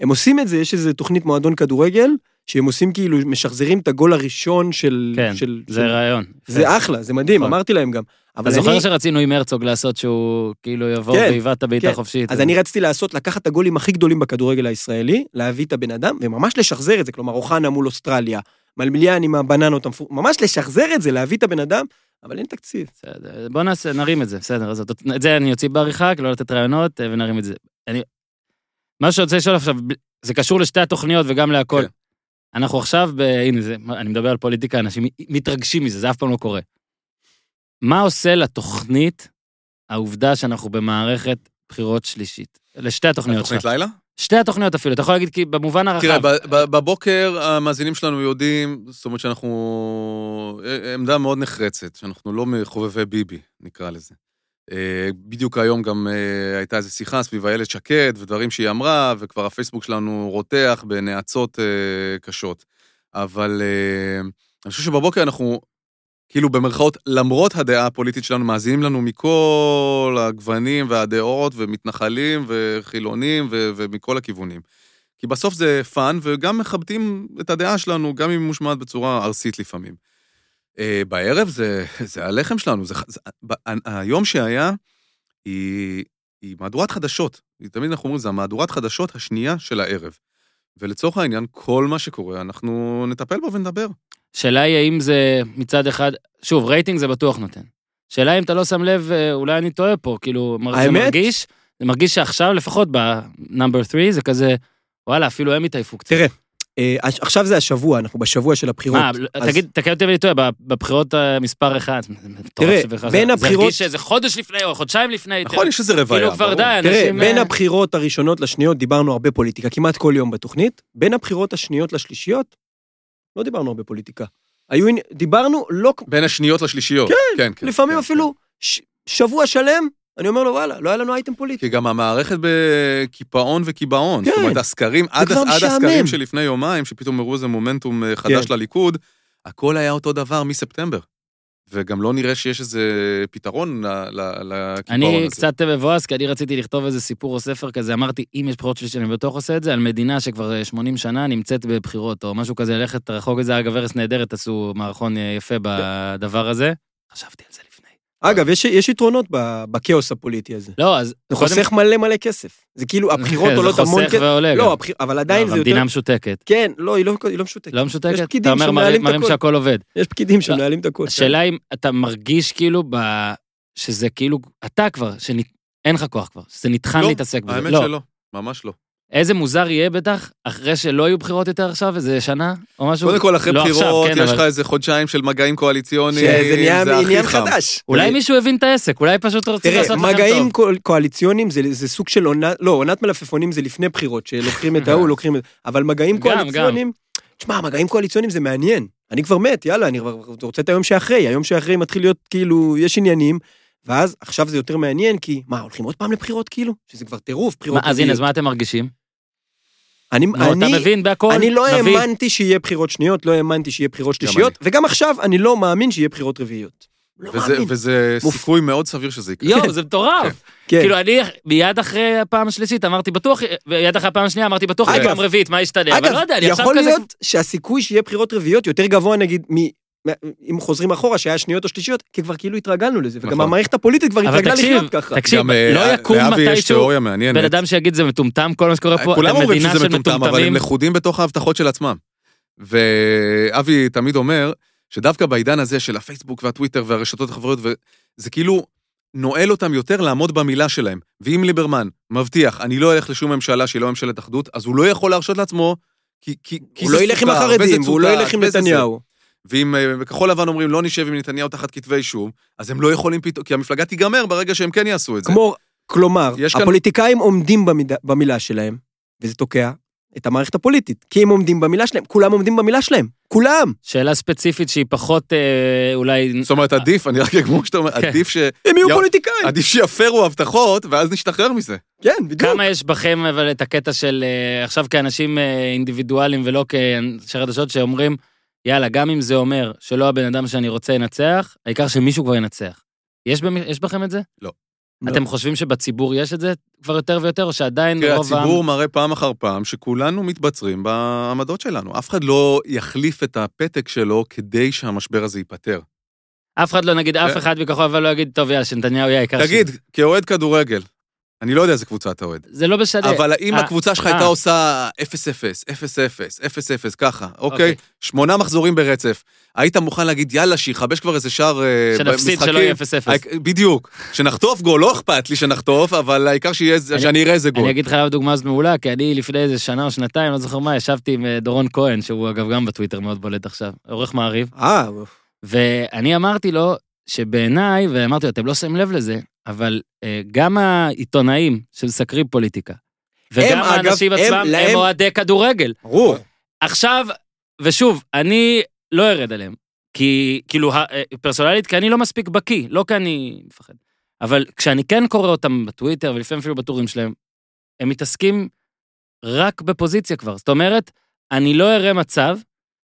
הם עושים את זה, יש איזו תוכנית מועדון כדורגל, שהם עושים כאילו, משחזרים את הגול הראשון של...
כן,
של,
זה
של...
רעיון. יפה.
זה אחלה, זה מדהים,
נכון.
אמרתי להם גם. אבל
אתה זוכר
אני...
שרצינו עם הרצוג לעשות שהוא כאילו יבוא
כן,
ויבעט את הבעיטה
כן.
חופשית.
אז אני רציתי לעשות, לקחת את הגולים הכי גדולים בכדורגל הישראלי, להביא את הבן אדם, וממש לשחזר את זה, כלומר, אוחנה מול אוסטרליה, מלמיליאן עם הבננות המפור... ממש לשחזר את זה, להביא את הבן אדם, אבל אין תקציב.
בסדר, בוא נעשה, נרים את זה, בסדר, אז את את זה אני אוציא בעריכה, כי לא לתת רעיונות, אה, ונרים את זה. אני... מה שאני רוצה לשאול עכשיו, ב- זה קשור לשתי התוכניות וגם להכל.
כן.
אנחנו עכשיו, ב... הנה, זה, אני מדבר על פוליטיקה, אנשים מתרגשים מזה, זה אף פעם לא קורה. מה עושה לתוכנית העובדה שאנחנו במערכת בחירות שלישית? לשתי התוכניות
תוכנית
שלך.
לילה?
שתי התוכניות אפילו, אתה יכול להגיד, כי במובן הרחב.
תראה, ב- ב- בבוקר המאזינים שלנו יודעים, זאת אומרת שאנחנו... אה, עמדה מאוד נחרצת, שאנחנו לא מחובבי ביבי, נקרא לזה. אה, בדיוק היום גם אה, הייתה איזו שיחה סביב איילת שקד ודברים שהיא אמרה, וכבר הפייסבוק שלנו רותח בנאצות אה, קשות. אבל אה, אני חושב שבבוקר אנחנו, כאילו במרכאות, למרות הדעה הפוליטית שלנו, מאזינים לנו מכל הגוונים והדעות, ומתנחלים וחילונים ו- ומכל הכיוונים. כי בסוף זה פאן, וגם מכבדים את הדעה שלנו, גם אם היא מושמעת בצורה ארסית לפעמים. אה, בערב זה, זה הלחם שלנו, זה, ח- זה, ב, ה- היום שהיה היא, היא מהדורת חדשות. היא- תמיד אנחנו אומרים, זה המהדורת חדשות השנייה של הערב. ולצורך העניין, כל מה שקורה, אנחנו נטפל בו ונדבר.
השאלה היא האם זה מצד אחד, שוב, רייטינג זה בטוח נותן. שאלה אם אתה לא שם לב, אה, אולי אני טועה פה, כאילו, מר- זה
האמת?
מרגיש, זה מרגיש שעכשיו, לפחות בנאמבר 3, זה כזה, וואלה, אפילו הם התעייפו קצת.
תראה, אה, הש- עכשיו זה השבוע, אנחנו בשבוע של הבחירות.
מה,
אז-
תגיד, תקן אותי אם אני טועה, ב- בבחירות אה, מספר 1.
תראה, בין
זה
הבחירות-
הרגיש שזה חודש לפני או חודשיים לפני.
נכון, יש איזה רוויה.
כן, כאילו כבר
ברור.
די,
תראה,
אנשים...
בין
אה,
הבחירות הראשונות לשניות דיברנו הרבה פוליטיקה, כמעט כל יום בתוכנית. בין הבחירות השניות לשלישיות, לא דיברנו הרבה פוליטיקה. היו, עני- דיברנו לא... כ-
בין השניות לשלישיות. כן, כן. כן
לפעמים
כן,
אפילו ש- שבוע שלם, אני אומר לו, וואלה, לא היה לנו אייטם פוליטי.
כי גם המערכת בקיפאון וקיבעון.
כן.
זאת אומרת, הסקרים, עד,
כבר
עד
משעמם.
הסקרים שלפני יומיים, שפתאום הראו איזה מומנטום אה, חדש
כן.
לליכוד, הכל היה אותו דבר מספטמבר. וגם לא נראה שיש איזה פתרון ל- ל- לקיפאון הזה.
אני קצת מבואס, כי אני רציתי לכתוב איזה סיפור או ספר כזה, אמרתי, אם יש בחירות שלישית, אני בטוח עושה את זה, על מדינה שכבר אה, 80 שנה נמצאת בבחירות, או משהו כזה, ללכת רחוק את זה, אגב, ארץ נהדרת עשו מערכון אה, יפה בדבר הזה. חשבתי על זה לפני.
אגב, יש- יש יתרונות ב- בכאוס הפוליטי הזה.
לא, אז...
זה
קודם-
חוסך מלא מלא כסף. זה כאילו, הבחירות עולות המון
זה חוסך
כסף.
ועולה גם.
לא, הבחיר- אבל עדיין
אבל
זה יותר...
המדינה משותקת.
כן, לא, היא לא היא לא משותקת.
לא משותקת?
פקידים
אתה אומר,
שמנהלים
מראים
את
מראים
הכל. אוקיי.
שהכל עובד.
יש פקידים שמנהלים את הכול.
השאלה אם אתה מרגיש כאילו ב... שזה כאילו, אתה כבר, שאין לך כוח כבר, שזה נטחן
לא,
להתעסק בזה.
האמת
לא.
שלא, ממש לא.
איזה מוזר יהיה בטח, אחרי שלא יהיו בחירות יותר עכשיו, איזה שנה או משהו.
קודם כל, אחרי
לא עכשיו,
בחירות,
כן,
יש
אבל-
לך איזה חודשיים של מגעים קואליציוניים,
שזה נהיה
זה הכי
עניין
חם.
חדש.
אולי מישהו הבין את העסק, אולי פשוט רוצים
תראה,
לעשות לכם
מגעים
טוב.
קואל- קואליציוניים זה, זה סוג של עונת, לא, עונת מלפפונים זה לפני בחירות, שלוקחים את ההוא, לוקחים את... אבל מגעים
גם,
קואליציוניים... תשמע, מגעים קואליציוניים זה מעניין. אני כבר מת, יאללה, אני כבר רוצה את היום שאחרי. היום שאחרי מתחיל להיות כאילו, יש עניינים, ואז עכשיו זה יותר מעניין, כי מה, הולכים עוד פעם לבחירות כאילו? שזה כבר טירוף,
מה,
בחירות...
אז הנה,
רביעיות.
אז מה אתם מרגישים?
אני,
נו, אתה
אני,
מבין בהכל?
אני לא
נכון, נביא.
האמנתי שיהיה בחירות שניות, לא האמנתי שיהיה בחירות
גם
שלישיות, וגם עכשיו אני לא מאמין שיהיה בחירות רביעיות. לא
וזה,
מאמין.
וזה
מופ-
סיכוי מאוד סביר שזה יקרה.
יואו, זה מטורף.
כן.
כאילו, אני מיד אחרי הפעם השלישית אמרתי בטוח, מיד אחרי הפעם השנייה אמרתי בטוח,
אגב,
פעם רביעית, מה ישתנה? אבל
אגב,
לא יודע, אני עכשיו
יכול
כזה...
להיות שהסיכוי שיהיה בחירות רביעיות יותר גבוה נגיד מ... מ- אם חוזרים אחורה, שהיה שניות או שלישיות, כי כבר כאילו התרגלנו לזה, וגם
נכון.
המערכת הפוליטית כבר
אבל
התרגלה
תקשיב,
לחיות ככה.
תקשיב,
גם, אה,
לא יקום
לאבי יש
מתישהו
תיאוריה מעניינת.
בן אדם שיגיד זה מטומטם, כל מה
אה,
שקורה פה,
כולם
אתם
אומרים
מדינה
שזה
של
מטומטם, אבל הם
מטומטמים.
לכודים בתוך ההבטחות של עצמם. ואבי תמיד אומר שדווקא בעידן הזה של הפייסבוק והטוויטר והרשתות החברתיות, ו- זה כאילו נועל אותם יותר לעמוד במילה שלהם. ואם ליברמן מבטיח, אני לא אלך לשום ממשלה שהיא לא ממשלת אחדות, אז הוא לא יכול להרשות לעצמו, כי, כי, כי
הוא
זה
לא ילך עם
סוכר, וזה
החרדים, והוא לא
צוטט,
ילך עם
וזה זה.
נתניהו.
ואם אה, כחול לבן אומרים לא נשב עם נתניהו תחת כתבי אישום, אז הם לא יכולים פתאום, כי המפלגה תיגמר ברגע שהם כן יעשו את זה.
כמו, כלומר,
יש כאן-
הפוליטיקאים עומדים במידה- במילה שלהם, וזה תוקע את המערכת הפוליטית, כי הם עומדים במילה שלהם, כולם עומדים במילה שלהם, כולם.
שאלה ספציפית שהיא פחות אה, אולי...
זאת אומרת, עדיף, אני רק כמו שאתה אומר,
כן.
עדיף ש...
הם יהיו
יא-
פוליטיקאים.
עדיף שיפרו הבטחות, ואז נשתחרר מזה.
כן, בדיוק.
כמה יש בכם אבל את הקטע של אה, עכשיו כאנשים אה, אינדיבידואלים ולא כאנשי חדשות שאומרים, יאללה, גם אם זה אומר שלא הבן אדם שאני רוצה ינצח, העיקר שמישהו כבר ינצח. יש, במ... יש בכם את זה?
לא.
לא.
אתם חושבים שבציבור יש את זה כבר יותר ויותר, או שעדיין
תראה,
רוב העם...
כן, הציבור מראה פעם אחר פעם שכולנו מתבצרים בעמדות שלנו. אף אחד לא יחליף את הפתק שלו כדי שהמשבר הזה ייפתר.
אף אחד לא נגיד, אף אחד בכחול אבל לא יגיד, טוב, יאללה, שנתניהו יהיה העיקר
אה. תגיד,
שלי."
כאוהד כדורגל, אני לא יודע איזה קבוצה אתה אוהד,
זה לא משנה.
אבל האם
אה,
הקבוצה שלך
אה.
הייתה עושה 0-0, 0-0, 0-0, ככה, אוקיי? שמונה מחזורים ברצף. היית מוכן להגיד, יאללה, שיכבש כבר איזה שער אה,
שנפסיד שלא יהיה 0-0.
הי- בדיוק. שנחטוף גול, לא אכפת לי שנחטוף, אבל העיקר שיהיה איזה-
אני-
שאני אראה איזה גול.
אני אגיד לך למה דוגמה הזאת מעולה, כי אני לפני איזה שנה או שנתיים, לא זוכר מה, ישבתי עם אה, דורון כהן, שהוא אגב גם בטוויטר מאוד בולט עכשיו, עורך מעריב,
אה,
ואני אמרתי לו שבעיניי, ואמרתי לו, אתם לא שמים לב לזה, אבל אה, גם העיתונאים שמסקרים פוליטיקה, וגם
הם, אגב,
האנשים
הם-
עצמם,
להם-
הם אוהדי כדורגל.
ברור.
עכשיו, ושוב, אני לא ארד עליהם, כי כאילו, ה- אה, פרסונלית, כי אני לא מספיק בקיא, לא כי אני מפחד. אבל כשאני כן קורא אותם בטוויטר, ולפעמים אפילו בטורים שלהם, הם מתעסקים רק בפוזיציה כבר. זאת אומרת, אני לא אראה מצב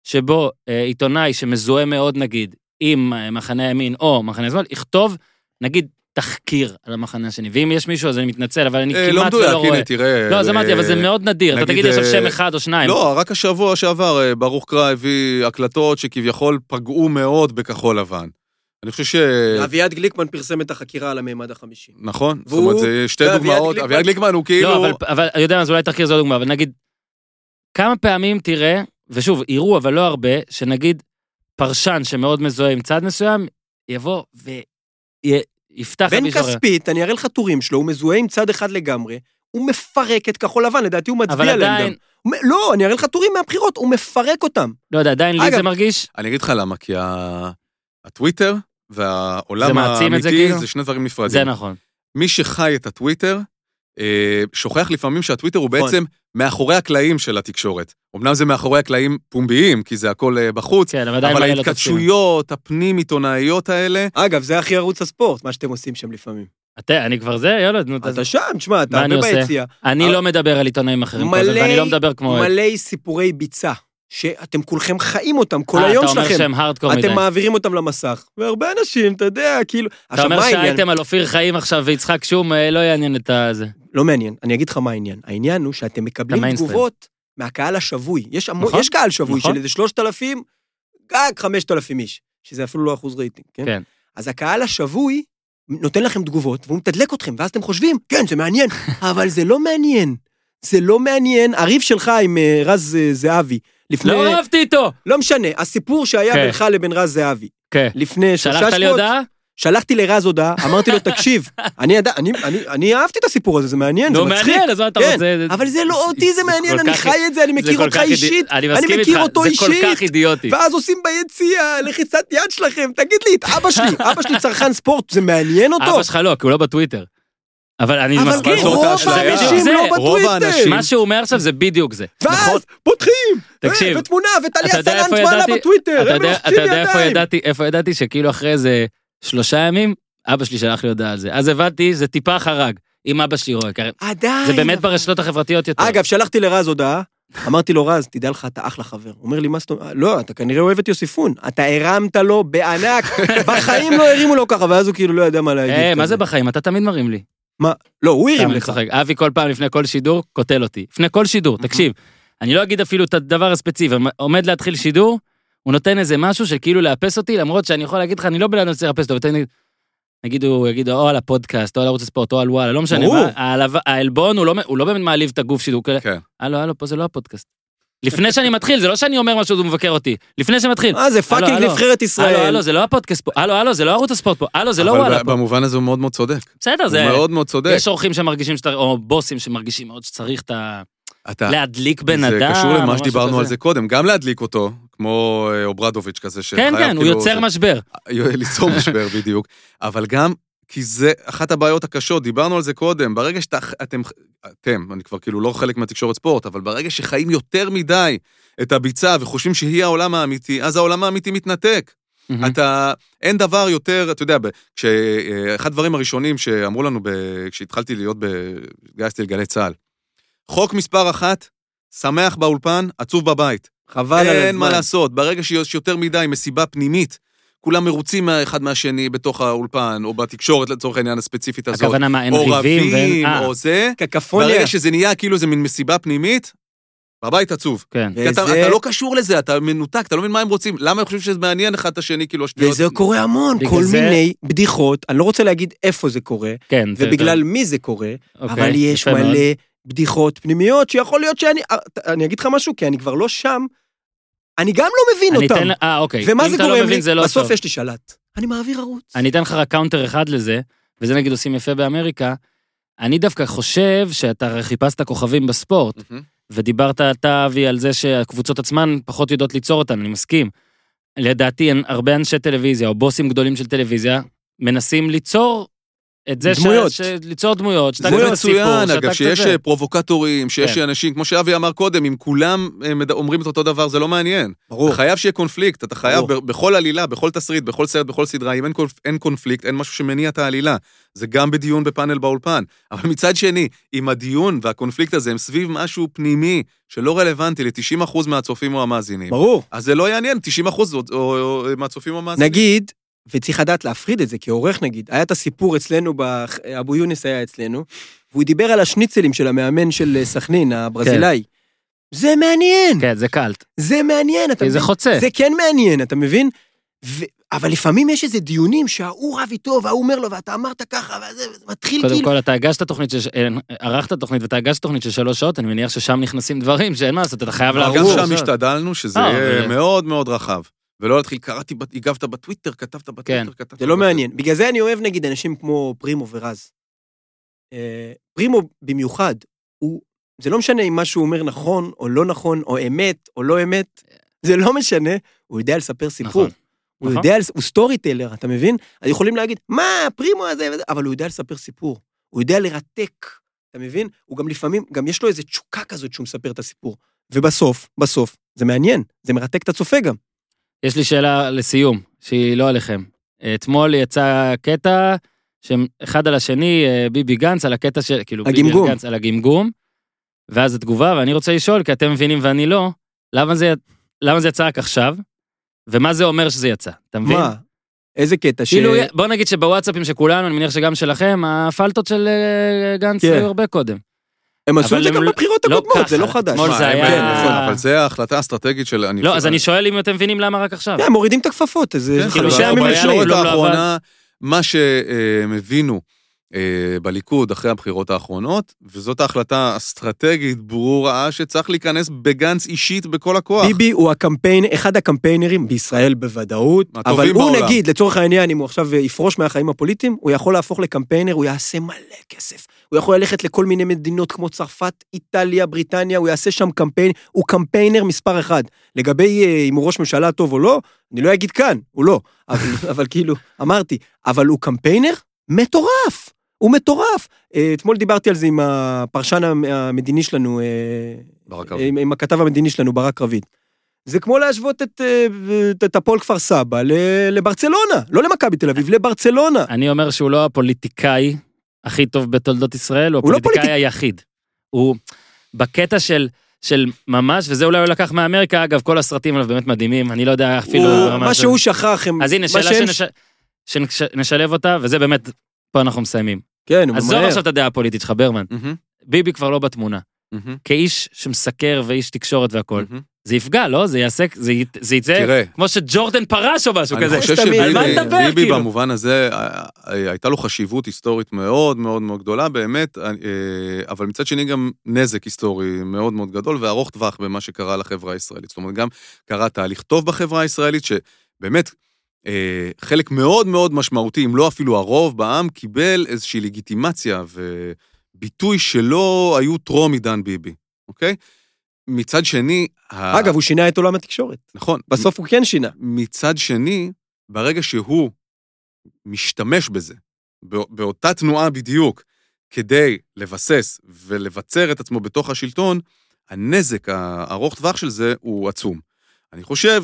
שבו אה, עיתונאי שמזוהה מאוד, נגיד, עם אה, מחנה הימין או מחנה השמאל, יכתוב, נגיד, תחקיר על המחנה השני. ואם יש מישהו, אז אני מתנצל, אבל אני
אה,
כמעט
לא מדויק,
ולא רואה.
הנה, תראה.
לא, אז אמרתי, אבל זה
אה,
מאוד נדיר. אתה תגיד
נגיד,
לי עכשיו
אה,
שם אחד או שניים.
לא, רק השבוע שעבר אה, ברוך קרא הביא הקלטות שכביכול פגעו מאוד בכחול לבן. אני חושב ש...
אה.
אביעד גליקמן פרסם את החקירה על המימד החמישי.
נכון? זאת
והוא-
אומרת, זה שתי
ואביעד
דוגמאות.
גליקמן-
אביעד גליקמן הוא
לא,
כאילו...
אבל, אבל אני יודע מה, אז אולי תחקיר זו דוגמה, אבל נגיד, כמה פעמים תראה, ושוב, יראו, אבל לא הרבה, שנגיד פרשן שמאוד מזוהה עם צד מסוים, יבוא ויפתח...
בן כספית, אני אראה לך טורים שלו, הוא מזוהה עם צד אחד לגמרי, הוא מפרק את כחול לבן, לדעתי הוא
אבל
מצביע עליהם
עדיין,
גם. הוא מ- לא, אני אראה לך טורים מהבחירות, הוא מפרק אותם.
לא יודע, עדיין לי
אגב,
זה מרגיש,
אני אגיד לך למה, כי ה- הטוויטר
זה
והעולם
מעצים את זה,
האמיתי
כאילו?
זה שני דברים
זה
נפרדים.
נכון.
מי שחי את הטוויטר, אה, שוכח לפעמים שהטוויטר הוא
נכון.
בעצם מאחורי הקלעים של התקשורת. אמנם זה מאחורי הקלעים פומביים, כי זה הכל אה, בחוץ,
כן, אבל עדיין
אבל
מראה לו את הציון.
ההתכתשויות הפנים-עיתונאיות האלה,
אגב, זה הכי ערוץ הספורט, מה שאתם עושים שם לפעמים.
אתה- אני כבר זה? יאללה, נו,
אתה
אתה-
שם, תשמע,
מה
אתה הרבה
אני עושה?
ביציאה.
אני
אבל-
לא מדבר על עיתונאים אחרים, כל הזמן,
מלא-
ואני לא מדבר כמו... אוהד.
מלא סיפורי ביצה, שאתם כולכם חיים אותם כל
אה,
היום
אתה אומר
שלכם.
שהם הארדקור מדי.
אתם מעבירים אותם למסך. והרבה אנשים, אתה יודע, כאילו...
אתה
עכשיו,
אומר
מה העניין?
שהאייטם על אופיר חיים עכשיו ויצחק שום, אה, לא יעניין את הזה.
לא מעניין, אני אגיד לך מה העניין. העניין הוא שאתם
אתה
מקבלים
מיינסטרים.
תגובות מהקהל השבוי. יש, המון,
נכון,
יש קהל שבוי
נכון.
של איזה 3,000, גג 5,000 איש, שזה אפילו לא אחוז רייטינג, כן?
כן.
אז הקהל השבוי נותן לכם תגובות, והוא מתדלק אתכם, ואז אתם חושבים, כן, זה מעניין, אבל זה לא מעניין. זה לא מעניין. הריב שלך עם אה, רז אה, זהבי, לפני...
לא אהבתי איתו!
לא משנה, הסיפור שהיה
כן.
בינך לבין רז זהבי,
כן.
לפני שלושה שבועות...
שלחת לי הודעה?
שלחתי לרז הודעה, אמרתי לו, תקשיב, אני, ידע, אני, אני, אני אהבתי את הסיפור הזה, זה מעניין, זה
נו,
מצחיק.
לא מעניין, אז מה אתה
כן,
רוצה?
אבל זה לא אותי, זה
כל
מעניין, אני
כך-
חי את זה, אני
זה
מכיר
כל
אותך
כך אה. אידי-
אישית,
אני
אני
מסכים
מכיר
איתך,
אותו
זה כל
אישית.
כך אידיוטי.
ואז עושים ביציאה, לחיצת יד שלכם, תגיד לי, את אבא שלי, אבא שלי צרכן ספורט, זה מעניין אותו?
אבא שלך לא, כי הוא לא בטוויטר. אבל אני
אבל
מסכים.
כן, רוב
זה
האנשים
בדיוק זה.
לא בטוויטר. כן,
רוב האנשים...
מה שהוא אומר עכשיו זה בדיוק זה.
ואז פותחים,
נכון. תקשיב,
ו- ותמונה,
אתה
וטליה
יודע
סלנט
איפה
וואלה
ידעתי?
בטוויטר,
אתה
הם
יודע- אתה
מלחצים
יודע איפה
ידיים.
ידעתי, איפה ידעתי שכאילו אחרי איזה שלושה ימים, אבא שלי שלח לי הודעה על זה. אז הבנתי, זה טיפה חרג. אם אבא שלי רואה, כי הרי
עדיין.
זה באמת לא ברשתות החברתיות יותר.
אגב, שלחתי לרז הודעה, אמרתי לו, רז, תדע לך, אתה אחלה חבר. הוא אומר לי, מה זאת אומרת? לא, אתה כנראה אוהב את יוסיפון. אתה הרמת לו בענק, בחיים לא הרימו לו ככה, ואז הוא כאילו לא ידע מה להגיד.
אה, מה
כזה.
זה בחיים? אתה תמיד מרים לי.
מה? לא, הוא הרים
סתם, אני
לך.
צוחק. אבי כל פעם לפני כל שידור קוטל אותי. לפני כל שידור, תקשיב. אני לא אגיד אפילו את הדבר הספציפי, עומד להתחיל שידור, הוא נותן איזה משהו שכאילו לאפס אותי, למרות שאני יכול להגיד לך, אני לא בן אדם שצריך לאפס אותו, ותן לי... נגיד הוא יגיד או על הפודקאסט, או על ערוץ הספורט, או על וואלה, לא משנה
ברור.
מה, העלב- העלבון הוא לא מ- הוא לא באמת מעליב את הגוף שלי, הוא כאלה,
כן.
הלו, הלו, פה זה לא הפודקאסט. לפני שאני מתחיל, זה לא שאני אומר משהו, הוא מבקר אותי. לפני שמתחיל,
אה, זה פאקינג
הלו.
נבחרת
הלו,
ישראל.
הלו, זה לא הפודקאסט פה, הלו, הלו, זה לא ערוץ הספורט פה, הלו, זה לא
אבל
וואלה
ב-
פה.
במובן הזה הוא מאוד מאוד צודק.
בסדר,
הוא
זה...
מאוד מאוד צודק.
יש אורחים שמרגישים, שאתה- או בוסים שמרגישים מאוד שצריך את ה...
אתה...
להדליק בן אדם.
אה. זה קשור
או
למה
משהו
שדיברנו
כזה.
על זה קודם, גם להדליק אותו, כמו אה, אוברדוביץ' כזה,
כן,
שחייב
כן, הוא
כאילו-
יוצר
זה-
משבר.
ליצור משבר בדיוק, אבל גם כי זה אחת הבעיות הקשות, דיברנו על זה קודם, ברגע שאתם, אתם, אני כבר כאילו לא חלק מהתקשורת ספורט, אבל ברגע שחיים יותר מדי את הביצה וחושבים שהיא העולם האמיתי, אז העולם האמיתי מתנתק.
מהמם.
אתה, אין דבר יותר, אתה יודע, ב- כש- אה, אחד הדברים הראשונים שאמרו לנו ב- כשהתחלתי להיות, ב- התגייסתי לגלי צה"ל, חוק מספר אחת, שמח באולפן, עצוב בבית.
חבל על הזמן.
אין מה לעשות, ברגע שיש יותר מדי מסיבה פנימית, כולם מרוצים מהאחד מהשני בתוך האולפן, או בתקשורת לצורך העניין הספציפית הזאת.
הכוונה מה, אין
או
ריבים
רבים,
ואין... אה,
או זה.
קקפוניה.
ברגע שזה נהיה כאילו איזה מין מסיבה פנימית, בבית עצוב.
כן.
כי אתה,
וזה-
אתה לא קשור לזה, אתה מנותק, אתה לא מבין מה הם רוצים. למה הם חושבים שזה מעניין אחד את השני, כאילו השטויות?
וזה קורה המון,
בגלל
כל
זה-
מיני בדיחות, אני לא רוצה להגיד איפה זה קורה,
כן. זה-
ובגלל מי זה קורה,
אוקיי,
אבל יש
יפה מאוד.
מלא בדיחות פנימיות שיכול להיות שאני... אה, אני אגיד לך משהו, כי אני כבר לא שם, אני גם לא מבין
אני
אותם.
אתן... אה, אוקיי.
ומה
אם
זה
אתה לא
גורם
מבין,
לי?
זה לא
בסוף
טוב.
יש לי שלט. אני מעביר ערוץ.
אני אתן לך רק קאונטר אחד לזה, וזה נגיד עושים יפה באמריקה. אני דווקא חושב שאתה הרי חיפשת כוכבים בספורט,
מהמם.
ודיברת אתה, אבי, על זה שהקבוצות עצמן פחות יודעות ליצור אותן, אני מסכים. לדעתי, אין- הרבה אנשי טלוויזיה, או בוסים גדולים של טלוויזיה, מנסים ליצור את זה... ש-
דמויות.
ש- ליצור דמויות. שאתה
זה
כותב סיפור,
מצוין,
שאתה
אגב, שיש
כזה.
אה, פרובוקטורים, שיש
כן.
אנשים, כמו שאבי אמר קודם, אם כולם אה, מד- אומרים את אותו דבר, זה לא מעניין.
ברור.
אתה חייב שיהיה קונפליקט, אתה חייב
ברור.
ב- בכל עלילה, בכל תסריט, בכל סרט, בכל סדרה, אם אין קונפ- אין קונפליקט, אין משהו שמניע את העלילה. זה גם בדיון בפאנל באולפן. אבל מצד שני, אם הדיון והקונפליקט הזה הם סביב משהו פנימי שלא רלוונטי ל-90% מהצופים או המאזינים,
ברור.
אז זה לא יעניין 90% או- או- או- מהצופים או המאזינים.
נגיד, וצריך לדעת להפריד את זה, כעורך נגיד, היה את הסיפור אצלנו, בח- אבו יונס היה אצלנו, והוא דיבר על השניצלים של המאמן של אה, סכנין, הברזילאי. זה מעניין,
כן, זה קלט.
זה מעניין, אתה
כי זה
מבין?
חוצה.
זה כן מעניין, אתה מבין? ו... אבל לפעמים יש איזה דיונים שההוא רב איתו, וההוא אומר לו, ואתה אמרת ככה, וזה וזה מתחיל
קודם
כאילו...
כל, אתה הגשת תוכנית, של- אה, ערכת תוכנית ואתה הגשת תוכנית של שלוש שעות, אני מניח ששם נכנסים דברים שאין מה לעשות, אתה חייב
אבל
לעבור.
גם שם
זה-
השתדלנו שזה
אה,
יהיה
אבל-
מאוד מאוד רחב. ולא להתחיל, קראתי, בת- הגבת בטוויטר, כתבת בטוויטר, כתבת...
זה לא
אוקיי.
בטוויטר.
מעניין. בגלל זה אני אוהב נגיד אנשים כמו פרימו ורז. אה, פרימו במיוחד, הוא... זה לא משנה אם מה שהוא אומר נכון או לא נכון, או אמת או לא אמת, זה לא משנה, הוא יודע לספר סיפור.
נכון.
הוא
נכון.
יודע, לס- הוא סטורי טלר, אתה מבין? אז יכולים להגיד, מה, הפרימו הזה וזה, אבל הוא יודע לספר סיפור. הוא יודע לרתק, אתה מבין? הוא גם לפעמים, גם יש לו איזו תשוקה כזאת שהוא מספר את הסיפור. ובסוף, בסוף, זה מעניין, זה מרתק את הצופה גם.
יש לי שאלה לסיום, שהיא לא עליכם. אתמול יצא קטע שהם אחד על השני, אה, ביבי גנץ, על הקטע של, כאילו,
הגמגום.
ביבי גנץ על הגמגום, ואז התגובה, ואני רוצה לשאול, כי אתם מבינים ואני לא, למה זה, למה זה יצא רק עכשיו, ומה זה אומר שזה יצא, אתה מבין?
מה? איזה קטע ש...
כאילו, בוא נגיד שבוואטסאפים שכולנו, אני מניח שגם שלכם, הפלטות של אה, גנץ
כן.
היו הרבה קודם.
הם עשו את
אבל
זה
הם
גם
לא-
בבחירות
לא
הקודמות, זה
ככה,
לא חדש.
אתמול
שמע,
זה
הם-
היה-
כן, נכון, אבל זה ההחלטה האסטרטגית של...
לא, אז אני שואל אם אתם מבינים למה רק עכשיו.
הם מורידים את הכפפות, אז
כן,
כאילו,
כאילו,
שהיה
ימים
ממשלה,
לפני.
הוא
בבחירות
לא עבד.
האחרונה, מה שהם הבינו אה, בליכוד אחרי הבחירות האחרונות, וזאת ההחלטה אסטרטגית ברורה שצריך להיכנס בגנץ אישית בכל הכוח.
ביבי הוא הקמפיין, אחד הקמפיינרים בישראל בוודאות,
הטובים
אבל הוא
בעולם.
נגיד, לצורך העניין, אם הוא עכשיו יפרוש מהחיים הפוליטיים, הוא יכול להפוך לקמפיינר, הוא יעשה מלא כסף. הוא יכול ללכת לכל מיני מדינות כמו צרפת, איטליה, בריטניה, הוא יעשה שם קמפיין, הוא קמפיינר מספר אחד. לגבי אה, אם הוא ראש ממשלה טוב או לא, אני לא אגיד כאן, הוא לא. אבל, אבל כאילו, אמרתי, אבל הוא קמפיינר מטורף. הוא מטורף. אה, אתמול דיברתי על זה עם הפרשן המ- המדיני שלנו, אה,
ברק אבי.
עם, עם הכתב המדיני שלנו, ברק רביד. זה כמו להשוות את, אה, את, את הפועל כפר סבא ל- לברצלונה, לא למכבי תל אביב, לברצלונה.
אני אומר שהוא לא הפוליטיקאי הכי טוב בתולדות ישראל, הוא
הוא לא
הפוליטיקאי
פוליטיק-
היחיד. הוא בקטע של... של ממש, וזה אולי הוא לקח מאמריקה, אגב, כל הסרטים עליו באמת מדהימים, אני לא יודע אפילו...
הוא-
ברמה
מה
של-
שהוא שכח, הם...
אז הנה,
מה
שאלה
שאין-
שנש- שנשלב אותה, וזה באמת, פה אנחנו מסיימים.
כן, הוא
עזוב
ממהר.
עכשיו את הדעה הפוליטית שלך, ברמן.
מהמם,
ביבי כבר לא בתמונה.
מהמם,
כאיש שמסקר ואיש תקשורת והכול.
Mm.
מהמם.
זה יפגע, לא? זה יעשה, זה י- זה יצא
תראה,
כמו שג'ורדן פרש או משהו כזה.
אני חושב
תמיד, על מה
נדבר,
שביבי
כאילו?
במובן הזה, אה, אה, הייתה לו חשיבות היסטורית מאוד מאוד מאוד גדולה, באמת, אה, אה, אבל מצד שני גם נזק היסטורי מאוד מאוד גדול וארוך טווח במה שקרה לחברה הישראלית. זאת אומרת, גם קרה תהליך טוב בחברה הישראלית, שבאמת, אה, חלק מאוד מאוד משמעותי, אם לא אפילו הרוב בעם, קיבל איזושהי לגיטימציה וביטוי שלא היו טרום עידן ביבי, אוקיי? מצד שני... ה-
אגב, הוא שינה את עולם התקשורת.
נכון.
בסוף הוא כן שינה.
מצד שני, ברגע שהוא משתמש בזה, בא- באותה תנועה בדיוק, כדי לבסס ולבצר את עצמו בתוך השלטון, הנזק הארוך טווח של זה הוא עצום. אני חושב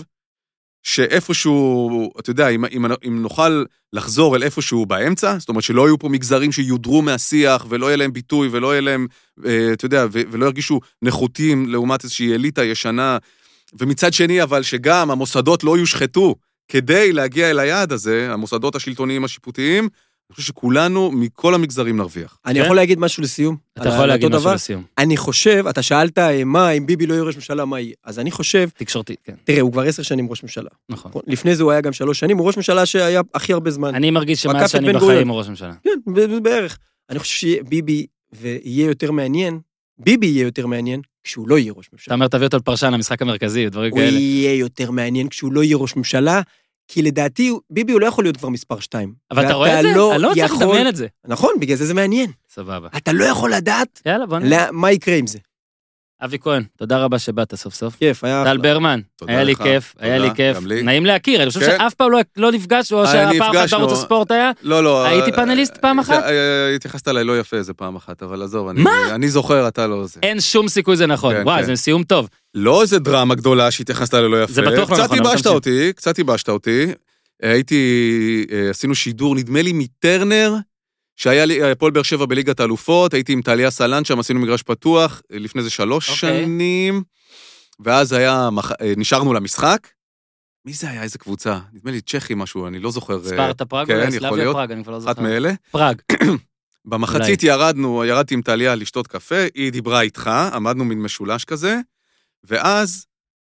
שאיפשהו, אתה יודע, אם, אם, אם נוכל לחזור אל איפשהו באמצע, זאת אומרת שלא יהיו פה מגזרים שיודרו מהשיח ולא יהיה להם ביטוי ולא יהיה להם, אה, אתה יודע, ו- ולא ירגישו נחותים לעומת איזושהי אליטה ישנה, ומצד שני, אבל שגם המוסדות לא יושחתו כדי להגיע אל היעד הזה, המוסדות השלטוניים השיפוטיים, אני חושב שכולנו, מכל המגזרים נרוויח.
אני
כן?
יכול להגיד משהו לסיום?
אתה
על
יכול להגיד
אותו
משהו
דבר?
לסיום.
אני חושב, אתה שאלת אה, מה, אם ביבי לא יהיה ראש ממשלה, מה יהיה? אז אני חושב,
תקשורתית, כן,
תראה, הוא כבר עשר שנים ראש ממשלה.
נכון.
נכון? לפני זה הוא היה גם שלוש שנים, הוא ראש ממשלה שהיה הכי הרבה זמן.
אני מרגיש
עקף
שמאז
את
שאני
בן
בחיים
גוריון.
הוא ראש ממשלה.
כן, ב- ב- בערך. אני חושב שביבי יהיה יותר מעניין, ביבי יהיה יותר מעניין כשהוא לא יהיה ראש
אתה
ממשלה.
אומר, תביא אותו לפרשן, המשחק המרכזי, ודברים
הוא
כאלה.
יהיה יותר מעניין כשהוא לא יהיה ראש ממשלה, כי לדעתי, הוא- ביבי הוא לא יכול להיות כבר מספר שתיים.
אבל אתה רואה את זה?
לא
אני לא צריך
יכול-
לדמיין את זה.
נכון, בגלל זה זה מעניין.
סבבה.
אתה לא יכול לדעת
יאללה, בוא נ...
לא- מה יקרה עם זה.
אבי כהן, תודה רבה שבאת סוף סוף.
כיף, היה
טל ברמן,
תודה
היה לי
לך.
כיף, היה לי
תודה,
כיף.
גם לי.
נעים להכיר, אני חושב
כן.
שאף פעם לא- לא נפגשנו, או
אה,
שהפעם אחת
נפגשנו.
בערוץ הספורט היה.
לא, לא.
הייתי
אה,
פאנליסט
אה,
פעם
אה,
אחת?
אה, התייחסת אליי לא יפה איזה פעם אחת, אבל עזוב, אני-
מה?
אני זוכר, אתה לא זה.
אין שום סיכוי זה נכון.
כן,
וואי,
כן.
זה סיום טוב.
לא איזה דרמה גדולה שהתייחסת אליה לא יפה.
זה בטוח לא נכון,
קצת
אבל
ייבשת
תמשיך.
אותי, קצת ייבשת אותי. הייתי, אה, עשינו שידור, נדמה לי, מטרנר, שהיה לי אה, הפועל באר שבע בליגת האלופות, הייתי עם טליה סלן, שם עשינו מגרש פתוח, אה, לפני זה שלוש
אוקיי.
שנים, ואז היה, מח- אה, נשארנו למשחק. מי זה היה? איזה קבוצה? נדמה לי צ'כי משהו, אני לא זוכר. אה,
ספרטה פראג,
כן,
אולי
יכול
סלאביה
להיות.
פראג, אני כבר לא זוכר.
אחת מאלה.
פראג.
במחצית ירדנו, ירדתי עם טליה לשתות קפה, היא דיברה איתך, עמדנו מין משולש כזה, ואז,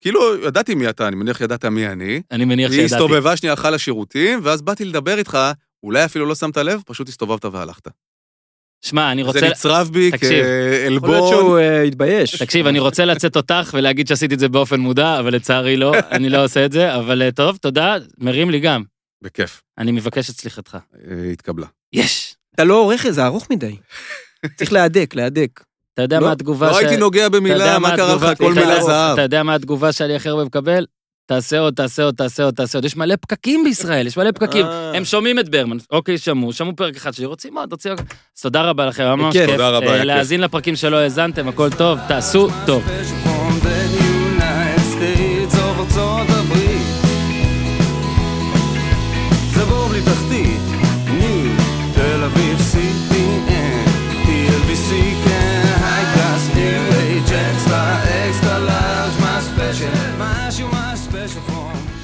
כאילו, ידעתי מי אתה, אני מניח ידעת מי אני.
אני מניח
היא
שידעתי.
הסתובבה שנייה, הלכה לשירותים, ואז באתי לדבר איתך, אולי אפילו לא שמת לב, פשוט הסתובבת והלכת.
שמע, אני רוצה...
זה נצרב בי
תקשיב,
יכול להיות שהוא
כעלבון.
אה, יתבייש.
תקשיב, אני רוצה לצאת אותך ולהגיד שעשיתי את זה באופן מודע, אבל לצערי לא, אני לא עושה את זה, אבל אה, טוב, תודה, מרים לי גם.
בכיף,
אני מבקש את סליחתך.
אה, התקבלה.
יש!
אתה לא עורך את זה, ארוך מדי. צריך להדק, להדק.
אתה יודע
לא,
מה התגובה
לא
ש...
הייתי נוגע
אתה יודע
במילה, מה קרה לך?
התגובה-
כל
אתה יודע-
מילה זהב.
אתה יודע מה התגובה שאני הכי הרבה מקבל? תעשה עוד, תעשה עוד, תעשה עוד, תעשה עוד. יש מלא פקקים בישראל, יש מלא פקקים.
אה.
הם שומעים את ברמן, אוקיי, שמעו, שמעו פרק אחד שלי, רוצים עוד, רוצים עוד. אז תודה רבה לכם, היה ממש
בכיף.
כיף.
תודה רבה,
אה,
היה כיף.
להאזין לפרקים שלא האזנתם, הכל טוב, תעשו טוב.
from the United States of ארצות הברית. זה בור בלי תחתית, ניו, תל אביב, CPN, TLVC, כן, הייטלס, LA, ג'קסטה, אקסטה לארג', מה ספיישל, משהו מה ספיישל פרום.